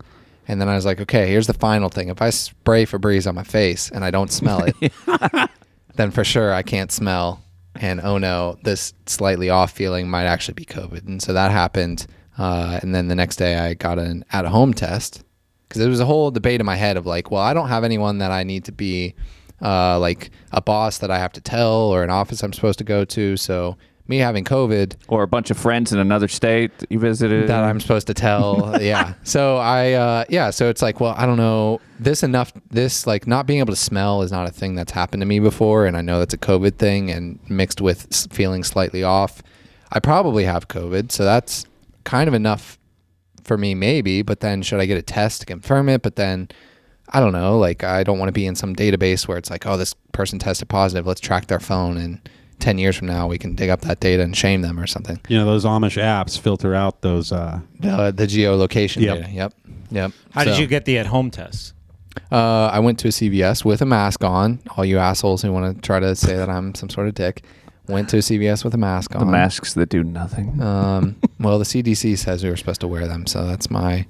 D: And then I was like, okay, here's the final thing. If I spray Febreze on my face and I don't smell it, then for sure I can't smell. And oh no, this slightly off feeling might actually be COVID. And so that happened. Uh, and then the next day I got an at home test because there was a whole debate in my head of like, well, I don't have anyone that I need to be uh, like a boss that I have to tell or an office I'm supposed to go to. So me having COVID
C: or a bunch of friends in another state that you visited
D: that I'm supposed to tell. yeah. So I, uh, yeah. So it's like, well, I don't know this enough. This like not being able to smell is not a thing that's happened to me before, and I know that's a COVID thing, and mixed with s- feeling slightly off, I probably have COVID. So that's kind of enough for me, maybe. But then should I get a test to confirm it? But then. I don't know. Like, I don't want to be in some database where it's like, oh, this person tested positive. Let's track their phone. And 10 years from now, we can dig up that data and shame them or something.
A: You know, those Amish apps filter out those. Uh,
D: the, the geolocation
A: Yep.
D: data. Yep. Yep.
E: How did
D: So,
E: you get the at home test?
D: Uh, I went to a CVS with a mask on. All you assholes who want to try to say that I'm some sort of dick went to a CVS with a mask on.
C: The masks that do nothing.
D: Um, well, the CDC says we were supposed to wear them, so that's my,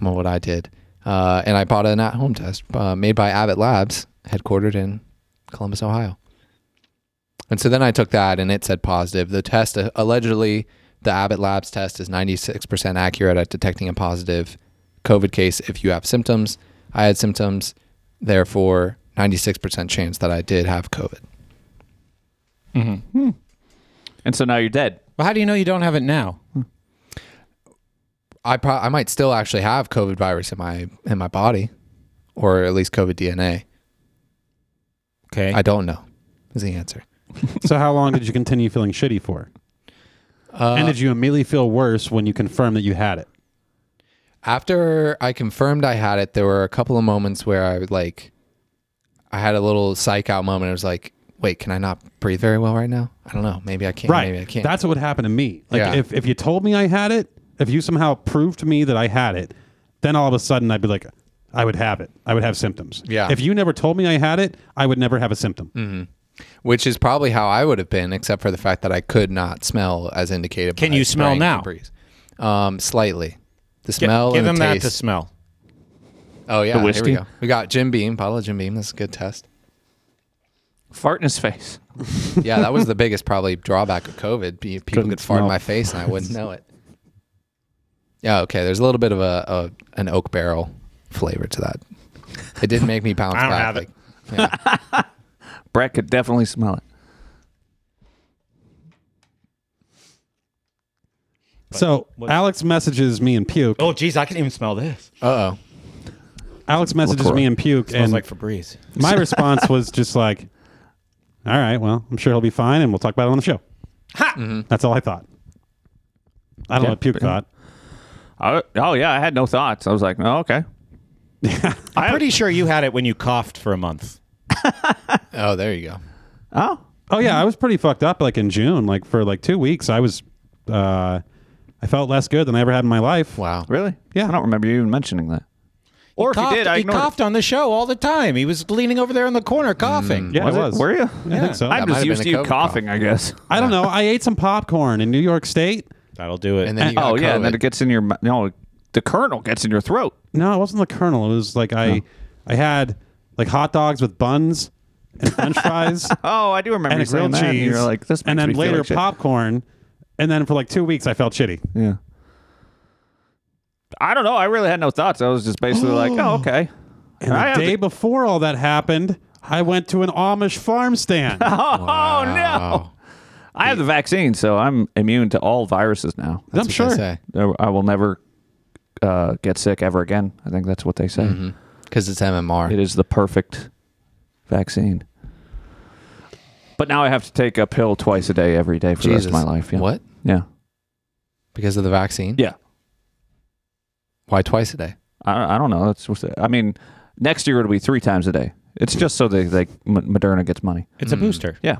D: well, what I did. Uh, and I bought an at-home test uh, made by Abbott Labs, headquartered in Columbus, Ohio. And so then I took that, and it said positive. The test uh, allegedly, the Abbott Labs test is 96% accurate at detecting a positive COVID case if you have symptoms. I had symptoms, therefore 96% chance that I did have COVID.
C: hmm And so now you're dead.
E: Well, how do you know you don't have it now?
D: I pro- I might still actually have COVID virus in my in my body, or at least COVID DNA.
E: Okay.
D: I don't know. Is the answer?
A: so, how long did you continue feeling shitty for?
D: Uh,
A: and did you immediately feel worse when you confirmed that you had it?
D: After I confirmed I had it, there were a couple of moments where I would like, I had a little psych out moment. I was like, wait, can I not breathe very well right now? I don't know. Maybe I can't.
A: right.
D: Maybe I can't.
A: That's what would happen to me. Like,
D: Yeah.
A: if, if you told me I had it, if you somehow proved to me that I had it, then all of a sudden I'd be like, I would have it. I would have symptoms.
D: Yeah.
A: If you never told me I had it, I would never have a symptom.
D: Mhm. Which is probably how I would have been, except for the fact that I could not smell as indicated.
E: Can
D: by
E: you smell
D: spraying
E: now?
D: Febreze. Um, slightly. The
E: Gi-
D: smell.
E: give
D: and
E: him
D: the
E: that
D: taste.
E: to smell.
D: Oh yeah, here
E: whiskey?
D: we go. We got Jim Beam, bottle of Jim Beam. That's a good test.
C: Fart in his face.
D: yeah, that was the biggest probably drawback of COVID. Pe- People
C: Couldn't
D: could fart in
C: smell.
D: my face and I wouldn't know it. Yeah, okay. There's a little bit of a, a an oak barrel flavor to that. It didn't make me bounce
C: I don't
D: back.
C: have it.
D: like- yeah.
C: Brett could definitely smell it.
A: So
E: what-
A: Alex messages me and puke.
E: Oh, geez, I can even smell this.
D: Uh oh.
A: Alex messages
E: LaCroix.
A: me and puke.
E: Smells
A: and
E: like Febreze.
A: My response was just like, "All right, well, I'm sure he'll be fine, and we'll talk about it on the show." Ha! That's all I thought. I don't know what puke thought.
C: I, oh yeah, I had no thoughts. I was like, oh okay.
E: I'm pretty sure you had it when you coughed for a month.
D: oh, there you go.
C: Oh.
A: Oh yeah, I was pretty fucked up like in June, like for like two weeks. I was, uh, I felt less good than I ever had in my life.
D: Wow.
C: Really? Yeah. I don't remember you even mentioning that.
E: Or
C: if you did, I
E: he
C: ignored it.
E: coughed on the show all the time. He was leaning over there in the corner coughing.
A: Yeah, I was.
C: Were you?
A: I think so.
C: I'm just used to you coughing, I guess.
A: I don't know. I ate some popcorn in New York State.
E: That'll do it.
A: And then you got
C: oh yeah, and then
A: COVID.
C: it gets in your mu- no, the kernel gets in your throat.
A: No, it wasn't the Colonel. It was like
C: Oh.
A: I, I had like hot dogs with buns and French fries.
C: Oh, I do
A: and
C: remember you
A: a grilled
C: saying that, and
A: cheese.
C: you were like, this
A: and
C: makes
A: then
C: me feel
A: later
C: like shit.
A: popcorn. And then for like two weeks, I felt shitty.
C: Yeah. I don't know. I really had no thoughts. I was just basically like, oh okay.
A: And
C: I have
A: the day before all that happened, I went to an Amish farm stand.
C: Oh no! I have the vaccine, so I'm immune to all viruses now.
A: That's I'm what they sure.
C: Uh, I will never uh, get sick ever again. I think that's what they say.
D: Mm-hmm. Because it's MMR.
C: It is the perfect vaccine. But now I have to take a pill twice a day every day for the rest of
D: Jesus.
C: my life. Yeah.
D: What?
C: Yeah.
D: Because of the vaccine?
C: Yeah.
D: Why twice a day?
C: I, I don't know. That's what's I mean, next year it'll be three times a day. It's just so they, they M- Moderna gets money.
E: It's a booster.
C: Yeah.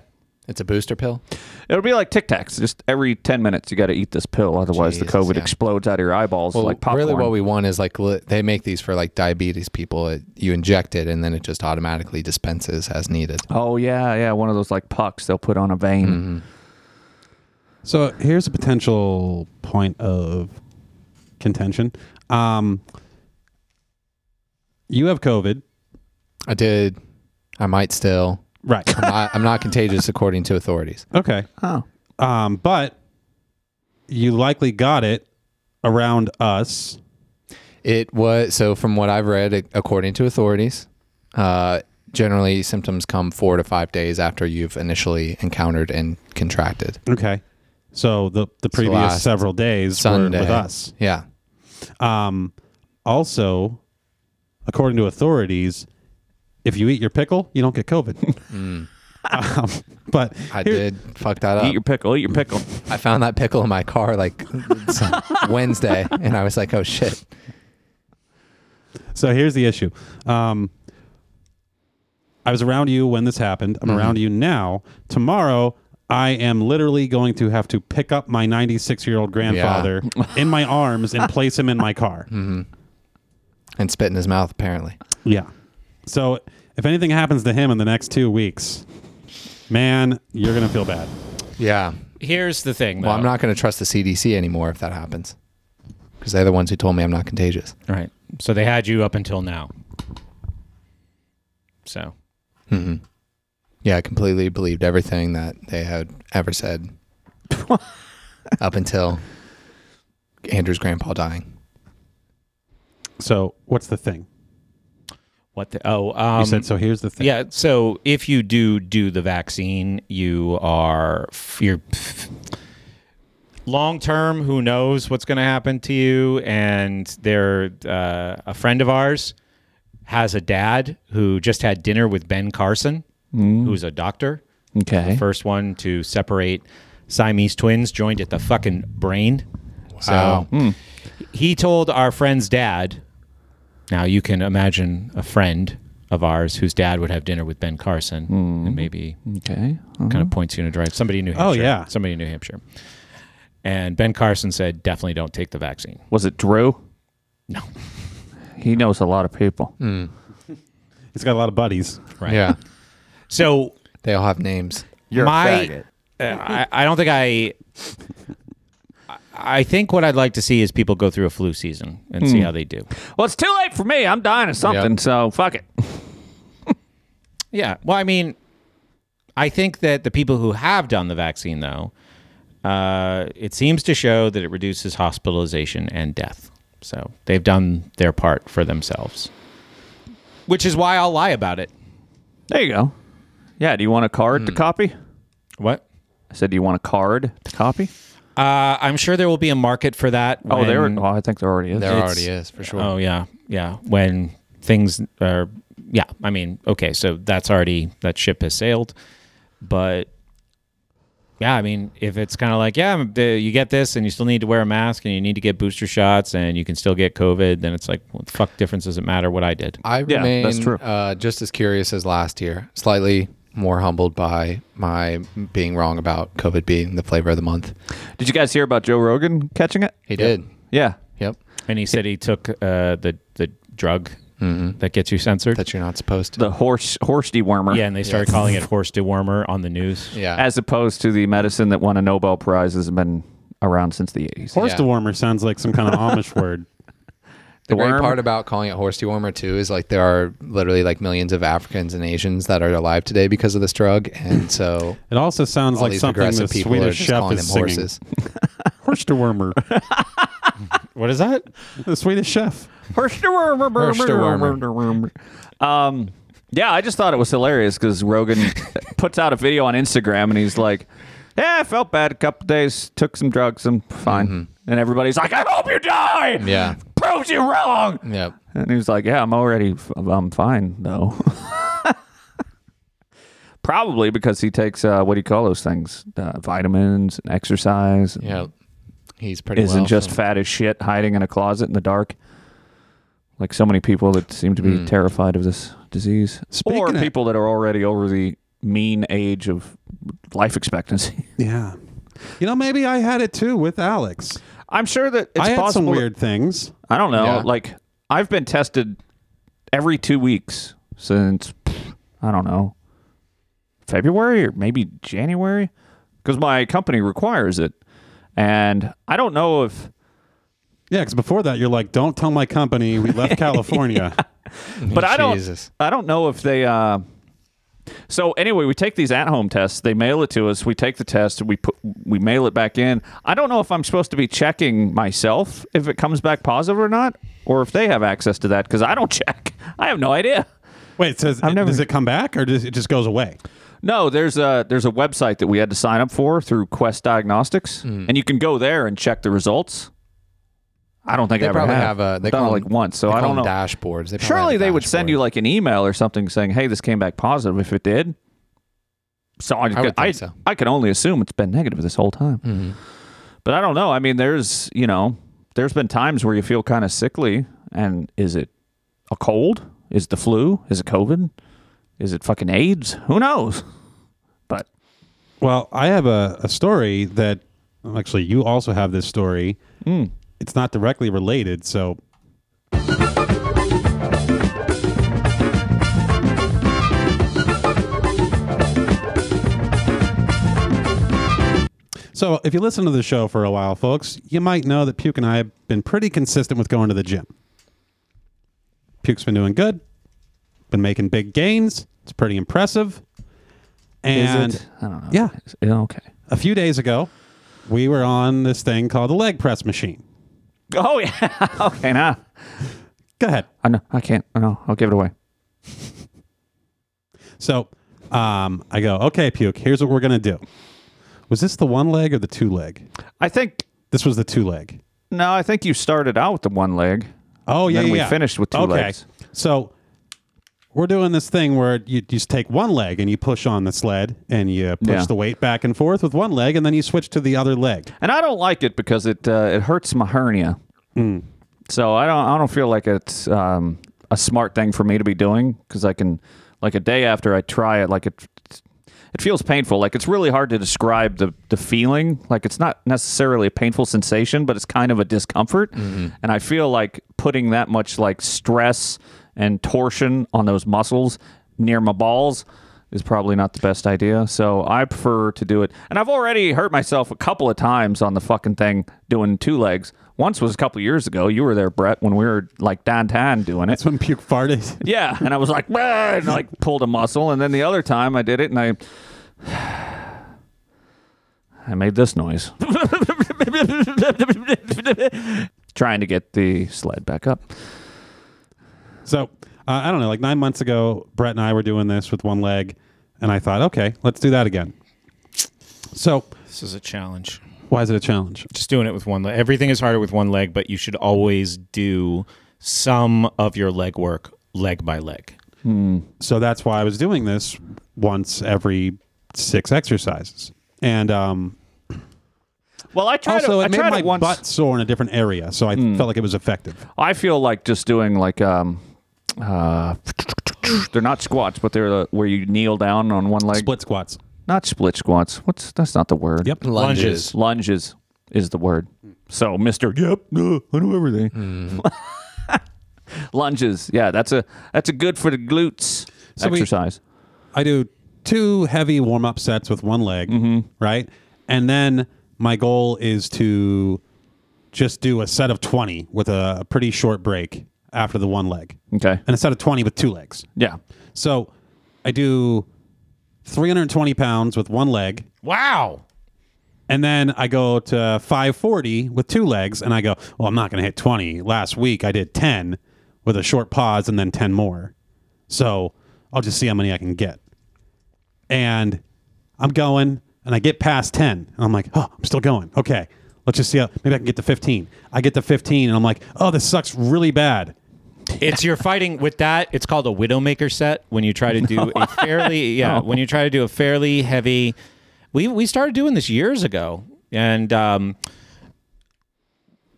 D: It's a booster pill?
C: It'll be like Tic Tacs. Just every ten minutes, you got to eat this pill, otherwise the
D: Jesus,
C: COVID
D: yeah.
C: explodes out of your eyeballs
D: Well,
C: like popcorn.
D: really what we want is like li- they make these for like diabetes people. It, you inject it and then it just automatically dispenses as needed.
C: oh yeah, yeah, one of those like pucks they'll put on a vein.
D: Mm-hmm.
A: So here's a potential point of contention. Um, you have COVID.
D: I did. I might still.
A: Right.
D: I'm not, I'm not contagious according to authorities.
A: Okay.
C: Oh.
A: Um, but you likely got it around us.
D: It was so from what I've read, ac- according to authorities, uh, generally symptoms come four to five days after you've initially encountered and contracted.
A: Okay. So the the previous
D: last
A: several days
D: Sunday.
A: were with us.
D: Yeah.
A: Um, also, according to authorities, if you eat your pickle, you don't get COVID. um, but
D: Mm. I
A: here-
D: did fuck that up.
C: Eat your pickle. Eat your pickle.
D: I found that pickle in my car like some- Wednesday, and I was like, "Oh shit!"
A: So here's the issue. Um, I was around you when this happened.
D: Mm-hmm.
A: I'm around you now. Tomorrow, I am literally going to have to pick up my 96 year old grandfather in my arms and place him in my car.
D: hmm And spit in his mouth, apparently.
A: Yeah. So if anything happens to him in the next two weeks, man, you're gonna feel bad.
D: Yeah.
E: Here's the thing.
D: Well, I'm
E: though.
D: not going to trust the CDC anymore if that happens, because they're the ones who told me I'm not contagious.
E: Right. So they had you up until now. So
D: hmm Yeah, I completely believed everything that they had ever said up until Andrew's grandpa dying.
A: So what's the thing?
E: what the oh um,
A: said, "So here's the thing."
E: Yeah. So if you do do the vaccine, you are f- you're long term. Who knows what's going to happen to you? And there, uh, a friend of ours has a dad who just had dinner with Ben Carson,
C: Mm.
E: who's a doctor.
C: Okay.
E: The first one to separate Siamese twins joined at the fucking brain.
D: Wow.
E: So he told our friend's dad. Now you can imagine a friend of ours whose dad would have dinner with Ben Carson and maybe
C: Okay.
E: kind of points you in a direction. Somebody in New
A: Oh,
E: Hampshire.
A: yeah.
E: Somebody in New Hampshire. And Ben Carson said, definitely don't take the vaccine.
C: Was it Drew?
E: No.
C: He knows a lot of people.
D: Mm.
A: He's got a lot of buddies.
E: Right.
D: Yeah,
E: So
D: they all have names.
E: my, uh, I, I don't think I. I think what I'd like to see is people go through a flu season and see
C: Hmm.
E: how they do.
C: Well, it's too late for me. I'm dying of something, so fuck it.
E: Yeah. Well, I mean, I think that the people who have done the vaccine, though, uh, it seems to show that it reduces hospitalization and death. So they've done their part for themselves, which is why I'll lie about it.
C: There you go. Yeah. Do you want a card
D: Mm.
C: to copy?
E: What?
C: I said, do you want a card to copy?
E: Uh, I'm sure there will be a market for that.
C: Oh, there.
E: when-
C: Oh, I think there already is.
D: There
E: It's-
D: already is for sure.
E: Oh, yeah. Yeah. When things are, yeah. I mean, okay. So that's already, that ship has sailed. But yeah, I mean, if it's kind of like, yeah, the, you get this and you still need to wear a mask and you need to get booster shots and you can still get COVID, then it's like, what the fuck difference does it matter what I did?
D: I
C: Yeah,
D: remain
C: that's true.
D: Uh, just as curious as last year, slightly more humbled by my being wrong about COVID being the flavor of the month.
C: Did you guys hear about Joe Rogan catching it?
D: He did.
C: Yeah.
D: Yep.
E: And he said he took uh, the, the drug
D: Mm-hmm.
E: that gets you censored.
D: That you're not supposed to.
C: The horse horse dewormer.
E: yeah, and they started calling it horse dewormer on the news.
D: yeah.
C: As opposed to the medicine that won a Nobel Prize has been around since the 80s.
A: Horse
D: Yeah.
A: dewormer sounds like some kind of Amish word.
D: The
C: The
D: great
C: worm?
D: part about calling it horse dewormer too is like there are literally like millions of Africans and Asians that are alive today because of this drug, and so
A: It also sounds
D: all
A: like
D: these
A: something the
D: progressive people are
A: Swedish
D: just
A: chef
D: calling
A: is
D: them
A: singing.
D: horses.
A: Horse dewormer.
E: What is that?
A: the Swedish chef.
C: Horse dewormer. Um, Yeah, I just thought it was hilarious because Rogan puts out a video on Instagram and he's like, "Yeah, I felt bad a couple days, took some drugs, I'm fine." And everybody's like, "I hope you die."
D: Mm-hmm. Yeah.
C: proves you wrong.
D: Yep.
C: And he was like, "Yeah, I'm already, f- I'm fine though." Probably because he takes uh, what do you call those things? Uh, vitamins and exercise.
D: Yeah, he's pretty
C: Isn't
D: well,
C: just
D: so-
C: fat as shit, hiding in a closet in the dark, like so many people that seem to be
D: Mm.
C: terrified of this disease, or
A: Speaking of-
C: people that are already over the mean age of life expectancy.
A: Yeah. You know, maybe I had it too with Alex.
C: I'm sure that it's
A: I had some
C: possible-
A: weird things.
C: I don't know.
A: Yeah.
C: Like I've been tested every two weeks since pff, I don't know February or maybe January because my company requires it, and I don't know if
A: Yeah, because before that, you're like, don't tell my company we left California.
C: but I don't.
A: Jesus.
C: I don't know if they. Uh, so anyway, we take these at-home tests. They mail it to us. We take the test. We put. We mail it back in. I don't know if I'm supposed to be checking myself if it comes back positive or not, or if they have access to that because I don't check. I have no idea.
A: Wait, it says does it come back or does it just goes away?
C: No, there's a there's a website that we had to sign up for through Quest Diagnostics,
D: Hmm.
C: and you can go there and check the results. I don't think
D: They
C: I ever
D: probably
C: have.
D: have a- they
C: I've done
D: call
C: it,
D: them-
C: like once, so
D: they
C: I
D: call
C: don't know
D: them dashboards. They probably have
C: Surely
D: a
C: they would send you like an email or something saying, "Hey, this came back positive." If it did, so I,
D: would think
C: I,
D: so.
C: I can only assume it's been negative this whole time. But I don't know. I mean, there's you know, there's been times where you feel kind of sickly, and is it a cold? Is it the flu? Is it COVID? Is it fucking AIDS? Who knows? But
A: Well, I have a, a story that well, actually you also have this story. It's not directly related, so So, if you listen to the show for a while, folks, you might know that Puke and I have been pretty consistent with going to the gym. Puke's been doing good, been making big gains. It's pretty impressive. And
C: it? I don't know.
A: Yeah.
C: okay.
A: A few days ago, we were on this thing called the leg press machine.
C: oh yeah, okay now.
A: Go ahead.
C: I know I can't. No, I'll give it away.
A: So um, I go, okay, Puke, here's what we're going to do. Was this the one leg or the two leg?
C: I think
A: this was the two leg.
C: No, I think you started out with the one leg.
A: Oh, yeah.
C: Then
A: yeah,
C: we
A: yeah.
C: finished with two
A: okay.
C: legs.
A: So we're doing this thing where you just take one leg and you push on the sled and you push
C: Yeah.
A: the weight back and forth with one leg and then you switch to the other leg.
C: And I don't like it because it uh, it hurts my hernia. So I don't I don't feel like it's um, a smart thing for me to be doing because I can like a day after I try it like it it feels painful like it's really hard to describe the the feeling like it's not necessarily a painful sensation but it's kind of a discomfort and I feel like putting that much like stress and torsion on those muscles near my balls is probably not the best idea. So I prefer to do it. And I've already hurt myself a couple of times on the fucking thing doing two legs. Once was a couple of years ago. You were there, Brett, when we were like downtown doing it.
A: That's when Puke farted.
C: Yeah, and I was like, "Bah," and like pulled a muscle, and then the other time I did it, and I, I made this noise, trying to get the sled back up.
A: So uh, I don't know, like nine months ago, Brett and I were doing this with one leg, and I thought, okay, let's do that again. So
E: This is a challenge.
A: why is it a challenge?
E: Just doing it with one leg. Everything is harder with one leg, but you should always do some of your leg work leg by leg.
A: So that's why I was doing this once every six exercises, and um,
C: Well, I tried.
A: also
C: it, I
A: it made
C: tried
A: my
C: it once.
A: butt sore in a different area, so I felt like it was effective.
C: I feel like just doing like um, uh, they're not squats, but they're uh, where you kneel down on one leg.
A: Split squats.
C: Not split squats. What's that's not the word.
A: Yep.
C: Lunges,
D: Lunges.
C: Lunges is the word. So Mister. Yep. uh, I know everything.
A: Mm.
C: Lunges. Yeah, that's a that's a good for the glutes
A: So we-
C: exercise.
A: I do two heavy warm up sets with one leg,
C: Mm-hmm.
A: right? And then my goal is to just do a set of 20 with a pretty short break after the one leg,
C: okay.
A: and a set of 20 with two legs.
C: Yeah.
A: So I do 320 pounds with one leg,
E: Wow.
A: and then I go to 540 with two legs, and I go, well, I'm not going to hit 20. Last week I did 10 with a short pause and then 10 more. So I'll just see how many I can get. And I'm going, and I get past 10, and I'm like, oh, I'm still going. Okay, let's just see how, maybe I can get to 15. I get to 15, and I'm like, oh, this sucks really bad.
E: It's you're fighting with that. It's called a widowmaker set when you try to do a fairly yeah when you try to do a fairly heavy. We we started doing this years ago and um,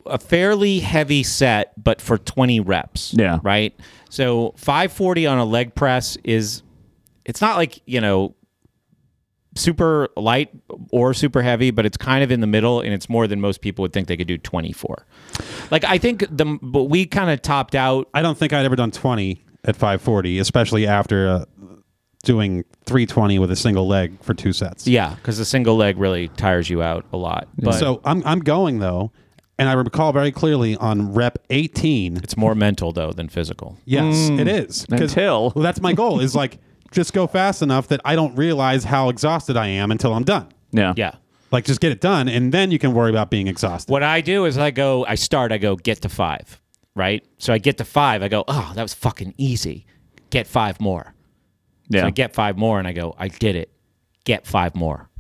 E: a fairly heavy set, but for twenty reps.
C: Yeah.
E: right. So five forty on a leg press is it's not like you know super light or super heavy, but it's kind of in the middle, and it's more than most people would think they could do twenty four. Like I think the but we kind of topped out.
A: I don't think I'd ever done 20 at 540, especially after uh, doing 320 with a single leg for two sets.
E: Yeah, because the single leg really tires you out a lot. But
A: so I'm, I'm going though, and I recall very clearly on rep 18.
E: it's more mental though than physical.
A: Yes, it is. 'Cause-
C: until-
A: well, that's my goal is like just go fast enough that I don't realize how exhausted I am until I'm done.
C: Yeah.
E: Yeah.
A: Like just get it done, and then you can worry about being exhausted.
E: What I do is I go, I start, I go, get to five, right? So I get to five, I go, oh, that was fucking easy. Get five more.
C: Yeah.
E: So I get five more and I go, I did it. Get five more.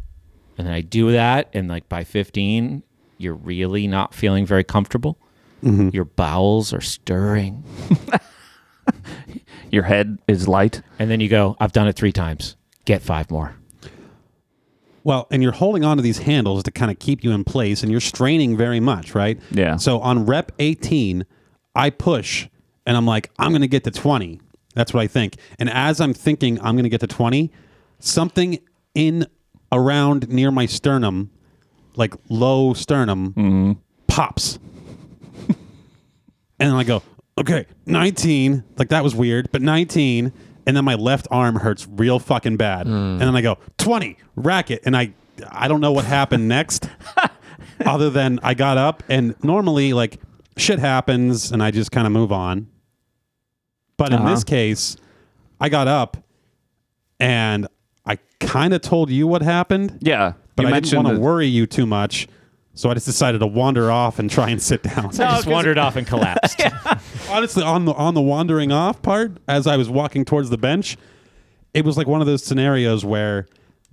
E: And then I do that. And like by 15, you're really not feeling very comfortable. Your bowels are stirring.
C: Your head is light.
E: And then you go, I've done it three times. Get five more.
A: Well, and you're holding on to these handles to kind of keep you in place, and you're straining very much, right?
C: Yeah.
A: So on rep 18, I push, and I'm like, I'm going to get to 20. That's what I think. And as I'm thinking I'm going to get to 20, something in around near my sternum, like low sternum, pops. and then I go, okay, 19. Like that was weird, but 19. And then my left arm hurts real fucking bad.
C: Hmm.
A: And then I go, 20, rack it. And I, I don't know what happened next other than I got up and normally like shit happens and I just kind of move on. But in
C: Uh-huh.
A: this case, I got up and I kind of told you what happened.
C: Yeah.
A: But
C: you
A: I didn't
C: mentioned
A: want to
C: the-
A: worry you too much. So I just decided to wander off and try and sit down.
E: I just wandered off and collapsed.
A: Honestly, on the on the wandering off part, as I was walking towards the bench, it was like one of those scenarios where,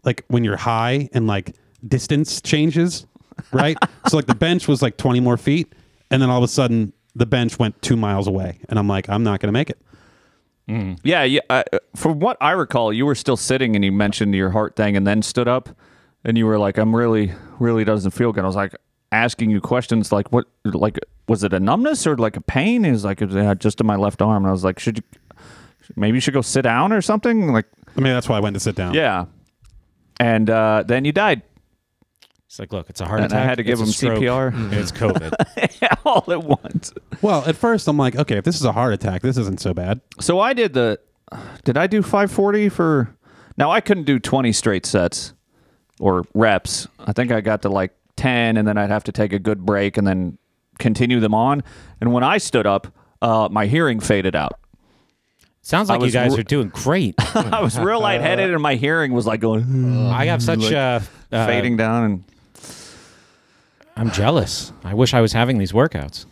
A: like, when you're high and like distance changes, right? so like the bench was like 20 more feet, and then all of a sudden the bench went two miles away, and I'm like, I'm not gonna make it.
C: Yeah, yeah. Uh, from what I recall, you were still sitting, and you mentioned your heart thing, and then stood up, and you were like, "I'm really, really doesn't feel good." I was like asking you questions like, "What? Like, was it a numbness or like a pain?" Is like "Yeah, just in my left arm, and I was like, "Should you? Maybe you should go sit down or something?" Like,
A: I mean, that's why I went to sit down.
C: yeah. And uh, then you died.
E: It's like, look, it's a heart
C: And I
E: attack.
C: had to give
E: it's a
C: him
E: stroke,
C: CPR.
E: and It's COVID.
C: all at once.
A: Well, at first I'm like, okay, if this is a heart attack, this isn't so bad.
C: So I did the. Did I do 540 for? Now I couldn't do 20 straight sets or reps. I think I got to like 10, and then I'd have to take a good break and then continue them on. And when I stood up, uh, my hearing faded out.
E: Sounds
C: I
E: like you
C: was
E: guys
C: re-
E: are doing great.
C: I was real lightheaded, and my hearing was like going
E: I have such
C: like,
E: uh, uh,
C: fading down. And
E: I'm jealous. I wish I was having these workouts.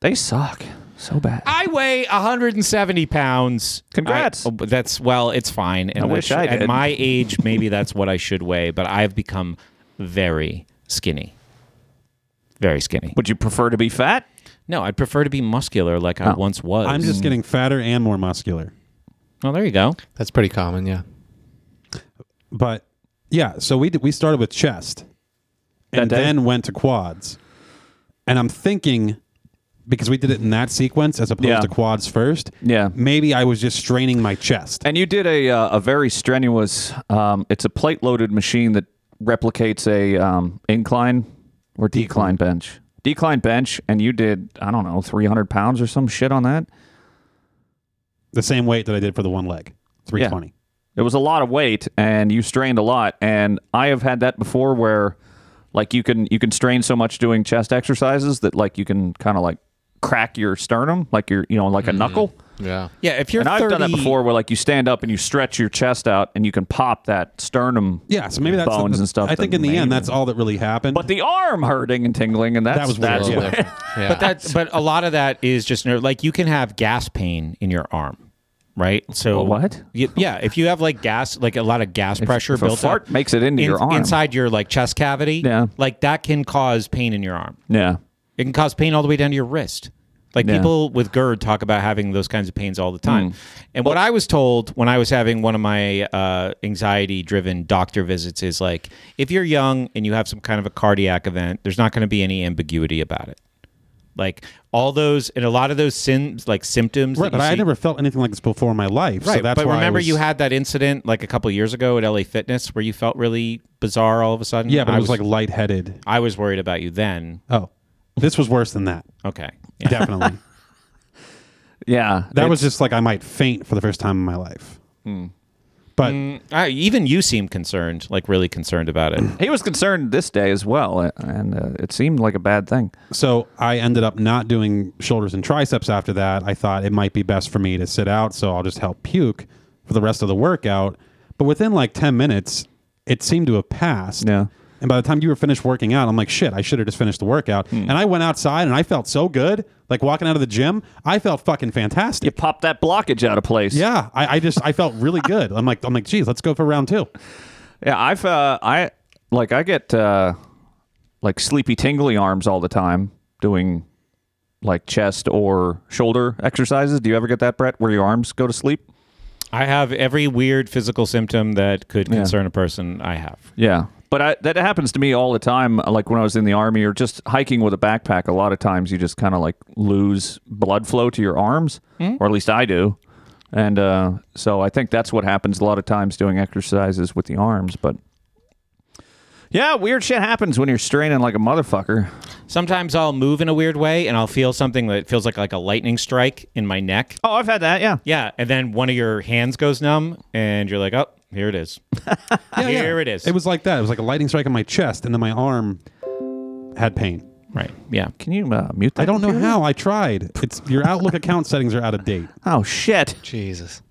C: they suck so bad.
E: I weigh 170 pounds.
C: Congrats.
E: I- oh, but that's well, it's fine. And
C: I wish I
E: At
C: did.
E: my age, maybe that's what I should weigh, but I've become very skinny. Very skinny.
C: Would you prefer to be fat?
E: No, I'd prefer to be muscular like I
C: Oh.
E: once was.
A: I'm just getting fatter and more muscular.
E: Well, there you go.
D: That's pretty common, yeah.
A: But yeah, so we did, we started with chest, and
C: That day?
A: then went to quads, and I'm thinking because we did it in that sequence as opposed
C: Yeah.
A: to quads first.
C: Yeah.
A: maybe I was just straining my chest.
C: And you did a uh, a very strenuous. Um, it's a plate loaded machine that replicates a um, incline or decline bench. Decline bench, and you did I don't know three hundred pounds or some shit on that.
A: the same weight that I did for the one leg, three twenty.
C: It was a lot of weight, and you strained a lot. And I have had that before, where like you can you can strain so much doing chest exercises that like you can kind of like crack your sternum, like your you know like a knuckle.
D: Yeah.
E: Yeah, if you're
C: and I've done that
E: 30
C: before, where like you stand up and you stretch your chest out, and you can pop that sternum.
A: Yeah, so maybe that's the-
C: bones and stuff.
A: I think
C: that
A: in the
C: may-
A: end, that's all that really happened.
C: But the arm hurting and tingling, and that's
A: That was weird,
C: that's
A: yeah.
C: what-
D: yeah.
E: But that's but a lot of that is just nerve. Like you can have gas pain in your arm. right? So
C: what?
E: Y- yeah, if you have like gas, like a lot of gas
C: If-
E: pressure
C: if a
E: built
C: fart
E: up,
C: makes it into your arm.
E: inside your like chest cavity,
C: Yeah.
E: like that can cause pain in your arm.
C: Yeah.
E: It can cause pain all the way down to your wrist. Like
C: Yeah.
E: people with GERD talk about having those kinds of pains all the
A: Mm.
E: time. And what I was told when I was having one of my uh, anxiety driven doctor visits is like, if you're young and you have some kind of a cardiac event, there's not going to be any ambiguity about it. Like all those and a lot of those sins, like symptoms.
A: Right,
E: that
A: but
E: you
A: I
E: see-
A: never felt anything like this before in my life.
E: Right,
A: so that's
E: but
A: why I
E: remember
A: was-
E: you had that incident like a couple years ago at LA Fitness where you felt really bizarre all of a sudden.
A: Yeah, but
E: I
A: it was, like lightheaded.
E: I was worried about you then.
A: Oh, this was worse than that.
E: Okay,
A: Definitely.
C: yeah,
A: that was
E: it's-
A: just like I might faint for the first time in my life.
C: Hmm.
A: But
E: I, even you seem concerned, like really concerned about it.
C: He was concerned this day as well, and uh, it seemed like a bad thing.
A: So I ended up not doing shoulders and triceps after that. I thought it might be best for me to sit out, so I'll just help puke for the rest of the workout. But within like 10 minutes, it seemed to have passed. Yeah. And by the time you were finished working out, I'm like, shit, I should have just finished the workout. And I went outside and I felt so good. Like walking out of the gym, I felt fucking fantastic. You
C: popped that blockage out of place.
A: Yeah. I, I just, I felt really good. I'm like, I'm like, geez, let's go for round two.
C: Yeah, I've uh, I like I get uh, like sleepy tingly arms all the time doing like chest or shoulder exercises. Do you ever get that, Brett, where your arms go to sleep?
E: I have every weird physical symptom that could
C: Yeah.
E: concern a person. I have.
C: Yeah. But I, that happens to me all the time. Like when I was in the army or just hiking with a backpack, a lot of times you just kind of like lose blood flow to your arms, or at least I do. And uh, so I think that's what happens a lot of times doing exercises with the arms. But yeah, weird shit happens when you're straining like a motherfucker.
E: Sometimes I'll move in a weird way and I'll feel something that feels like like a lightning strike in my neck.
C: Oh, I've had that. Yeah.
E: Yeah, and then one of your hands goes numb and you're like, oh, here it is. here it is.
A: It was like that. It was like a lightning strike on my chest, and then my arm had pain.
E: Right. Yeah.
C: Can you uh, mute that?
A: I don't know
C: computer?
A: how. I tried. It's your Outlook account settings are out of date.
C: Oh shit.
D: Jesus.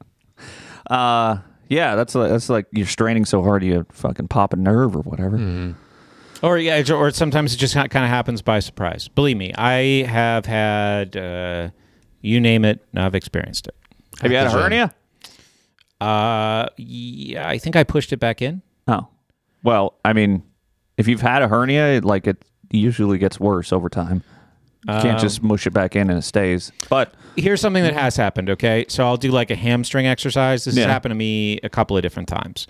C: Uh, yeah, that's like, that's like you're straining so hard you fucking pop a nerve or whatever.
E: Or yeah, it's- or sometimes it just kind of happens by surprise. Believe me, I have had uh, you name it, I've experienced it.
C: Have you had a hernia?
E: Uh, yeah, I think I pushed it back in.
C: Oh, well, I mean, if you've had a hernia, it, like it usually gets worse over time. You can't
E: Um,
C: just mush it back in and it stays. But
E: here's something that has happened. Okay, so I'll do like a hamstring exercise. This
C: Yeah.
E: has happened to me a couple of different times,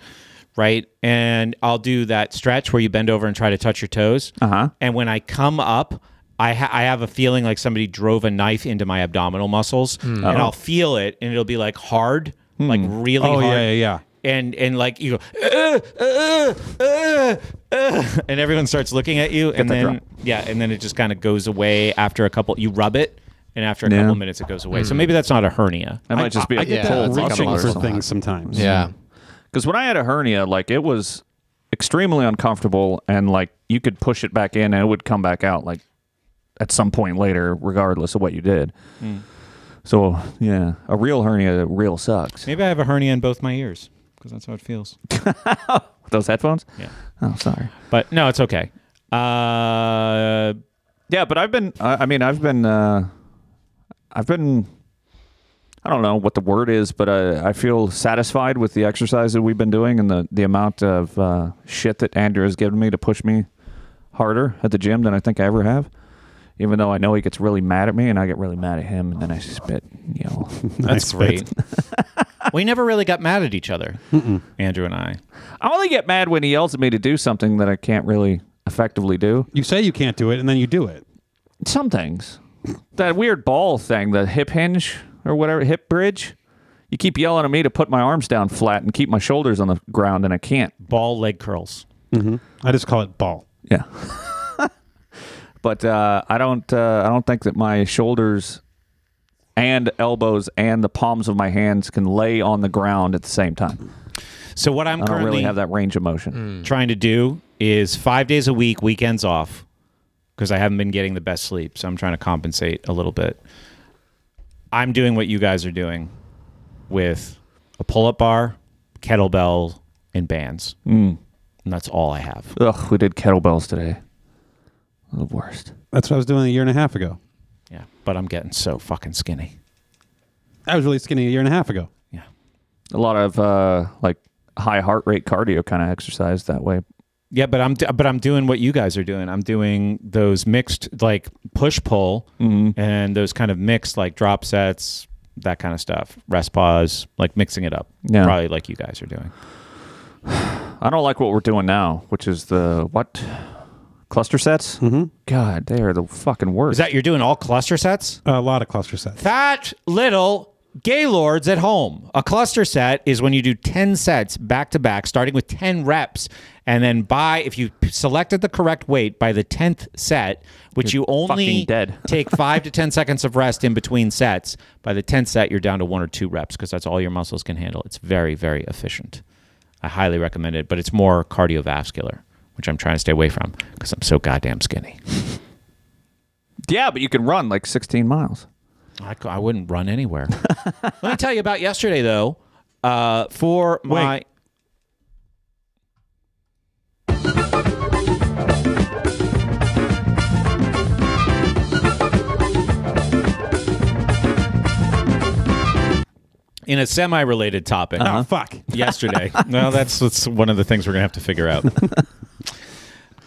E: right? And I'll do that stretch where you bend over and try to touch your toes. Uh
A: Uh-huh.
E: huh. And when I come up. I, ha- I have a feeling like somebody drove a knife into my abdominal muscles, and
A: Oh.
E: I'll feel it, and it'll be like hard, like really
A: Oh,
E: hard.
A: yeah, yeah, yeah.
E: And and like you go, "Uh, uh, uh, uh," and everyone starts looking at you, and
C: that
E: then
C: drop.
E: yeah, and then it just kind of goes away after a couple. You rub it, and after a
C: Yeah. Mm.
E: couple minutes, it goes away. So maybe that's not a hernia.
C: That might just be
A: I
C: a
A: get that
C: cold
A: reaching
C: muscle or
A: for
C: something.
A: things sometimes.
C: Because when I had a hernia, like it was extremely uncomfortable and like you could push it back in and it would come back out like at some point later, regardless of what you did.
A: Hmm.
E: Mm.
C: So, yeah, a real hernia real sucks.
E: Maybe I have a hernia in both my ears because that's how it feels.
C: Those headphones?
E: Yeah.
C: Oh, sorry.
E: But no, it's okay. Uh,
C: yeah, but I've been. I I mean, I've been. Uh, I've been. I don't know what the word is, but I, I feel satisfied with the exercise that we've been doing and the the amount of uh, shit that Andrew has given me to push me harder at the gym than I think I ever have. Even though I know he gets really mad at me, and I get really mad at him, and then I spit. You know,
E: That's great. we never really got mad at each other, Andrew and I.
C: I only get mad when he yells at me to do something that I can't really effectively do.
A: You say you can't do it, and then you do it.
C: Some things. that weird ball thing, the hip hinge or whatever, hip bridge. You keep yelling at me to put my arms down flat and keep my shoulders on the ground, and I can't.
E: Ball leg curls.
A: Mm-hmm. I just call it ball.
C: Yeah. but uh, I don't. Uh, I don't think that my shoulders and elbows and the palms of my hands can lay on the ground at the same time.
E: So what
C: I
E: I'm
C: don't
E: currently-
C: really have that range of motion.
E: Mm-hmm. Trying to do is five days a week, weekends off, because I haven't been getting the best sleep. So I'm trying to compensate a little bit. I'm doing what you guys are doing with a pull up bar, kettlebell, and bands.
C: Mm.
E: And that's all I have.
C: Ugh, we did kettlebells today. The worst.
A: That's what I was doing a year and a half ago.
E: Yeah. But I'm getting so fucking skinny.
A: I was really skinny a year and a half ago.
C: a lot of uh, like high heart rate cardio kind of exercise that way.
E: Yeah, but I'm d- but I'm doing what you guys are doing. I'm doing those mixed like push pull and those kind of mixed like drop sets, that kind of stuff. Rest pause, like mixing it up.
C: Yeah.
E: Probably like you guys are doing.
C: I don't like what we're doing now, which is the what cluster sets. Mm-hmm. God, they are the fucking worst.
E: Is that you're doing all cluster sets?
A: A lot of cluster sets.
E: Fat little gaylords at home. A cluster set is when you do 10 sets back to back, starting with 10 reps. And then by, if you p- selected the correct weight by the 10th set, which you only
C: fucking dead.
E: take five to 10 seconds of rest in between sets, by the 10th set, you're down to one or two reps because that's all your muscles can handle. It's very, very efficient. I highly recommend it, but it's more cardiovascular, which I'm trying to stay away from because I'm so goddamn skinny.
C: Yeah, but you can run like 16 miles.
E: I, c- I wouldn't run anywhere. Let me tell you about yesterday, though. Uh, for my. In a semi-related topic.
A: Uh-huh. Oh, fuck.
E: Yesterday. well, that's, that's one of the things we're gonna have to figure out.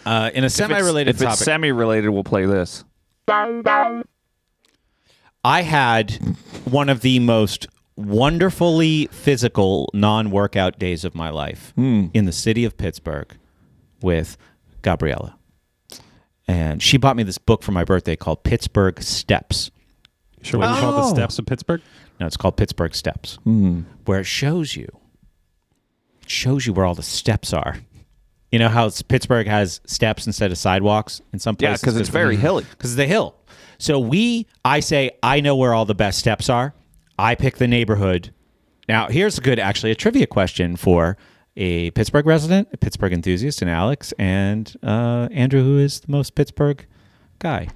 E: uh, in a semi-related
C: If it's, if
E: topic.
C: it's semi-related, we'll play this.
E: I had one of the most wonderfully physical non workout days of my life in the city of Pittsburgh with Gabriella. And she bought me this book for my birthday called Pittsburgh Steps.
A: Sure, what do you call it, the steps of Pittsburgh?
E: No, it's called Pittsburgh Steps,
C: Hmm.
E: where it shows you, it shows you where all the steps are. You know how it's, Pittsburgh has steps instead of sidewalks in some
C: Yeah,
E: places
C: 'cause it's very hilly.
E: Because the hill. So we, I say, I know where all the best steps are. I pick the neighborhood. Now, here's a good, actually, a trivia question for a Pittsburgh resident, a Pittsburgh enthusiast, and Alex and uh, Andrew, who is the most Pittsburgh guy.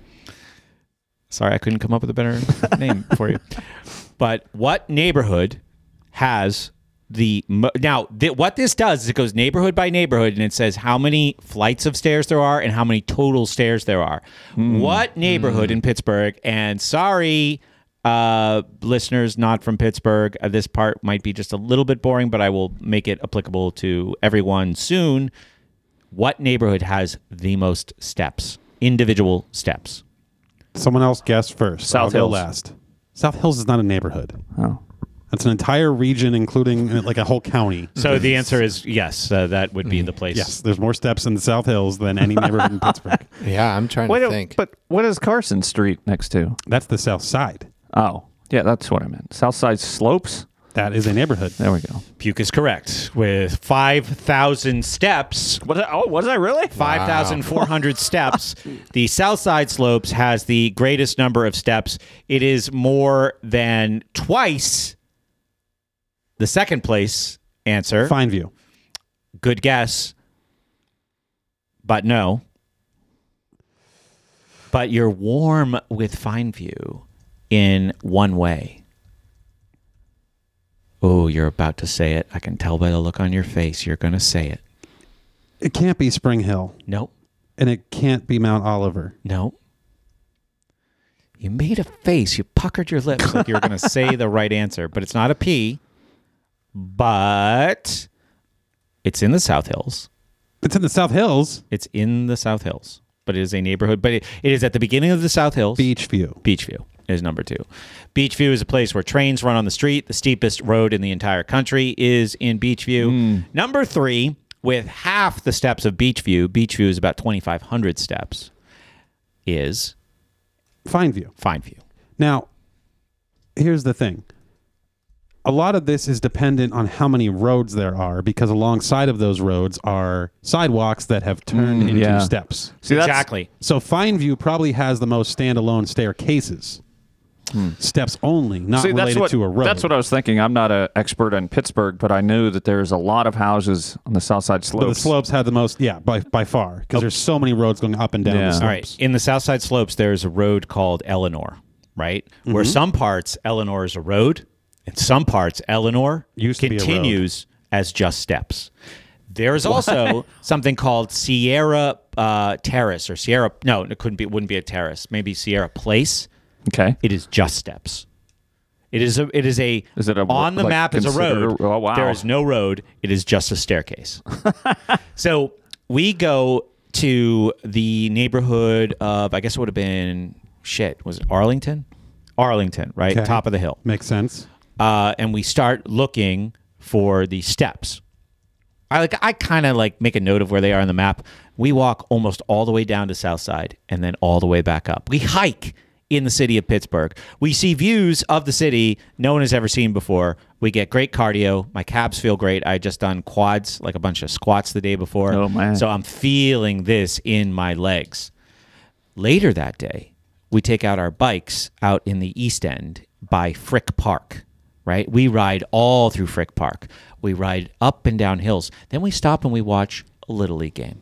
E: Sorry, I couldn't come up with a better name for you. But what neighborhood has the mo- now? Th- what this does is it goes neighborhood by neighborhood and it says how many flights of stairs there are and how many total stairs there are. What neighborhood in Pittsburgh? And sorry, uh, listeners not from Pittsburgh, uh, this part might be just a little bit boring, but I will make it applicable to everyone soon. What neighborhood has the most steps? Individual steps.
A: Someone else guessed first.
E: South
A: I'll go
E: Hills.
A: last. South Hills is not a neighborhood.
C: Oh.
A: That's an entire region, including uh, like a whole county.
E: So the answer is yes. Uh, that would be the place.
A: Yes, there's more steps in the South Hills than any neighborhood in Pittsburgh.
D: Yeah, I'm trying
C: Wait,
D: to
C: a-
D: think.
C: but what is Carson Street next to?
A: That's the South Side.
C: Oh, yeah, that's what I meant. Southside Slopes.
A: That is a neighborhood.
C: There we go.
E: Puke is correct with five thousand steps.
C: What? Oh, was I really?
E: Five thousand four hundred steps. The South Side Slopes has the greatest number of steps. It is more than twice the second place answer.
A: Fine View.
E: Good guess, but no. But you're warm with Fine View in one way. Oh, you're about to say it. I can tell by the look on your face. You're going to say it.
A: It can't be Spring Hill,
E: Nope.
A: and it can't be Mount Oliver.
E: No. You made a face. You puckered your lips like you were going to say the right answer, but it's not a P. But it's in the South Hills.
A: It's in the South Hills.
E: It's in the South Hills, but it is a neighborhood. But it, it is at the beginning of the South Hills.
A: Beach View.
E: Beachview is number two. Beachview is a place where trains run on the street. The steepest road in the entire country is in Beachview. Number three, with half the steps of Beachview, Beachview is about 2,500 steps, is
A: Fine View.
E: Fine View.
A: Now, here's the thing. A lot of this is dependent on how many roads there are because alongside of those roads are sidewalks that have turned into
C: Mm, yeah.
A: steps.
C: See, that's,
E: exactly.
A: So Fine View probably has the most standalone staircases. Steps only, not
C: Hmm. See,
A: related
C: that's what,
A: to a road.
C: That's what I was thinking. I'm not an expert on Pittsburgh, but I knew that there's a lot of houses on the Southside
A: but the
C: Slopes.
A: slopes had the most, yeah, by by far, because there's so many roads going up and down.
C: Oh. Yeah.
A: The slopes.
E: All right. In the South Side Slopes, there is a road called Eleanor, right?
A: Mm-hmm.
E: Where some parts Eleanor is a road, and some parts Eleanor
A: Used to be a road.
E: continues as just steps. There is also something called Sierra uh, Terrace or Sierra. No, it couldn't be. It wouldn't be a terrace. Maybe Sierra Place.
C: okay.
E: It is just steps. It is a it is a
C: Is it a-
E: on the
C: like,
E: map is a
C: considered
E: road.
C: a- oh, wow.
E: There is no road. It is just a staircase. so we go to the neighborhood of I guess it would have been shit was it Arlington, Arlington, right?
A: Okay.
E: Top of the hill.
A: Makes sense.
E: Uh, and we start looking for the steps. I like I kind of like make a note of where they are on the map. We walk almost all the way down to South Side and then all the way back up. We hike in the city of Pittsburgh. We see views of the city no one has ever seen before. We get great cardio. My calves feel great. I had just done quads, like a bunch of squats the day before.
C: Oh, man.
E: So I'm feeling this in my legs. Later that day, we take out our bikes out in the East End by Frick Park, right? We ride all through Frick Park. We ride up and down hills. Then we stop and we watch a Little League game.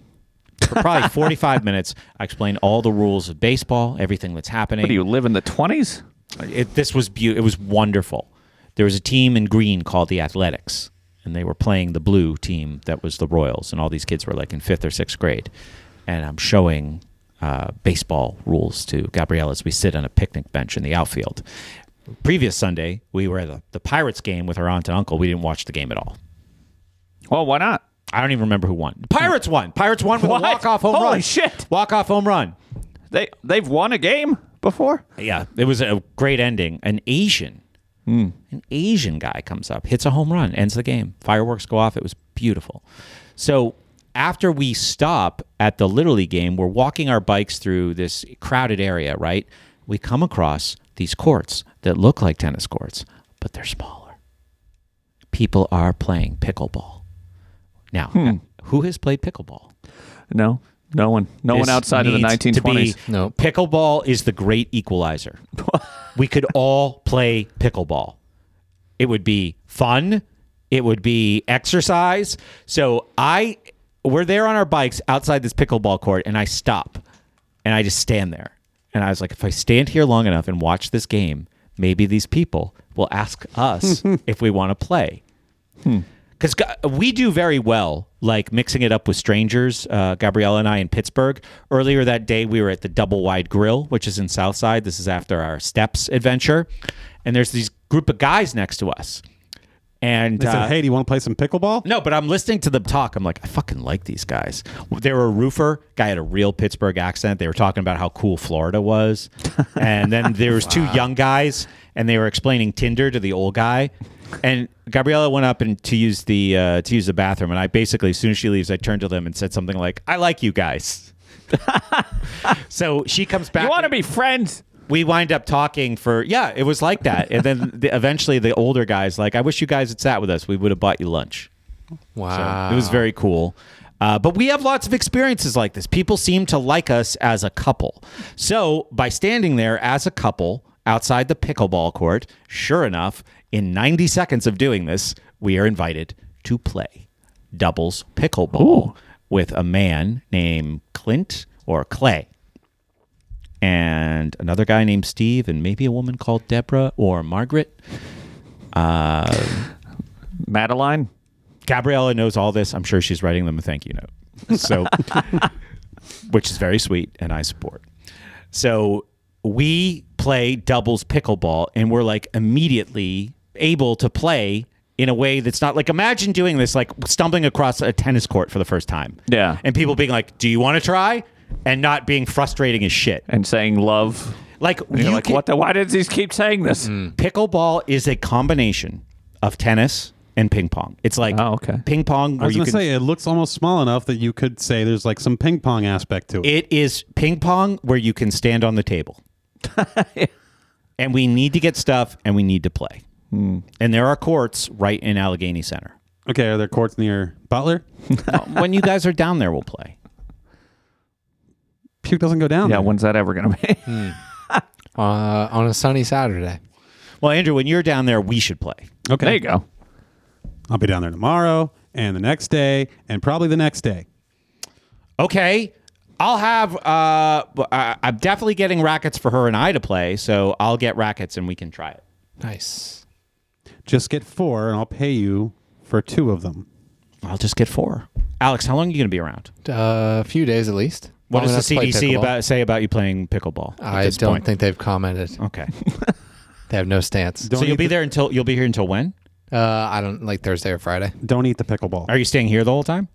E: For probably 45 minutes, I explain all the rules of baseball, everything that's happening.
C: What do you live in the twenties?
E: It, this was beau- it was wonderful. There was a team in green called the Athletics, and they were playing the blue team that was the Royals, and all these kids were like in fifth or sixth grade. And I'm showing uh, baseball rules to Gabrielle as we sit on a picnic bench in the outfield. Previous Sunday, we were at the, the Pirates game with our aunt and uncle. We didn't watch the game at all.
C: Well, why not?
E: I don't even remember who won. Pirates won. Pirates won with
C: What?
E: a walk-off home
C: Holy
E: run.
C: shit.
E: Walk-off home run.
C: They they've won a game before.
E: Yeah, it was a great ending. An Asian, an Asian guy comes up, hits a home run, ends the game. Fireworks go off. It was beautiful. So after we stop at the Little League game, we're walking our bikes through this crowded area. Right, we come across these courts that look like tennis courts, but they're smaller. People are playing pickleball. Now, who has played pickleball?
C: No, no one, no one
E: This
C: outside of the
E: needs to
C: 1920s.
E: be- Pickleball is the great equalizer. we could all play pickleball. It would be fun. It would be exercise. So I, we're there on our bikes outside this pickleball court, and I stop, and I just stand there, and I was like, if I stand here long enough and watch this game, maybe these people will ask us if we want to play because we do very well like mixing it up with strangers uh, gabriella and i in pittsburgh earlier that day we were at the double wide grill which is in southside this is after our steps adventure and there's these group of guys next to us and
A: They
E: uh,
A: said, "Hey, do you want to play some pickleball?"
E: no, but I'm listening to them talk. I'm like, I fucking like these guys. They were a roofer. Guy had a real Pittsburgh accent. They were talking about how cool Florida was. And then there was two young guys, and they were explaining Tinder to the old guy. And Gabriella went up and to use the uh, to use the bathroom. And I basically, as soon as she leaves, I turned to them and said something like, "I like you guys." so she comes back.
C: You want to be friends?
E: we wind up talking for yeah, it was like that. And then the, eventually, the older guys like, "I wish you guys had sat with us. We would have bought you lunch."
D: Wow.
E: It was very cool. Uh, but we have lots of experiences like this. People seem to like us as a couple. So by standing there as a couple outside the pickleball court, sure enough, in 90 seconds of doing this, we are invited to play doubles pickleball with a man named Clint or Clay and another guy named Steve and maybe a woman called Deborah or Margaret. Uh,
C: Madeline.
E: Gabriella knows all this. I'm sure she's writing them a thank you note. So, which is very sweet, and I support. So we play doubles pickleball, and we're like immediately able to play in a way that's not like imagine doing this like stumbling across a tennis court for the first time.
C: Yeah.
E: and people being like, "Do you want to try?" and not being frustrating as shit.
C: And saying love.
E: Like
C: And you're
E: you
C: like,
E: can-
C: what the? Why did these keep saying this?
E: pickleball is a combination of tennis and ping pong. It's like
C: Oh, okay.
E: ping
A: I
E: pong where
A: was
E: you
A: gonna
E: can
A: say it looks almost small enough that you could say there's like some ping pong aspect to it.
E: It is ping pong where you can stand on the table. and we need to get stuff and we need to play. And there are courts right in Allegheny Center.
A: Okay, are there courts near Butler?
E: when you guys are down there, we'll play.
A: Puke doesn't go down.
C: Yeah,
A: there.
C: when's that ever gonna be?
D: Uh, on a sunny Saturday.
E: Well, Andrew, when you're down there, we should play.
A: Okay,
C: There you go.
A: I'll be down there tomorrow and the next day and probably the next day.
E: Okay. I'll have, uh, I- I'm definitely getting rackets for her and I to play. So I'll get rackets and we can try it.
D: Nice.
A: Just get four, and I'll pay you for two of them.
E: I'll just get four. Alex, how long are you going to be around?
D: Uh, a few days at least.
E: What
D: Long enough
E: does
D: to
E: the
D: play
E: CDC
D: pickleball.
E: about say about you playing pickleball? at
D: I
E: this
D: don't
E: point?
D: think they've commented.
E: Okay.
D: They have no stance.
E: so you'll be there until you'll be here until when?
D: Uh, I don't like Thursday or Friday.
A: Don't eat the pickleball.
E: Are you staying here the whole time?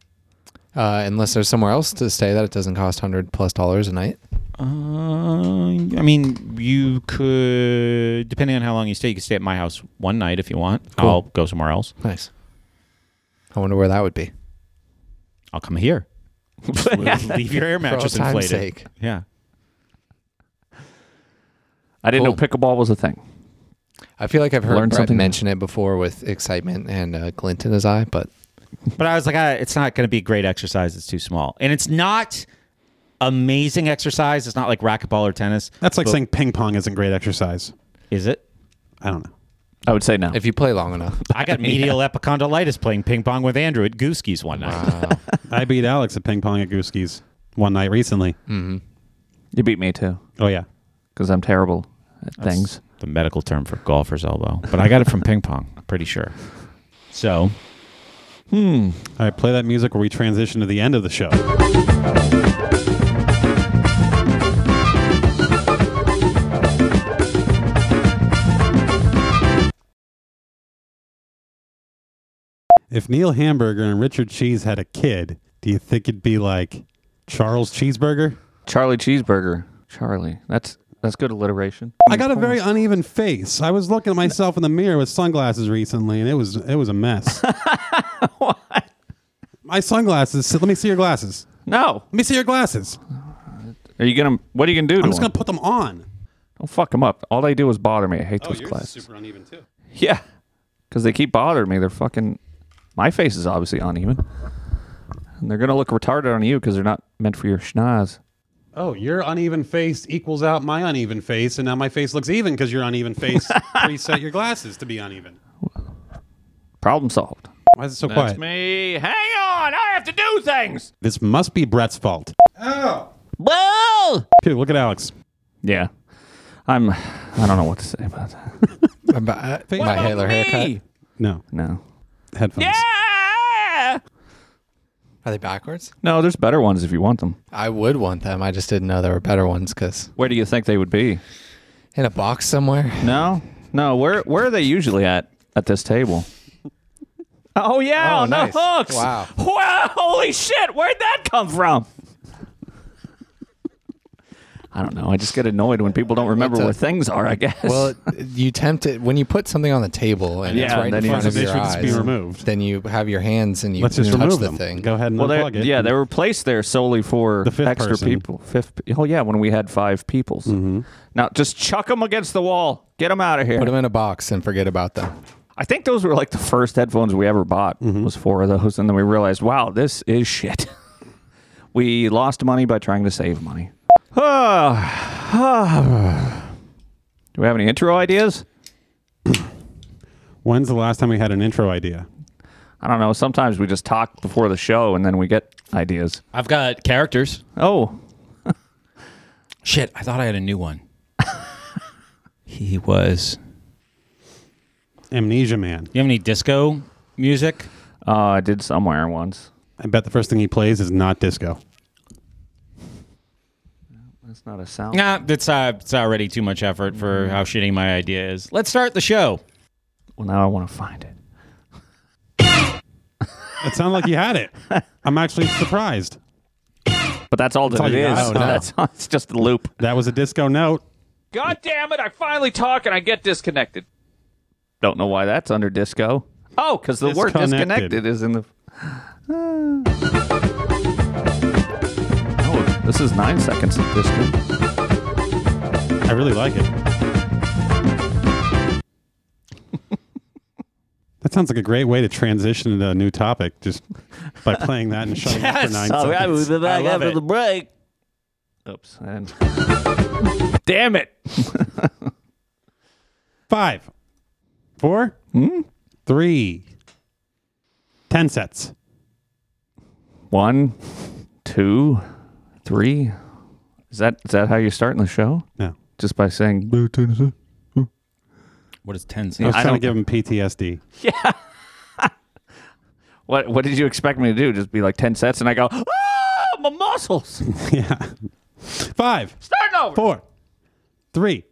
D: Uh, unless there's somewhere else to stay that it doesn't cost hundred plus dollars a night.
E: Uh, I mean, you could, depending on how long you stay, you could stay at my house one night if you want.
D: Cool.
E: I'll go somewhere else.
D: Nice. I wonder where that would be.
E: I'll come here. Just leave your air
D: For
E: mattress
D: old time's
E: inflated.
D: sake.
E: Yeah.
C: I didn't know pickleball was a thing.
D: I feel like I've heard
C: Learned
D: Brett
C: something.
D: mention it before with excitement and uh, glint in his eye, but
E: But I was like, I, it's not going to be great exercise. It's too small, and it's not amazing exercise. It's not like racquetball or tennis.
A: That's like
E: But-
A: saying ping pong isn't great exercise.
E: Is it?
A: I don't know.
C: I would say no.
D: if you play long enough,
E: I got medial epicondylitis playing ping pong with Andrew at Gooski's one night.
A: I beat Alex at ping pong at Gooski's one night recently.
C: Mm. You beat me too
A: Oh yeah,
C: because I'm terrible at
E: That's
C: things.
E: The medical term for golfer's elbow, but I got it from ping pong. I'm pretty sure. So
C: Hmm.
A: All right, play that music where we transition to the end of the show. If Neil Hamburger and Richard Cheese had a kid, do you think it'd be like Charles Cheeseburger?
C: Charlie Cheeseburger. Charlie. That's that's good alliteration.
A: I got a very uneven face. I was looking at myself in the mirror with sunglasses recently, and it was it was a mess. My sunglasses. Let me see your glasses.
C: No.
A: Let me see your glasses.
C: Are you gonna? What are you gonna do?
A: I'm
C: to
A: just
C: them?
A: gonna put them on.
C: Don't fuck them up. All they do is bother me. I
A: Oh,
C: hate those classes.
A: uneven too.
C: Yeah, because they keep bothering me. They're fucking. My face is obviously uneven, and they're gonna look retarded on you because they're not meant for your schnoz.
A: Oh, your uneven face equals out my uneven face, and now my face looks even because your uneven face preset your glasses to be uneven.
C: Problem solved.
A: Why is it so
C: That's
A: quiet?
C: me. Hang on, I have to do things.
A: This must be Brett's fault.
C: Well,
A: Dude, look at Alex.
C: yeah, I'm. I don't know what to say about that.
D: about, uh,
A: What
D: my
A: about
D: Hitler haircut.
C: Me.
A: No
C: No.
A: headphones.
C: Yeah.
D: Are they backwards?
C: No, there's better ones if you want them.
D: I would want them. I just didn't know there were better ones because
C: Where do you think they would be?
D: in a box somewhere.
C: No, no. Where where are they usually at at this table? Oh yeah,
D: Oh,
C: on
D: nice.
C: the hooks.
D: Wow.
C: Wow, Holy shit! Where'd that come from? I don't know. I just get annoyed when people don't remember
D: It's a-
C: where things are. I guess.
D: Well, you tempt it when you put something on the table and it's
C: Yeah,
D: right
C: then
D: in
C: you
D: front
C: just-
D: of
A: they
D: your
A: should
D: eyes.
A: just be removed.
D: Then you have your hands and you
A: Let's just
D: touch
A: remove
D: the
A: them.
D: thing.
A: Go ahead and
C: Well,
A: unplug
C: they-
A: it.
C: yeah, they were placed there solely for
A: The fifth
C: extra
A: person.
C: people. Fifth. pe- Oh yeah, when we had five peoples. Now just chuck them against the wall. Get them out of here.
D: Put them in a box and forget about them.
C: I think those were like the first headphones we ever bought. Was four of those, and then we realized, wow, this is shit. we lost money by trying to save money. Do we have any intro ideas?
A: When's the last time we had an intro idea?
C: I don't know. Sometimes we just talk before the show, and then we get ideas.
E: I've got characters.
C: Oh,
E: Shit, I thought I had a new one. he was.
A: Amnesia Man.
E: You have any disco music?
C: uh, I did somewhere once.
A: I bet the first thing he plays is not disco.
C: That's not a sound.
E: Nah, that's uh, it's already too much effort for how shitty my idea is. Let's start the show.
C: Well, now I want to find it.
A: It sounded like you had it. I'm actually surprised.
C: But that's all that
A: all
C: it
A: you
C: is.
A: got? Oh, no.
C: That's it's just a loop.
A: That was a disco note.
C: God damn it! I finally talk and I get disconnected. Don't know why that's under disco. Oh, because the word
A: Disconnected.
C: disconnected is in the. oh, this is nine seconds of disco.
A: I really like it. that sounds like a great way to transition into a new topic just by playing that and shutting up for nine seconds.
C: Oh, be back
E: love after it. the
C: break. Oops. And damn it!
A: Five, four, three, ten sets.
C: One, two, three. Is that is that how you're starting the show?
A: No.
C: Just by saying
E: What is
A: I
E: ten
A: was
C: I
A: trying to
C: don't-
A: give him PTSD.
C: what? What did you expect me to do? Just be like ten sets, and I go, ah, my muscles.
A: yeah. Five,
C: Starting over.
A: four, three,